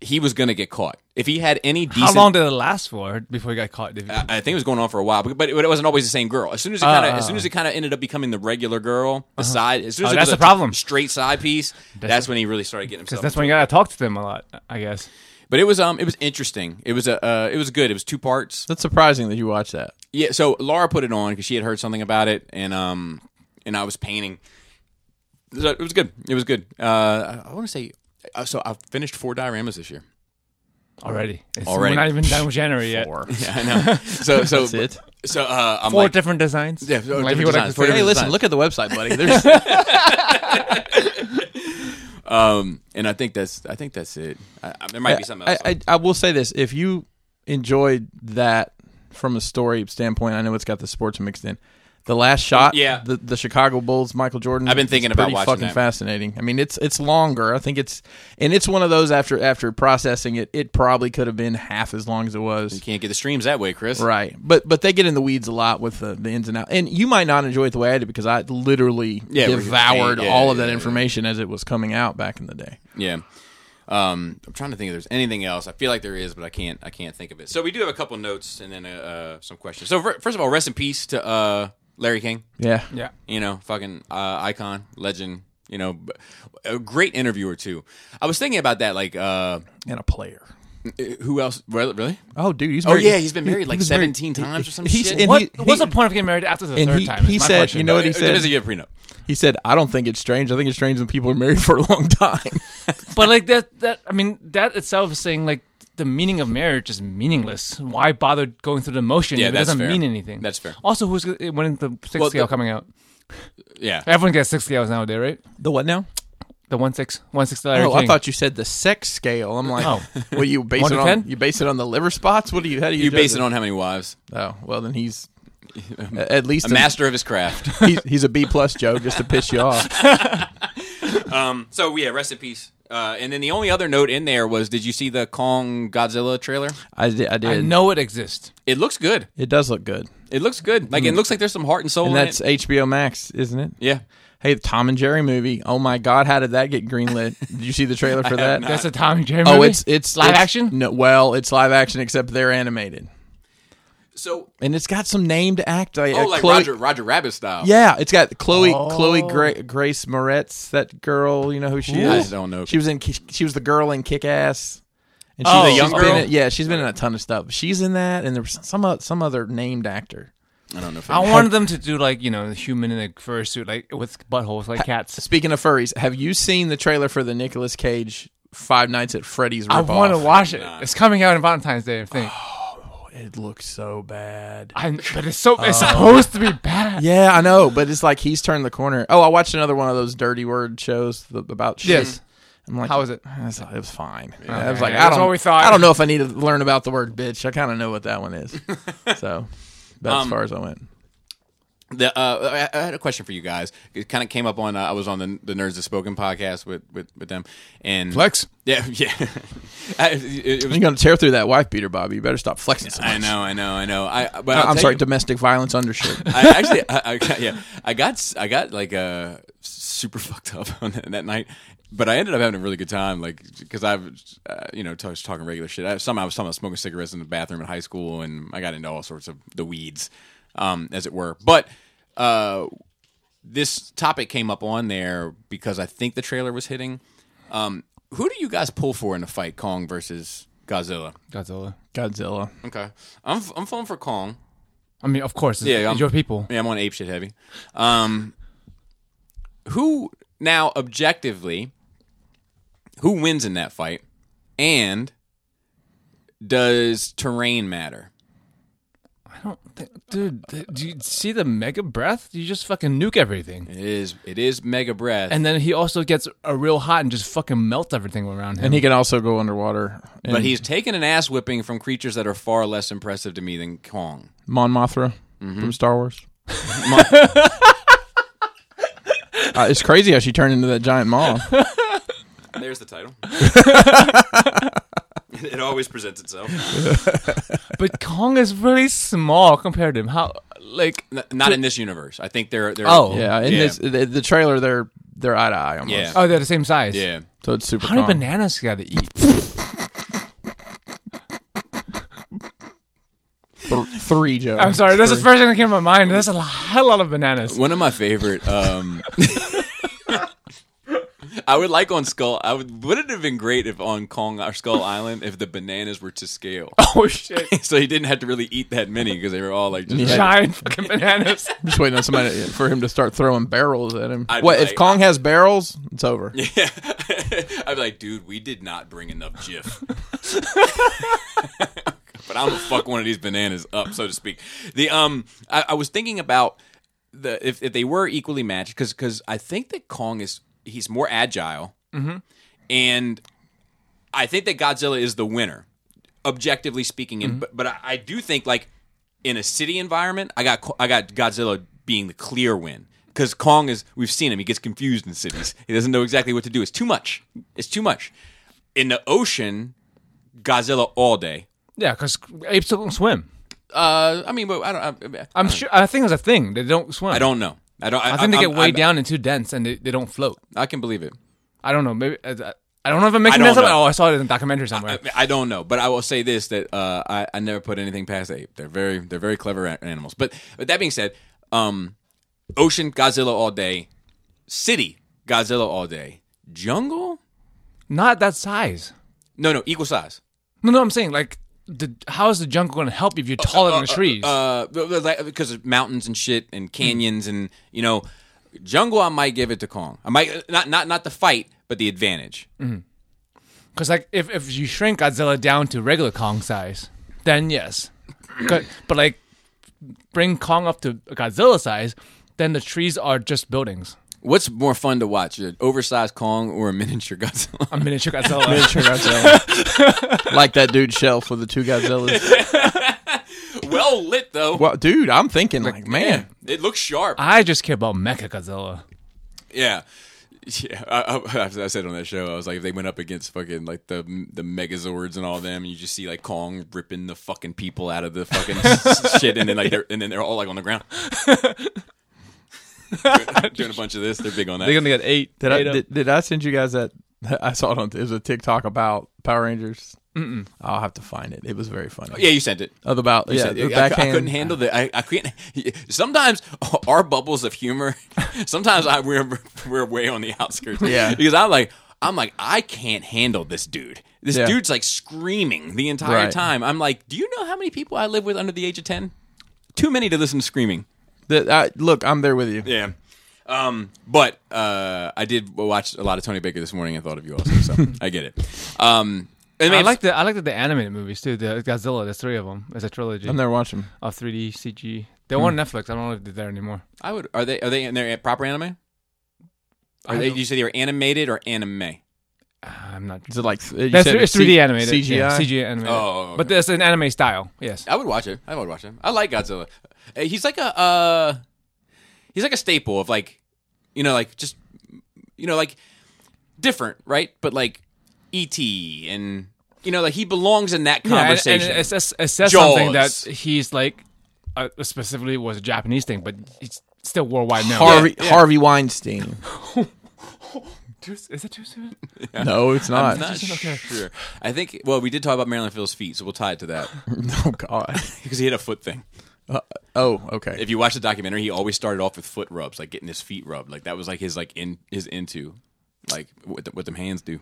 S1: he was gonna get caught if he had any decent.
S3: How long did it last for before he got caught? Did-
S1: I I think it was going on for a while, but but it, but it wasn't always the same girl. As soon as it kind of, as soon as it kind of ended up becoming the regular girl, the side. As soon as
S3: Ah. Oh,
S1: it
S3: that's
S1: was
S3: the problem.
S1: Straight side piece. That's, when he really started getting himself.
S3: That's when you gotta talk to them a lot, I guess.
S1: but it was um, it was interesting. It was a, uh, it was good. It was two parts.
S2: that's surprising that you watch that.
S1: Yeah. So Laura put it on because she had heard something about it, and um, and I was painting. So It was good. It was good. Uh, I, I want to say. uh, So I finished four dioramas this year. (laughs)
S3: Already, it's,
S1: Already.
S3: we're not even done with January yet. Four,
S1: (laughs) Yeah, I know. So so
S2: That's it.
S1: so uh, I'm like,
S3: different designs.
S1: Yeah, four
S3: Like,
S1: different
S3: he would like
S1: designs,
S3: to
S1: four
S3: say-
S2: Hey,
S1: different
S2: listen,
S1: design.
S2: look at the website, (laughs) buddy. There's
S1: um, and I think that's I think that's it. I, I, there might be something else.
S2: I, I, I will say this: if you enjoyed that from a story standpoint, I know it's got the sports mixed in. The last shot,
S1: Yeah.
S2: the, the Chicago Bulls, Michael Jordan.
S1: I've been thinking
S2: it's
S1: about
S2: pretty
S1: watching
S2: fucking
S1: that.
S2: fascinating. I mean, it's it's longer. I think it's and it's one of those after after processing it, it probably could have been half as long as it was.
S1: Can't get the streams that way, Chris.
S2: Right, but but they get in the weeds a lot with the, the ins and outs, and you might not enjoy it the way I did because I literally
S1: Yeah, we're-
S2: devoured
S1: yeah,
S2: all of
S1: yeah,
S2: that
S1: yeah.
S2: information as it was coming out back in the day.
S1: Yeah. Um, I'm trying to think if there's anything else. I feel like there is, but I can't. I can't think of it. So we do have a couple notes and then uh, uh, some questions. So fir- first of all, rest in peace to uh, Larry King.
S2: Yeah,
S3: yeah,
S1: You know, fucking uh, icon, legend. You know, b- a great interviewer too. I was thinking about that. Like, uh,
S2: and a player.
S1: who else? Really? really?
S2: Oh, dude, he's
S1: Oh
S2: married.
S1: yeah, he's been married
S2: he
S1: like
S2: was married-
S1: 17 times or some
S2: he's-
S1: shit.
S2: and
S3: What,
S2: he-
S3: what's
S2: he-
S3: the point of getting married after the
S2: and
S3: third
S2: he-
S3: time? is
S2: he
S3: my
S2: said,
S3: question.
S2: you know what he
S1: It
S2: said?
S1: doesn't get a prenup.
S2: He said, "I don't think it's strange. I think it's strange when people are (laughs) married for a long time."
S3: but like that, that I mean, that itself is saying like the meaning of marriage is meaningless. Why bother going through the motion?
S1: Yeah,
S3: if it
S1: that's
S3: doesn't
S1: fair.
S3: mean anything.
S1: That's fair.
S3: Also, who's g- when is the six
S1: Well,
S3: scale
S1: the-
S3: coming out?
S1: Yeah.
S3: Everyone gets six scales nowadays, right?
S2: the what now?
S3: The one six, one six. Larry
S2: Oh, I
S3: King.
S2: thought you said the sex scale. I'm like, (laughs)
S3: Oh.
S2: well, you base
S3: One
S2: it
S3: to
S2: on
S3: ten?
S2: you base it on the liver spots. What do you? How do you?
S1: You
S2: judge
S1: base it on how many wives?
S2: Oh, well, then he's
S1: (laughs)
S2: a- at least
S1: A master of his craft.
S2: (laughs) He's, he's a B plus, Joe, just to piss you
S1: (laughs)
S2: off.
S1: So yeah, rest in peace. Uh, and then the only other note in there was, did you see the Kong Godzilla trailer?
S2: I did. I did.
S3: I know it exists.
S1: It looks good.
S2: It does look good,
S1: It looks good. Like it looks like there's some heart and soul
S2: Mm. and
S1: in
S2: that's
S1: it.
S2: HBO Max, isn't it?
S1: Yeah,
S2: Hey, the Tom and Jerry movie. Oh my God, how did that get greenlit? did you see
S1: (laughs)
S2: the trailer for that?
S3: That's a Tom and Jerry
S2: Oh,
S3: movie?
S2: it's it's
S3: live
S2: it's-
S3: action.
S2: No, well, it's live action except they're animated,
S1: So
S2: and it's got some named act. I-
S1: oh,
S2: uh,
S1: like
S2: Chloe-
S1: Roger Roger Rabbit style.
S2: Yeah, it's got Chloe
S3: Oh.
S2: Chloe Gra- Grace Moretz, that girl. You know who she
S1: I
S2: is?
S1: don't know.
S2: She was in. She was the girl in Kick Ass. And
S3: Oh.
S2: she's
S3: The young
S2: she's been
S1: girl?
S2: in- yeah, she's been in a ton of stuff. She's in that, and there was some o- some other named actor.
S1: I don't know. If
S3: I
S1: it-
S3: wanted them to do like you know the human in a fursuit, like with buttholes, like cats.
S2: Speaking of furries, have you seen the trailer for the Nicolas Cage Five Nights at Freddy's ripoff?
S3: I want to watch it. It's coming out on Valentine's Day, I think.
S2: It looks so bad.
S3: I, but it's so it's supposed to be bad.
S2: Yeah, I know, but it's like he's turned the corner. Oh, I watched another one of those dirty word shows th- about shit.
S3: Yes.
S2: I'm like,
S3: How is it?
S2: I was like, It was fine. I was
S3: Okay,
S2: like, I
S3: that's
S2: don't,
S3: what we thought.
S2: I don't know if I need to learn about the word bitch. I kind of know what that one
S3: (laughs)
S2: is. so that's
S3: Um,
S2: as far as I went.
S1: The, uh, I I had a question for you guys. It kind of came up on uh, I was on the, the Nerds of Spoken podcast with, with, with them and
S3: Flex.
S1: Yeah, (laughs) yeah. I, it, it was,
S2: You're going to tear through that wife beater, Bobby. You better stop flexing. So much.
S1: I know, I know, I know. I but I'll
S2: Uh, I'm
S1: tell
S2: sorry,
S1: you-
S2: domestic violence
S3: (laughs)
S2: undershirt.
S1: I actually, I, I, yeah, I got, I got like uh, super fucked up (laughs) on that, that night, but I ended up having a really good time, like because I've, uh, you know, t- I was talking regular shit. I, somehow I was talking about smoking cigarettes in the bathroom in high school, and I got into all sorts of the weeds, um, as it were. But uh, this topic came up on there because I think the trailer was hitting. Um, who do you guys pull for in the fight, Kong versus Godzilla?
S3: Godzilla.
S2: Godzilla.
S1: Okay, I'm I'm falling for Kong.
S3: I mean, of course. It's,
S1: Yeah, I'm-
S3: it's your people.
S1: Yeah, I'm on ape shit heavy. Um, who now objectively, who wins in that fight, and does terrain matter?
S3: I don't think, dude. th- Do you see the mega breath? You just fucking nuke everything.
S1: It is it is mega breath,
S3: And then he also gets a real hot and just fucking melts everything around him.
S2: And he can also go underwater. And
S1: but he's taken an ass whipping from creatures that are far less impressive to me than Kong.
S2: Mon Mothra
S3: Mm-hmm.
S2: from Star
S3: (laughs)
S2: Wars. Uh, it's crazy how she turned into that giant moth.
S1: There's the (laughs) title. it always presents itself.
S3: but Kong is really small compared to him. How like
S1: Not in this universe. I think they're they're
S3: Oh.
S2: Yeah, in
S1: Yeah.
S2: this the, the trailer, they're they're eye to eye almost.
S1: Yeah.
S3: oh they're the same size.
S1: yeah.
S2: So it's super.
S3: How many
S2: calm.
S3: bananas you gotta eat?
S2: Th- three, Joe.
S3: I'm sorry, that's the first thing that came to my mind. That's a hell lot of bananas.
S1: (laughs) One of my favorite. Um, I would like on Skull. I would. Would it have been great if on Kong or Skull Island if the bananas were to scale,
S3: Oh
S1: (laughs)
S3: shit!
S1: so he didn't have to really eat that many because they were all like just.
S3: (laughs) Giant fucking bananas.
S2: I'm just waiting on somebody (laughs) for him to start throwing barrels at him.
S1: I'd
S2: what
S1: be
S2: if
S1: like-
S2: Kong has barrels? It's over.
S1: (laughs) I'd be like, dude, we did not bring enough jiff. but I'm gonna fuck one of these bananas up, so to speak. The um, I, I was thinking about the if, if they were equally matched because because I think that Kong is he's more agile, and I think that Godzilla is the winner, objectively speaking. And but, but I, I do think like in a city environment, I got Ko- I got Godzilla being the clear win because Kong is we've seen him. He gets confused in cities. He doesn't know exactly what to do. It's too much. It's too much. In the ocean, Godzilla all day.
S3: (laughs) yeah, because apes don't swim.
S1: Uh, I mean, but I don't. I,
S3: I'm sure. I think it's a thing. They don't swim.
S1: I don't know. I don't. I,
S3: I think they
S1: I'm-
S3: get weighed
S1: I'm-
S3: down and too dense, and they, they don't float.
S1: I can believe it.
S3: I don't know. Maybe I, I- I don't know if I'm making
S1: I don't
S3: this up.
S1: know.
S3: Oh, I saw it in a documentary somewhere.
S1: I, I don't know, but I will say this: that uh, I, I never put anything past ape. They're very they're very clever a- animals. But but that being said, um, ocean Godzilla all day, city Godzilla all day, jungle
S3: Not that size.
S1: no no equal size.
S3: No, no. I'm saying like, the, how is the jungle going to help you if you're taller than the trees?
S1: Uh, because of mountains and shit and canyons and you know, jungle. I might give it to Kong. I might not not not the fight, but the advantage.
S3: Because like, if if you shrink Godzilla down to regular Kong size, then yes. But but, like, bring Kong up to Godzilla size, then the trees are just buildings.
S1: What's more fun to watch, an oversized Kong or a miniature Godzilla? (laughs)
S3: A miniature Godzilla.
S2: Sure, Godzilla. (laughs) like that dude shelf with the two
S1: (laughs)
S2: Godzillas.
S1: well lit though.
S2: Well, dude, I'm thinking like, man,
S1: It looks sharp.
S3: I just care about Mecha Godzilla.
S1: Yeah. Yeah, I, I, (laughs) I said on that show, I was like, if they went up against fucking like the the Megazords and all them, and you just see like Kong ripping the fucking people out of the fucking (laughs) s- shit, and then like they're and then they're all like on the (laughs) ground doing, doing a bunch of this. They're big on that.
S3: gonna get eight.
S2: did I did, did I send you guys that? (laughs) I saw it on it was a TikTok about Power Rangers. Mm-mm. I'll have to find it. It was very funny.
S1: Oh, yeah, you sent it.
S2: about
S1: You
S2: yeah,
S1: sent
S2: the
S1: it. I, cou- I
S2: backhand.
S1: couldn't handle the. I, I couldn't. (laughs) Sometimes (laughs) our bubbles of humor. (laughs) Sometimes I we're we're way on the outskirts.
S2: Yeah.
S1: because I'm like I'm like I can't handle this dude. This
S2: Yeah.
S1: dude's like screaming the entire
S2: Right.
S1: time. I'm like, do you know how many people I live with under the age of ten? Too many to listen to screaming.
S2: The- I- look, I'm there with you.
S1: Yeah. Um, but uh, I did watch a lot of Tony Baker this morning. I thought of you also, so
S2: (laughs)
S1: I get it. Um, I, mean,
S3: I like the I like the, the animated movies too. The Godzilla, there's three of them. It's a trilogy
S2: I'm there watching.
S3: of 3D CG. They were on Netflix. I don't know if they're there anymore.
S1: I would. Are they? Are they in their proper anime? Are
S3: I
S1: they?
S3: don't-
S1: You say they were animated or anime?
S3: I I'm not.
S2: Is it like th- you
S3: That's
S2: said
S3: it's
S2: C-
S3: 3D animated.
S2: CGI?
S3: yeah, CGI animated.
S1: Oh, okay.
S3: but that's an anime style. Yes.
S1: I would watch it. I would watch him. I like Godzilla. Uh, He's like a uh, he's like a staple of like you know like just you know like different, right? But like ET and you know like he belongs in that
S3: Yeah, and-
S1: conversation.
S3: And, it says, it says something that
S1: Jaws.
S3: he's like uh, specifically was a Japanese thing, but it's still worldwide now.
S2: Harvey Harvey Weinstein.
S3: Too- Is it too soon? (laughs)
S2: No, it's not.
S1: I'm
S2: (laughs)
S1: not sure. I think. Well, we did talk about Marilyn Phil's feet, so we'll tie it to that (laughs)
S2: Oh God.
S1: because he had a foot thing.
S2: Oh, okay.
S1: If you watch the documentary, he always started off with foot rubs, like getting his feet rubbed. Like that was like his like in his into, like what, the, what them hands do.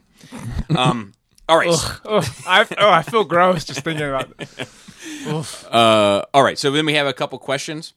S1: Um. All right.
S3: oh, I, oh, I feel gross just thinking about it.
S1: Uh, all right. So then we have a couple questions,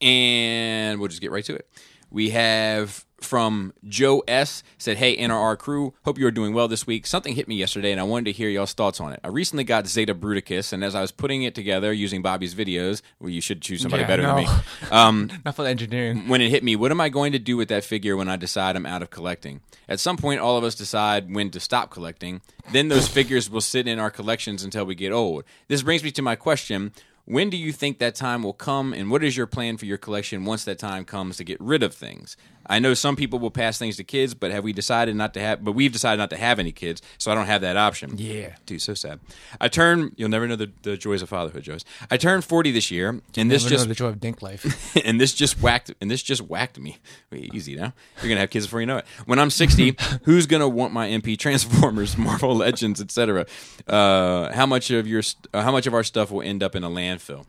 S1: and we'll just get right to it. We have from Joe S. said, "Hey NRR crew, hope you are doing well this week. Something hit me yesterday, and I wanted to hear y'all's thoughts on it. I recently got Zeta Bruticus, and as I was putting it together using Bobby's videos, well, you should choose somebody
S3: Yeah,
S1: better
S3: no.
S1: than me.
S3: (laughs)
S1: Um,
S3: Not for the engineering.
S1: when it hit me, what am I going to do with that figure when I decide I'm out of collecting? At some point, all of us decide when to stop collecting. Then those figures will sit in our collections until we get old. This brings me to my question when do you think that time will come, and what is your plan for your collection once that time comes to get rid of things? I know some people will pass things to kids, but have we decided not to have? But we've decided not to have any kids, so I don't have that option.
S3: Yeah.
S1: dude, so sad. I turn. You'll never know the, the joys of fatherhood, Joyce. I turned forty this year, and this
S3: Never
S1: just
S3: know the joy of Dink life.
S1: (laughs) and this just whacked and this just whacked me Wait, easy now you're gonna have kids before you know it when i'm 60 who's gonna want my mp transformers (laughs) marvel legends etc uh, how much of your st- uh, how much of our stuff will end up in a landfill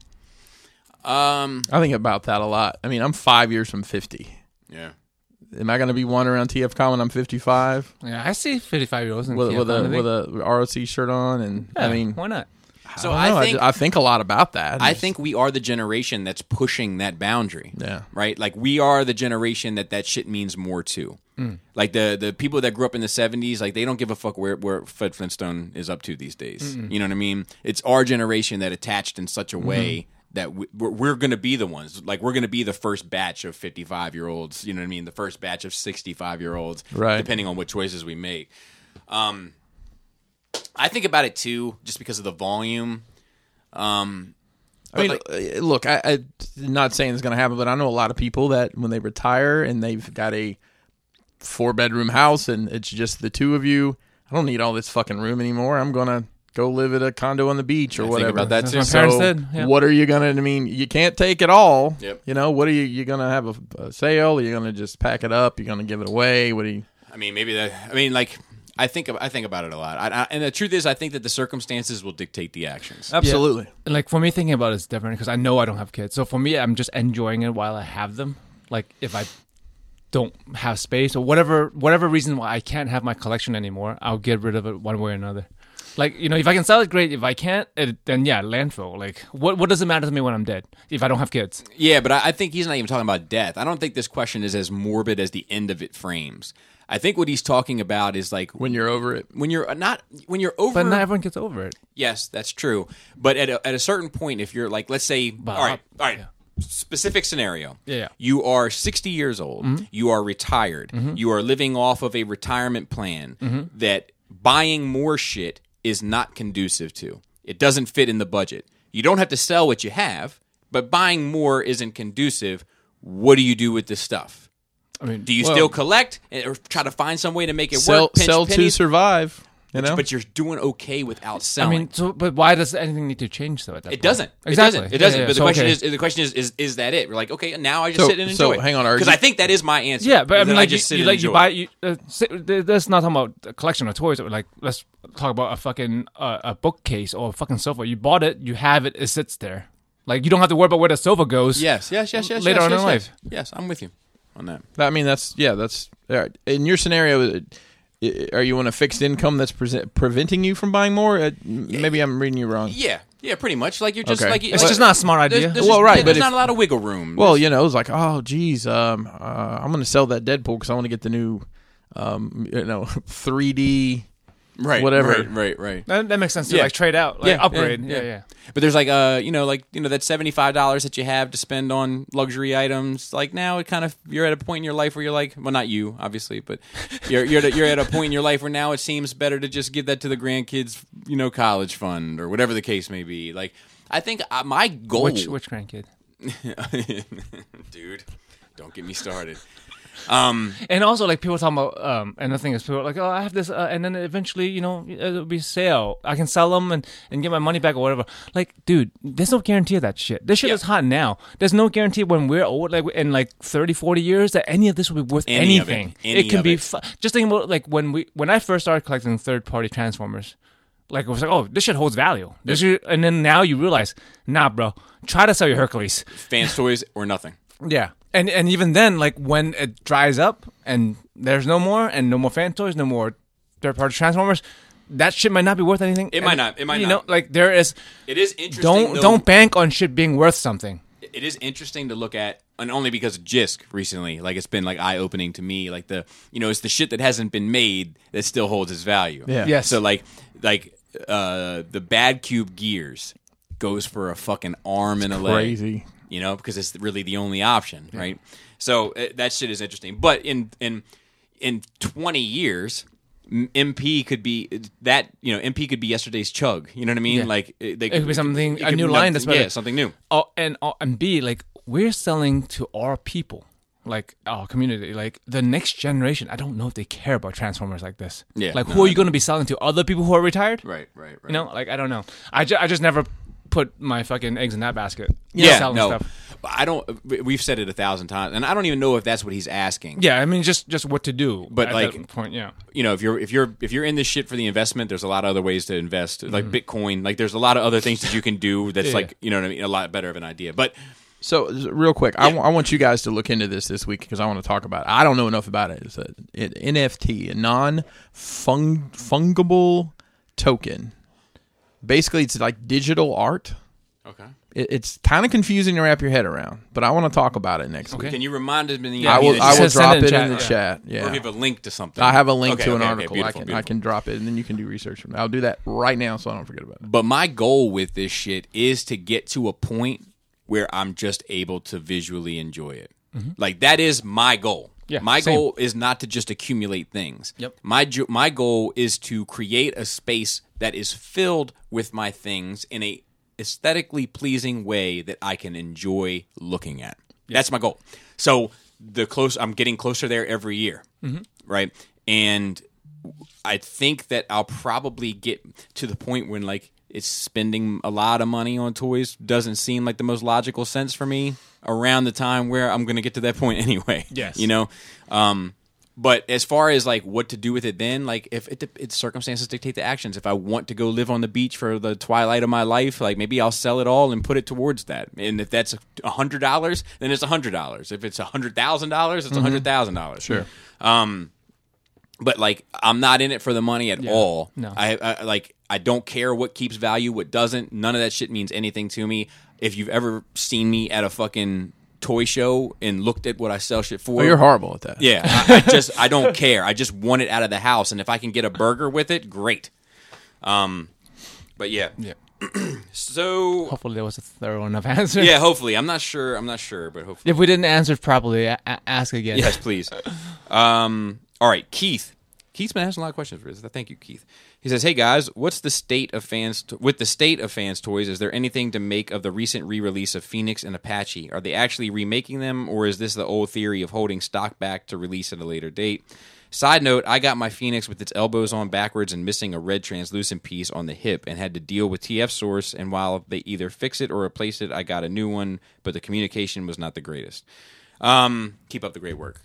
S2: I think about that a lot. I mean, I'm five years from fifty.
S1: yeah
S2: Am I going to be wandering around TFCon when I'm 55
S3: (laughs) yeah, I see 55 year olds in
S2: with,
S3: Kia
S2: with a
S3: Hyundai.
S2: with a ROC shirt on? And I
S3: Yeah,
S2: mean,
S3: why not?
S1: so
S2: I, don't know,
S1: i
S2: I
S1: think
S2: ju- I think a lot about that.
S1: I think we are the generation that's pushing that boundary.
S2: Yeah.
S1: Right? Like we are the generation that that shit means more to.
S2: Mm.
S1: Like the the people that grew up in the 70s, like they don't give a fuck where where Fred Flintstone is up to these days. You know what I mean? It's our generation that attached in such a
S2: Mm-hmm.
S1: way that we, we're, we're going to be the ones. Like we're going to be the first batch of 55-year-olds, you know what I mean? The first batch of 65-year-olds
S2: Right.
S1: depending on what choices we make. Um I think about it too just because of the volume.
S2: I mean, uh, look, I, I not saying it's going to happen, but I know a lot of people that when they retire and they've got a four bedroom house and it's just the two of you, I don't need all this fucking room anymore. I'm going to go live at a condo on the beach or
S1: I
S2: whatever.
S1: think about that
S3: That's
S1: too.
S3: my parents did. Yeah.
S2: What are you gonna? I mean, you can't take it all.
S1: Yep.
S2: You know, what are you? You gonna have a, a sale? Are you gonna just pack it up? You're gonna give it away? What do you?
S1: I mean, maybe that. I mean, like, I think I think about it a lot, I, I, and the truth is, I think that the circumstances will dictate the actions.
S2: Absolutely.
S3: And, like for me thinking about it's different because i know i don't have kids so for me i'm just enjoying it while i have them like if i don't have space or whatever whatever reason why i can't have my collection anymore i'll get rid of it one way or another like you know if i can sell it great if i can't it, then yeah landfill like what what does it matter to me when i'm dead if i don't have kids
S1: Yeah, but I, I think he's not even talking about death. I don't think this question is as morbid as the end of it frames. I think what he's talking about is like
S2: When you're over it,
S1: when you're not when you're over.
S3: but not everyone gets over it
S1: yes, that's true. But at a, at a certain point, if you're like, let's say, all right, all right. Specific scenario.
S3: Yeah, Mm-hmm. yeah.
S1: You are 60 years old. You are retired.
S3: Mm-hmm.
S1: You are living off of a retirement plan that buying more shit is not conducive to. It doesn't fit in the budget. You don't have to sell what you have, but buying more isn't conducive. What do you do with this stuff?
S3: i mean
S1: Do you still collect and- or try to find some way to make it
S2: sell
S1: work? pinch
S2: sell to
S1: pennies?
S2: survive. You know,
S1: but you're doing okay without
S3: I
S1: selling.
S3: mean, so but why does anything need to change though? At that
S1: It doesn't.
S3: Exactly.
S1: It doesn't. It doesn't.
S3: Yeah,
S1: But
S3: yeah,
S1: the
S3: so,
S1: question
S3: okay.
S1: is, the question is, is, is that it? We're like, okay, now I just
S2: So-
S1: sit and
S2: so
S1: enjoy.
S2: hang on, are
S1: because
S2: you-
S1: I think that is my answer.
S3: Yeah, but I
S1: Is that
S3: mean, like,
S1: just sit
S3: you, you,
S1: and
S3: like you
S1: enjoy.
S3: buy. You, uh, say, th- let's not talk about a collection of toys. But like, let's talk about a fucking uh, a bookcase or a fucking sofa. You bought it, you have it, it sits there. Like, you don't have to worry about where the sofa goes.
S1: Yes, yes, yes, yes.
S3: Later
S1: yes,
S3: on
S1: yes,
S3: in
S1: yes.
S3: life.
S1: Yes, I'm with you on that.
S2: I mean, that's yeah, that's all right. in your scenario. uh, i- Are you on a fixed income that's present, preventing you from buying more? Uh, m- Maybe I'm reading you wrong.
S1: Yeah, yeah, pretty much. Like you're just
S2: Okay.
S1: like
S3: It's just not a smart idea.
S2: Well, right, but
S1: there's
S2: if-
S1: not a lot of wiggle room.
S2: Well, you know, it's like, oh, geez, um, (laughs) uh, I'm going to sell that Deadpool because I want to get the new, um, you know, 3D
S1: right,
S2: whatever.
S1: right, right, right.
S3: That, that makes sense too.
S1: Yeah.
S3: Like trade out, like
S1: Yeah,
S3: upgrade.
S1: yeah,
S3: Yeah,
S1: yeah.
S3: yeah.
S1: But there's like uh you know like you know that seventy five dollars that you have to spend on luxury items. Like now it kind of you're at a point in your life where you're like, well, not you obviously,
S3: (laughs)
S1: but you're you're at a- you're at a point in your life where now it seems better to just give that to the grandkids, you know, college fund or whatever the case may be. Like I think uh, my goal,
S3: Which which grandkid?
S1: (laughs) dude, don't get me started. Um,
S3: And also, like people talking about, um, and the thing is, people are like, oh, I have this, uh, and then eventually, you know, it'll be sale. I can sell them and, and get my money back or whatever. Like, dude, there's no guarantee of that shit. This shit
S1: Yeah.
S3: is hot now. There's no guarantee when we're old, like in like 30, 40 years, that any of this will be worth
S1: Any of it.
S3: anything.
S1: Any
S3: it can
S1: of
S3: be.
S1: it.
S3: Fu- just think about like when we when I first started collecting third party transformers. Like it was like, oh, this shit holds value. This shit, and then now you realize, nah, bro. Try to sell your Hercules.
S1: Fans toys or nothing.
S3: Yeah. And and even then, like when it dries up and there's no more and no more fan toys, no more third party transformers, that shit might not be worth anything.
S1: It might
S3: And,
S1: not. It might
S3: you
S1: not.
S3: know, like there is
S1: It is interesting.
S3: don't
S1: though-
S3: don't bank on shit being worth something.
S1: it is interesting to look at and only because of JISC recently, like it's been like eye opening to me. Like the you know, it's the shit that hasn't been made that still holds its value.
S2: Yeah.
S3: Yes.
S1: So like like uh the bad cube gears goes for a fucking arm and a leg
S2: Crazy.
S1: you know, because it's really the only option, right? So uh, that shit is interesting. But in in in twenty years, M- MP could be uh, that you know MP could be yesterday's chug. You know what I mean? Like uh, they, it
S3: could be something- a
S1: could
S3: new
S1: be
S3: line that's
S1: something- yeah
S3: better.
S1: something new.
S3: Oh, and oh, and B, like we're selling to our people, like our community, like the next generation. I don't know if they care about transformers like this.
S1: Yeah,
S3: Like
S1: no,
S3: who
S1: I
S3: are you going to be selling to? Other people who are retired?
S1: Right, right, right.
S3: You know, like I don't know. I, ju- I just never put my fucking eggs in that basket.
S1: yeah,
S3: selling
S1: no.
S3: stuff.
S1: But I don't. we- We've said it a thousand times, and I don't even know if that's what he's asking.
S3: Yeah, I mean, just just what to do.
S1: But,
S3: at
S1: like-
S3: that point, yeah,
S1: you know, if you're if you're if you're in this shit for the investment, there's a lot of other ways to invest, like
S2: Mm-hmm.
S1: Bitcoin. Like there's a lot of other things that you can
S2: (laughs)
S1: do. That's
S3: Yeah.
S1: like you know what I mean, a lot better of an idea. But
S2: So z- real quick, I wa- I want you guys to look into this this week because I want to talk about. it. I don't know enough about it. It's a an NFT, a non-fungible token. Basically, it's like digital art.
S1: okay,
S2: It, it's kind of confusing to wrap your head around, but I want to talk about it next week.
S1: can you remind us?
S2: I will. I will
S3: Send- send
S2: drop
S3: it in
S2: it
S3: chat,
S2: in the
S3: yeah.
S2: chat.
S1: Or
S2: Yeah.
S1: give a link to something.
S2: I have a link
S1: Okay,
S2: to an
S1: okay, okay,
S2: article. I
S1: beautiful,
S2: can I
S1: beautiful.
S2: can drop it, and then you can do research from it. I'll do that right now, so I don't forget about it.
S1: But my goal with this shit is to get to a point where I'm just able to visually enjoy it. Like that is my goal.
S3: Mm-hmm. Yeah,
S1: my
S3: same.
S1: goal is not to just accumulate things.
S3: Yep.
S1: My jo- my goal is to create a space that is filled with my things in a aesthetically pleasing way that I can enjoy looking at. That's my goal. So the close I'm getting closer there every year.
S3: Mm-hmm.
S1: Right? And I think that I'll probably get to the point when like it's spending a lot of money on toys doesn't seem like the most logical sense for me around the time where I'm going to get to that point (laughs) anyway.
S3: Yes.
S1: You know. Um but as far as like what to do with it then like if it, it circumstances dictate the actions if i want to go live on the beach for the twilight of my life like maybe i'll sell it all and put it towards that and if that's a hundred dollars then it's a hundred dollars if it's a hundred thousand dollars it's a hundred thousand dollars sure but like I'm not in it for the money at all.
S3: No.
S1: I, I like I don't care what keeps value, what doesn't. None of that shit means anything to me. If you've ever seen me at a fucking toy show and looked at what I sell shit for,
S3: Oh,
S2: Well, Oh, you're horrible at
S1: (laughs)
S2: that.
S1: yeah, I, I just I
S3: (laughs)
S1: don't care. I just want it out of the house, and if I can get a burger with it, great. Um, but yeah,
S3: Yeah.
S1: (clears throat) so
S3: Hopefully, there was a thorough enough (laughs) answer.
S1: yeah, hopefully I'm not sure. I'm not sure, but hopefully
S3: If we didn't answer properly, a- a- ask again.
S1: Yes, please. Um, all right, Keith. Keith's been asking a lot of questions for us. Thank you, Keith. He says, "Hey guys, what's the state of fans to- with the state of fans toys? Is there anything to make of the recent re-release of Phoenix and Apache? Are they actually remaking them, or is this the old theory of holding stock back to release at a later date?" Side note, I got my Phoenix with its elbows on backwards and missing a red translucent piece on the hip and had to deal with TF Source. And while they either fix it or replace it, I got a new one, but the communication was not the greatest. Um, keep up the great work.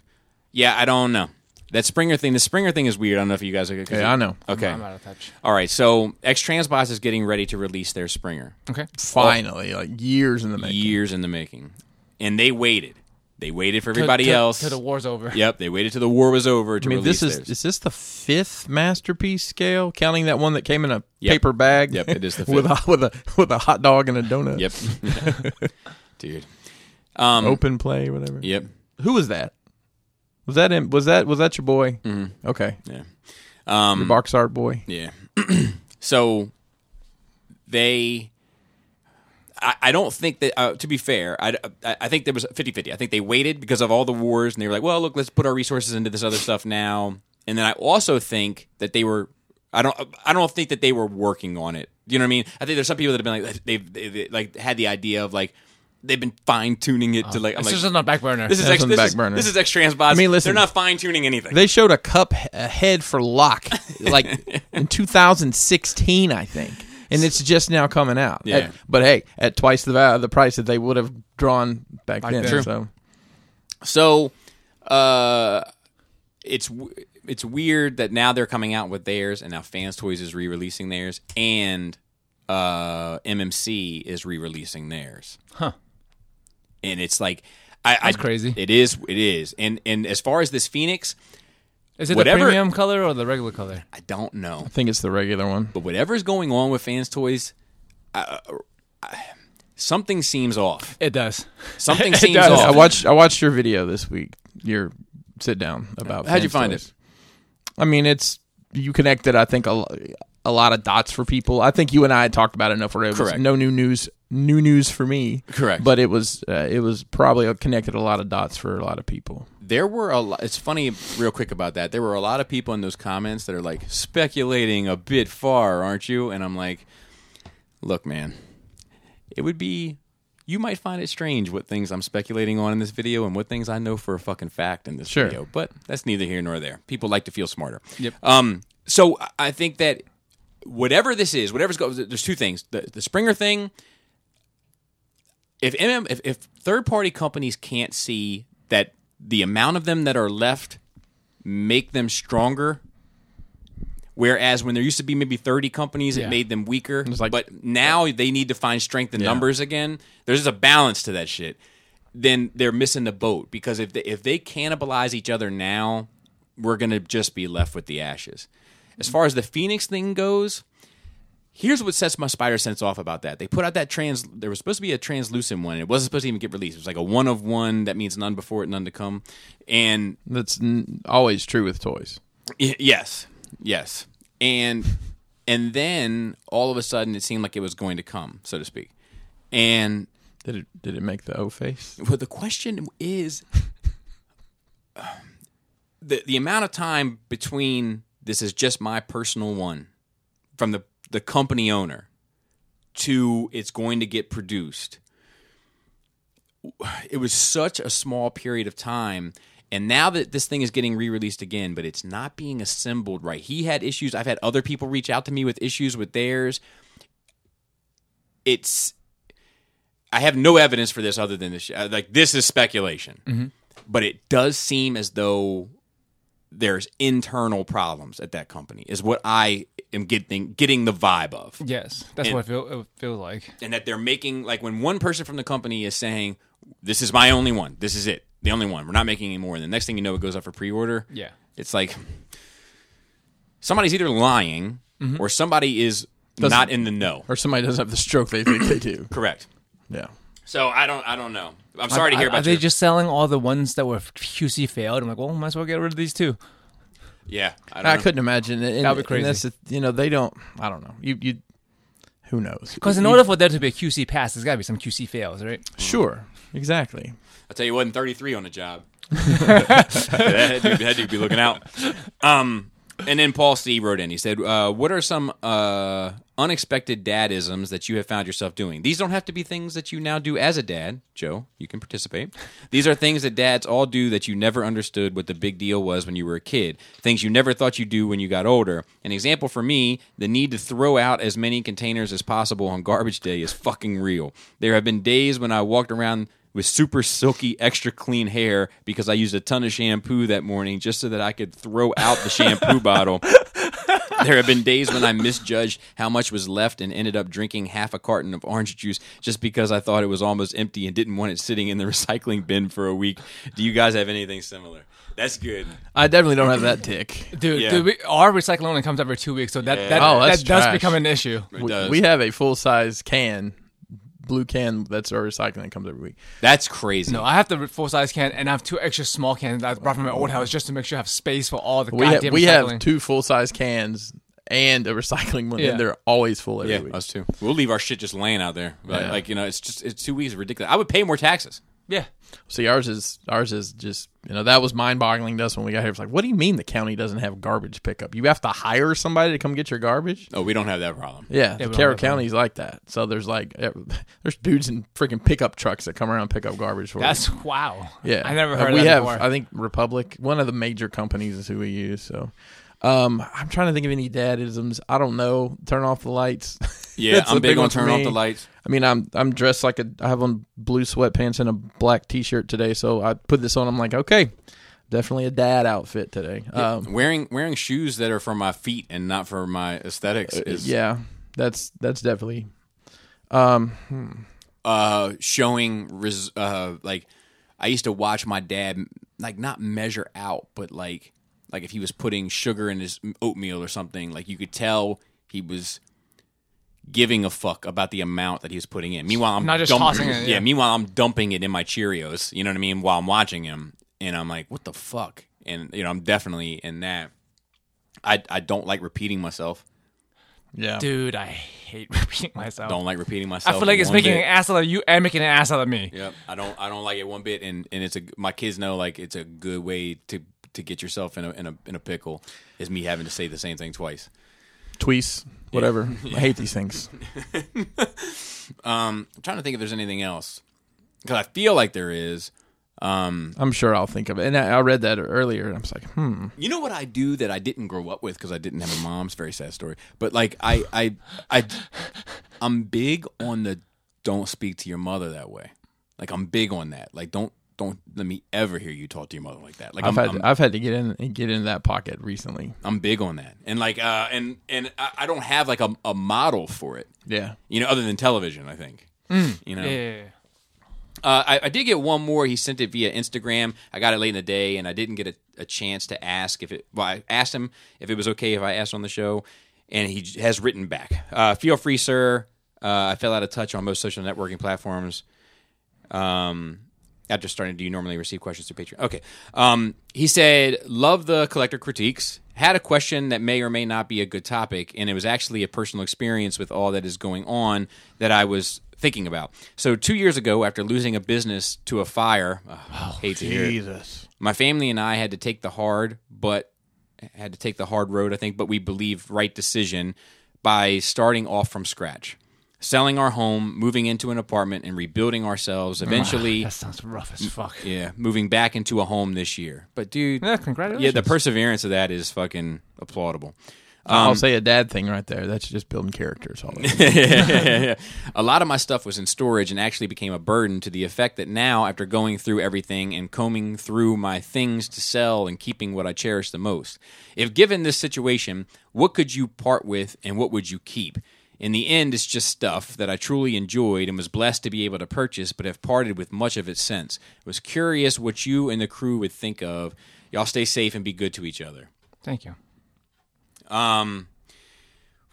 S1: Yeah, I don't know. That Springer thing, the Springer thing is weird. I don't know if you guys are.
S2: Yeah, I know.
S1: Okay.
S3: (laughs) I'm out of touch.
S1: All right. So X Transbots is getting ready to release their Springer.
S3: Okay.
S2: Finally, like years in the making.
S1: Years in the making, and they waited. They waited for (laughs) everybody
S3: To- to-
S1: else.
S3: till the war's over.
S1: Yep. They waited till the war was over to
S2: I mean,
S1: release
S2: this is
S1: theirs.
S2: is this the fifth masterpiece scale, counting that one that came in a
S1: Yep.
S2: paper bag.
S1: Yep, it is the
S2: (laughs) with a with a with a hot dog and a donut.
S1: Yep.
S2: (laughs)
S1: Um, Dude.
S2: open play, whatever.
S1: Yep.
S2: Who was that? Was that him? Was that was that your boy? Mm-hmm. Okay,
S1: Yeah.
S2: Your box art boy.
S1: Yeah. (clears throat) so they. I, I don't think that, uh, to be fair, I, I, I think there was 50 50. I think they waited because of all the wars and they were like, well, look, let's put our resources into this other stuff now. And then I also think that they were. I don't. I don't think that they were working on it. You know what I mean? I think there's some people that have been like they've, they they, like had the idea of like they've been fine tuning it
S2: Oh.
S1: to like. I'm
S3: This
S1: like,
S3: is on the back burner.
S1: this is
S2: That's
S1: ex,
S2: on the
S1: this,
S2: back
S1: is,
S2: burner.
S1: this is ex transbots. I
S2: mean,
S1: mean,
S2: listen.
S1: they're not fine tuning anything.
S2: They showed a cup he- a head for lock (laughs) like in 2016, I think, and it's just now coming out.
S1: Yeah.
S2: At- but hey, at twice the value, the price that they would have drawn back
S3: Back
S2: then.
S3: then. True.
S2: So
S1: So, uh, it's w- it's weird that now they're coming out with theirs, and now Fans Toys is re-releasing theirs, and uh, MMC is re-releasing theirs. Huh. And it's like, I,
S3: That's
S1: I-
S3: crazy.
S1: It is. It is. And and as far as this Phoenix,
S3: Is it
S1: Whatever-
S3: the premium color or the regular color?
S1: I don't know.
S2: I think it's the regular one.
S1: But whatever's going on with Fans Toys, I, I, something seems off.
S3: It does.
S1: Something
S3: (laughs) It
S1: seems
S3: does.
S1: off.
S2: I watched I watched your video this week. Your sit down about
S1: How'd you
S2: Fans
S1: find
S2: Toys.
S1: it?
S2: I mean, it's you connected. I think a, lo- a lot of dots for people. I think you and I had talked about it enough. Where it was
S1: Correct.
S2: no new news, new news for me.
S1: Correct.
S2: But it was uh, it was probably connected a lot of dots for a lot of people.
S1: there were a lot it's funny real quick about that there were a lot of people in those comments that are like speculating a bit far aren't you and i'm like look man it would be you might find it strange what things i'm speculating on in this video and what things i know for a fucking fact in this
S2: Sure.
S1: video but that's neither here nor there people like to feel smarter
S3: Yep.
S1: um so I- i think that whatever this is whatever's going there's two things the, the springer thing if MM, if, if third party companies can't see that the amount of them that are left make them stronger, whereas when there used to be maybe thirty companies,
S3: Yeah.
S1: it made them weaker.
S2: like-
S1: but now they need to find strength in numbers again. There's just a balance to that shit. Then they're missing the boat because if they, if they cannibalize each other now, we're gonna just be left with the ashes. As far as the Phoenix thing goes, here's what sets my spider sense off about that. They put out that trans. There was supposed to be a translucent one. It wasn't supposed to even get released. It was like a one of one. That means none before it, none to come. And
S2: That's n- always true with toys.
S1: y- yes, yes, and and then all of a sudden it seemed like it was going to come, so to speak. And
S2: Did it did it make the O face?
S1: well, the question is (sighs) the the amount of time between this is just my personal one from the the company owner to it's going to get produced. It was such a small period of time. And now that this thing is getting re released again, but it's not being assembled right. He had issues. I've had other people reach out to me with issues with theirs. It's I have no evidence for this other than this. uh, Like this is speculation, but it does seem as though there's internal problems at that company. Is what I am getting getting the vibe of,
S3: Yes, that's
S1: And-
S3: what it, feel, it feels like.
S1: and that they're making like when one person from the company is saying, "This is my only one. This is it. The only one. We're not making any more." And the next thing you know, it goes up for pre order.
S3: Yeah.
S1: It's like somebody's either lying
S3: Mm-hmm.
S1: or somebody is not in the know.
S2: Or somebody doesn't have the stroke they think they
S1: (coughs)
S2: do.
S1: Correct.
S2: Yeah.
S1: So I don't. I don't know. I'm sorry to hear
S3: Are-
S1: about.
S3: Are they
S1: your-
S3: just selling all the ones that were QC failed? I'm like, well, might as well get rid of these too.
S1: Yeah. I, don't
S2: I
S1: know.
S2: couldn't imagine it. And-
S3: That'd be
S2: and
S3: crazy.
S2: that's the- you know, they don't I don't know. You you who knows?
S3: Because in
S2: You-
S3: order for there to be a QC pass, there's got to be some QC fails, right?
S2: Sure. Exactly.
S1: I'll tell you what, in 33 on the job. that, dude, that dude be looking out. Um, and then Paul C wrote in. He said, uh, "What are some uh, unexpected dadisms that you have found yourself doing? These don't have to be things that you now do as a dad, Joe. You can participate. These are things that dads all do that you never understood what the big deal was when you were a kid. Things you never thought you'd do when you got older. An example for me: the need to throw out as many containers as possible on garbage day is fucking real. There have been days when I walked around." with super silky, extra clean hair because I used a ton of shampoo that morning just so that I could throw out the shampoo bottle. There have been days when I misjudged how much was left and ended up drinking half a carton of orange juice just because I thought it was almost empty and didn't want it sitting in the (laughs) recycling bin for a week. Do you guys have anything similar? That's good.
S2: I definitely don't have that tick.
S3: Dude,
S1: Yeah.
S3: dude we, our recycling only comes every two weeks, so that that,
S2: Oh, that's
S3: that does
S2: trash.
S3: become an issue.
S1: It does.
S2: We have a full size can blue can that's our recycling that comes every week.
S1: That's crazy.
S3: No, I have the full size can, and I have two extra small cans that I brought from my old house just to make sure I have space for all the
S2: We have,
S3: goddamn
S2: we
S3: recycling.
S2: have two full size cans and a recycling one,
S3: Yeah.
S2: and they're always full every
S1: yeah,
S2: week.
S1: us too. We'll leave our shit just laying out there. Like,
S2: Yeah.
S1: like, you know, it's just it's two weeks ridiculous. I would pay more taxes.
S3: Yeah,
S2: See, ours is ours is just you know that was mind boggling to us when we got here. It's like, what do you mean the county doesn't have garbage pickup? You have to hire somebody to come get your garbage.
S1: Oh, we don't have that problem.
S2: Yeah,
S3: we
S2: the
S3: don't
S2: Carroll
S3: have that.
S2: County's like that. So there's like eh, there's dudes in freaking pickup trucks that come around and pick up garbage for us.
S3: that's wow.
S2: Yeah,
S3: I never
S2: Uh,
S3: heard of
S2: We
S3: that
S2: have,
S3: before.
S2: I think Republic, one of the major companies, is who we use. So. Um, I'm trying to think of any dadisms. I don't know. Turn off the lights. (laughs)
S1: Yeah,
S2: That's
S1: I'm
S2: a
S1: big
S2: one
S1: on
S2: for
S1: turning off
S2: me.
S1: the lights.
S2: I mean, I'm I'm dressed like a. I have on blue sweatpants and a black T-shirt today. So I put this on. I'm like, okay, definitely a dad outfit today. Yeah, um,
S1: Wearing wearing shoes that are for my feet and not for my aesthetics is
S2: Uh, yeah that's that's definitely
S1: uh, showing res- uh, like I used to watch my dad like not measure out, but like like if he was putting sugar in his oatmeal or something, like you could tell he was giving a fuck about the amount that he was putting in. Meanwhile, I'm
S3: Not just
S1: dump-
S3: tossing it, yeah.
S1: Meanwhile, I'm dumping it in my Cheerios. You know what I mean? While I'm watching him, and I'm like, what the fuck? And you know, I'm definitely in that. I I don't like repeating myself.
S2: yeah.
S3: Dude, I hate (laughs) repeating myself.
S1: Don't like repeating myself.
S3: I feel like it's
S1: one
S3: making
S1: bit.
S3: an ass out of you and making an ass out of me.
S1: Yep. I don't I don't like it one bit and and it's a my kids know like it's a good way to to get yourself in a in a in a pickle is me having to say the same thing twice.
S2: Tweets,
S1: (laughs)
S2: whatever. I hate these things.
S1: Um, I'm trying to think if there's anything else cuz I feel like there is.
S2: I'm sure I'll think of it. And I, I read that earlier, and I was like, hmm.
S1: You know what I do that I didn't grow up with cuz I didn't have a mom's very sad story. But like I I I I'm big on the don't speak to your mother that way. Like I'm big on that. Like don't don't let me ever hear you talk to your mother like that. Like
S2: I've
S1: I'm,
S2: had
S1: I'm-
S2: to, I've had to get in and get into that pocket recently.
S1: I'm big on that, and like, uh, and and I, I don't have like a, a model for it,
S2: Yeah.
S1: you know, other than television. I think, you know,
S3: Yeah, yeah, yeah.
S1: uh, I, I did get one more. He sent it via Instagram. I got it late in the day, and I didn't get a, a chance to ask if it. Well, I asked him if it was okay if I asked on the show, and he j- has written back. Uh, Feel free, sir. Uh, I fell out of touch on most social networking platforms. Um, after starting, do you normally receive questions through Patreon? Okay. Um, he said, "Love the collector critiques." Had a question that may or may not be a good topic, and it was actually a personal experience with all that is going on that I was thinking about. So, two years ago, after losing a business to a fire, (sighs) ugh, hate to hear it, my family and I had to take the hard, but had to take the hard road, I think, but we believe right decision by starting off from scratch, selling our home, moving into an apartment, and rebuilding ourselves. Eventually,
S3: (sighs) That sounds rough as fuck.
S1: yeah, moving back into a home this year. But dude,
S3: Yeah, congratulations.
S1: yeah, the perseverance of that is fucking applaudable.
S2: I'll say a dad thing right there. That's just building characters. All that.
S1: (laughs) a lot of my stuff was in storage and actually became a burden to the effect that now, after going through everything and combing through my things to sell and keeping what I cherish the most, if given this situation, what could you part with and what would you keep? In the end, it's just stuff that I truly enjoyed and was blessed to be able to purchase, but have parted with much of it since. Was curious what you and the crew would think of. Y'all stay safe and be good to each other.
S3: Thank you.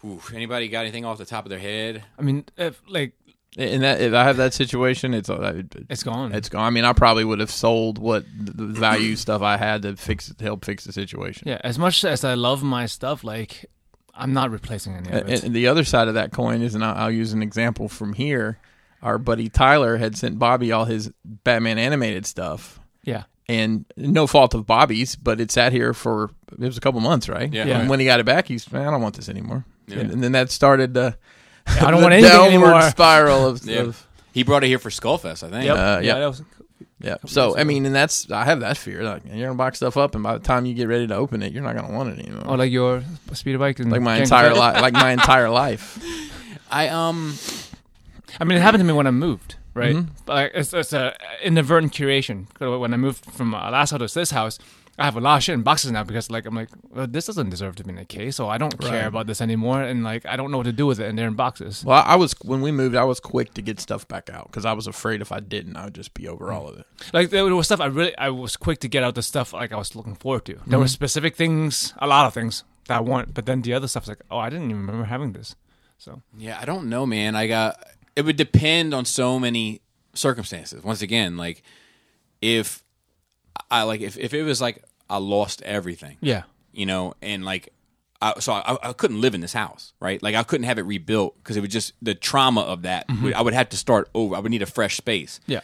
S1: Ooh, anybody got anything off the top of their head?
S3: I mean, if, like
S2: and that if I have that situation, it's uh,
S3: it's gone.
S2: It's gone. I mean, I probably would have sold what the the value stuff I had to fix to help fix the situation.
S3: yeah. As much as I love my stuff, like I'm not replacing any of it.
S2: And, and the other side of that coin is, and I'll, I'll use an example from here. Our buddy Tyler had sent Bobby all his Batman animated stuff,
S3: yeah.
S2: and no fault of Bobby's, but it sat here for it was a couple months, right?
S1: Yeah.
S3: Yeah.
S2: And when he got it back, he's, man, I don't want this anymore. And, and then that started the (laughs)
S3: I don't
S2: the
S3: want anything
S2: downward
S3: anymore.
S2: spiral
S3: (laughs)
S2: of,
S1: Yeah.
S2: of
S1: He brought it here for Skullfest, I think.
S3: Yep.
S2: Uh, yeah.
S3: yeah. That was,
S2: Yeah. So I mean, and that's I have that fear. Like you're gonna box stuff up, and by the time you get ready to open it, you're not gonna want it anymore.
S3: or like your speeder bike and
S2: like my
S3: Jenga
S2: entire
S3: set.
S2: life, like my entire life.
S1: I um
S3: I mean, it happened to me when I moved, right? Like it's, it's a inadvertent curation. 'Cause When I moved from my last house to this house, I have a lot of shit in boxes now because, like, I'm like, well, this doesn't deserve to be in a case, so I don't care about this anymore, and like, I don't know what to do with it, and they're in boxes.
S2: Well, I was when we moved, I was quick to get stuff back out because I was afraid if I didn't, I would just be over all of it.
S3: Like there was stuff I really, I was quick to get out the stuff like I was looking forward to. There were specific things, a lot of things that I want, but then the other stuff's like, oh, I didn't even remember having this. So
S1: yeah, I don't know, man. I got it would depend on so many circumstances. Once again, like if I like if, if it was like I lost everything,
S3: Yeah.
S1: you know, and like I, so I, I couldn't live in this house, right? Like I couldn't have it rebuilt because it would just the trauma of that. would- I would have to start over. I would need a fresh space.
S3: Yeah.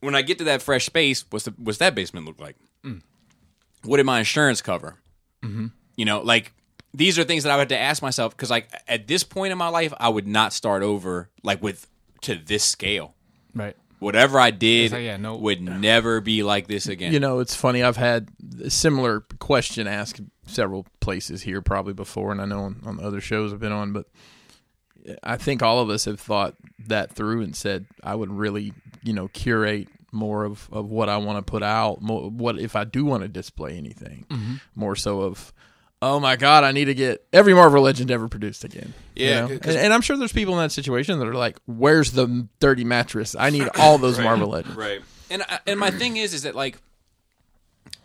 S1: When I get to that fresh space, what's the, what's that basement look like?
S3: Mm.
S1: What did my insurance cover?
S3: Mm-hmm.
S1: You know, like these are things that I would have to ask myself because, like, at this point in my life, I would not start over like with to this scale.
S3: Right.
S1: Whatever I did
S3: like, yeah, no-
S1: would never be like this again.
S2: You know, it's funny. I've had a similar question asked several places here probably before, and I know on, on the other shows I've been on, but I think all of us have thought that through and said, I would really, you know, curate more of, of what I want to put out, more, what if I do want to display anything,
S1: Mm-hmm.
S2: more so of, oh my God, I need to get every Marvel Legend ever produced again. You
S1: Yeah,
S2: know?
S1: 'cause-
S2: and, and I'm sure there's people in that situation that are like, where's the dirty mattress? I need all those Marvel
S1: (laughs)
S2: Legends.
S1: right and I, and my thing is is that like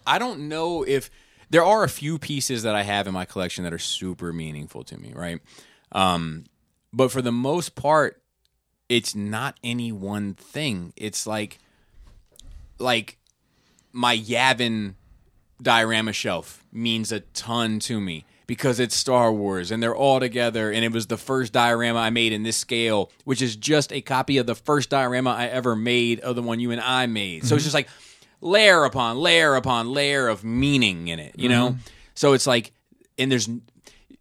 S1: i don't know if there are a few pieces that i have in my collection that are super meaningful to me right um but for the most part it's not any one thing it's like like my yavin diorama shelf means a ton to me because it's Star Wars and they're all together and it was the first diorama I made in this scale, which is just a copy of the first diorama I ever made of the one you and I made. So it's just like layer upon layer upon layer of meaning in it, you know? So it's like and there's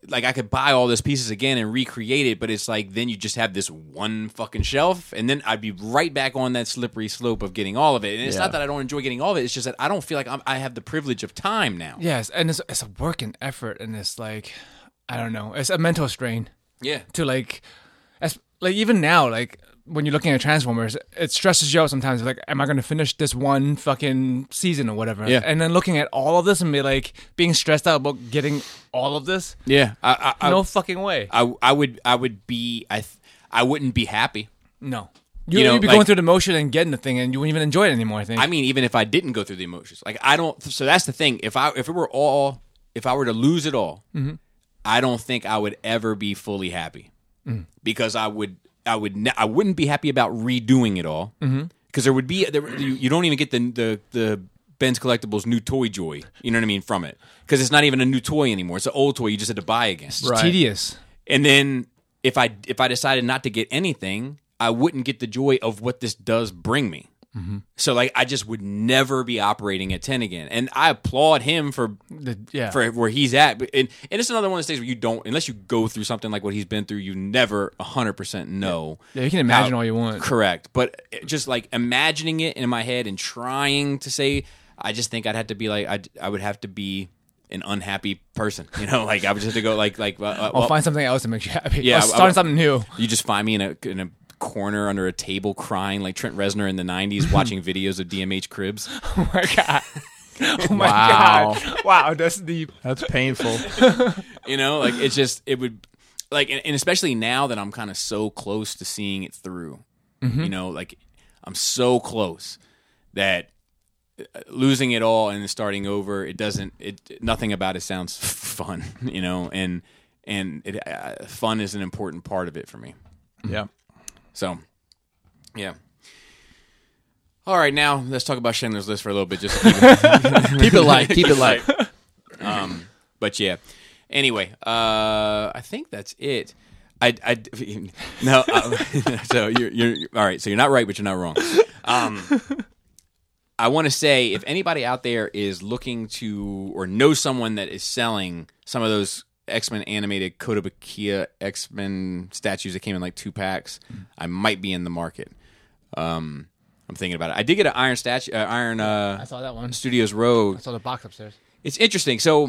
S1: like I could buy all those pieces again and recreate it, but it's like then you just have this one fucking shelf, and then I'd be right back on that slippery slope of getting all of it. And it's
S2: Yeah.
S1: not that I don't enjoy getting all of it; it's just that I don't feel like I'm, I have the privilege of time now.
S3: Yes, and it's it's a work and effort, and it's like I don't know, it's a mental strain
S1: Yeah,
S3: to like, as like even now, like when you're looking at Transformers, it stresses you out sometimes. Like, am I going to finish this one fucking season or whatever?
S1: Yeah.
S3: and then looking at all of this and be like being stressed out about getting all of this.
S1: yeah. I, I, I,
S3: no fucking way.
S1: I, I would, I would be, I, th- I wouldn't be happy.
S3: no. You,
S1: You know,
S3: you'd be
S1: like-
S3: going through the motion and getting the thing, and you wouldn't even enjoy it anymore. I think.
S1: I mean, even if I didn't go through the emotions, like I don't. So that's the thing. If I, if it were all, if I were to lose it all, I don't think I would ever be fully happy because I would, I would, ne- I wouldn't be happy about redoing it all because there would be, there, you, you don't even get the the the Ben's Collectibles new toy joy. You know what I mean from it because it's not even a new toy anymore. It's an old toy you just had to buy again.
S3: it's tedious.
S1: And then if I if I decided not to get anything, I wouldn't get the joy of what this does bring me.
S3: Mm-hmm.
S1: So like I just would never be operating at ten again. And I applaud him for
S3: The- yeah.
S1: for where he's at. But- And and it's another one of those things where you don't unless you go through something like what he's been through, you never hundred percent know.
S3: Yeah, you can imagine
S1: how-
S3: all you want.
S1: Correct. But it- just like imagining it in my head and trying to say, I just think I'd have to be like I I would have to be an unhappy person. (laughs) You know, like I would just have to go like like uh, uh,
S3: I'll
S1: well-
S3: find something else that makes you happy.
S1: Yeah,
S3: Yeah,
S1: I- I-
S3: start something new. (laughs)
S1: you just find me in a in a corner under a table crying like Trent Reznor in the '90s, watching videos of DMH cribs.
S3: Oh my god. (laughs) Oh my
S2: Wow.
S3: god. Wow, that's deep.
S2: That's painful.
S1: You know, like it's just it would like, and, and especially now that I'm kind of so close to seeing it through. You know, like I'm so close that uh, losing it all and starting over, it doesn't. It nothing about it sounds (laughs) fun. You know, and and it, uh, fun is an important part of it for me.
S2: (laughs) yeah.
S1: So, yeah. All right, now let's talk about Schindler's List for a little bit. Just, (laughs)
S2: keep it light.
S3: (laughs)
S2: Keep it light.
S1: um, but yeah. Anyway, uh, I think that's it. I, (laughs) I no. uh, (laughs) so you're, you're all right. So you're not right, but you're not wrong. Um, (laughs) I want to say if anybody out there is looking to or knows someone that is selling some of those X Men animated Kotobukiya X Men statues that came in like two packs, I might be in the market. Um, I'm thinking about it. I did get an Iron statue, uh, Iron
S3: I
S1: uh,
S3: saw that one. I
S1: Studios Road
S3: saw the box upstairs.
S1: it's interesting. So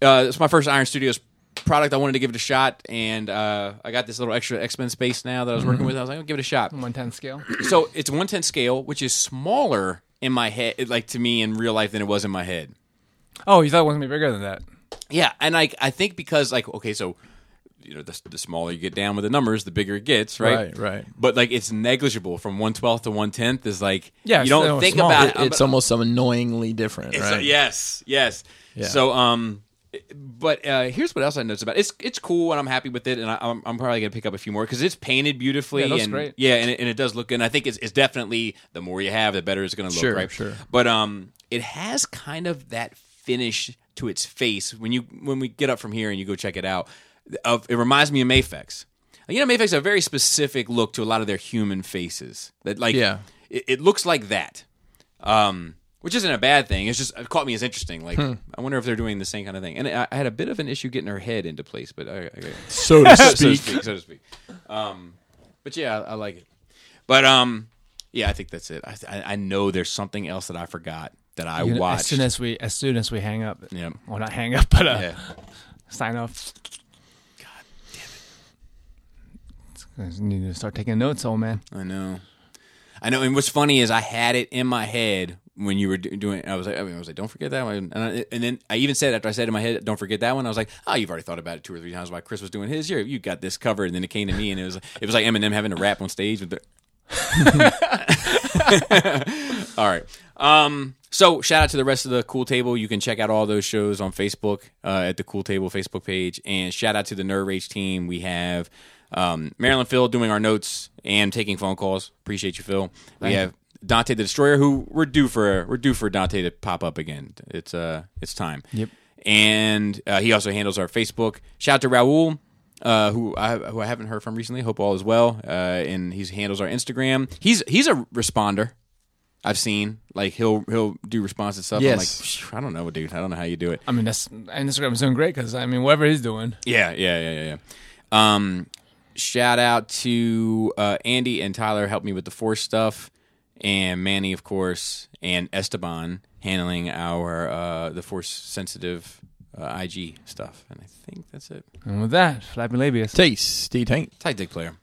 S1: uh, it's my first Iron Studios product. I wanted to give it a shot, and uh, I got this little extra X Men space now that I was
S3: Mm-hmm.
S1: working with. I was like, I'll give it a shot.
S3: One ten scale.
S1: So it's one ten scale, which is smaller in my head, like to me in real life than it was in my head.
S3: Oh, you thought it was gonna be bigger than that.
S1: Yeah, and like I think because like okay, so you know the, the smaller you get down with the numbers, the bigger it gets, right?
S2: Right, right.
S1: But like it's negligible from one twelfth to one tenth is like
S3: Yeah,
S1: you
S3: it's
S1: don't
S3: still
S1: think
S3: small.
S1: about
S3: It-
S1: it.
S2: it's almost some annoyingly different,
S1: It's
S2: right?
S1: a- yes, yes.
S2: Yeah.
S1: So um, but uh, here's what else I noticed about it. it's it's cool and I'm happy with it and I, I'm, I'm probably gonna pick up a few more because it's painted beautifully
S3: Yeah, it looks
S1: and
S3: great.
S1: yeah and it, and it does look good. And I think it's, it's definitely the more you have the better it's gonna look
S2: Sure,
S1: right
S2: sure.
S1: but um it has kind of that finish to its face when you when we get up from here and you go check it out of it reminds me of Mayfex you know Mayfex have a very specific look to a lot of their human faces that like
S2: Yeah.
S1: it, it looks like that um, which isn't a bad thing. It's just it caught me as interesting. Like,
S2: Hmm.
S1: I wonder if they're doing the same kind of thing. And I, I had a bit of an issue getting her head into place, but I, I,
S2: (laughs) so to
S1: so to speak, so to speak. Um, but yeah, I, I like it. But um, yeah, I think that's it. I, I, I know there's something else that I forgot that I
S3: You know,
S1: watched.
S3: as soon as we as soon as we hang up.
S1: Yeah.
S3: Well, not hang up, but uh,
S1: yeah.
S3: sign off. God damn it! need to start taking notes, old man.
S1: I know. I know. And what's funny is I had it in my head when you were do- doing. I was like, I, mean, I was like, don't forget that one. And, I, and then I even said after I said in my head, don't forget that one. I was like, oh, you've already thought about it two or three times while Chris was doing his. You're, you got this covered. And then it came to me, and it was it was like Eminem having to rap on stage with the. all right. Um, so shout out to the rest of the Cool Table. You can check out all those shows on Facebook uh, at the Cool Table Facebook page, and shout out to the Nerd Rage team. We have um, Marilyn Phil doing our notes and taking phone calls. Appreciate you, Phil. we have Dante the Destroyer, who we're due for. We're due for Dante to pop up again. It's uh, it's time.
S3: Yep.
S1: And uh, he also handles our Facebook. Shout out to Raul uh, who I who I haven't heard from recently. Hope all is well. Uh, and he handles our Instagram. He's he's a responder. I've seen like he'll he'll do responsive stuff. I'm like,
S2: Yes.
S1: "Phew, I don't know, dude. I don't know how you do it.
S3: I mean, that's and Instagram's doing great because I mean, whatever he's doing,
S1: Yeah, yeah, yeah, yeah. yeah. Um, shout out to uh, Andy and Tyler helped me with the force stuff, and Manny, of course, and Esteban handling our uh, the force sensitive uh, IG stuff. And I think that's it.
S3: and with that, flappy labius.
S2: Tasty taint.
S1: Tight dick player.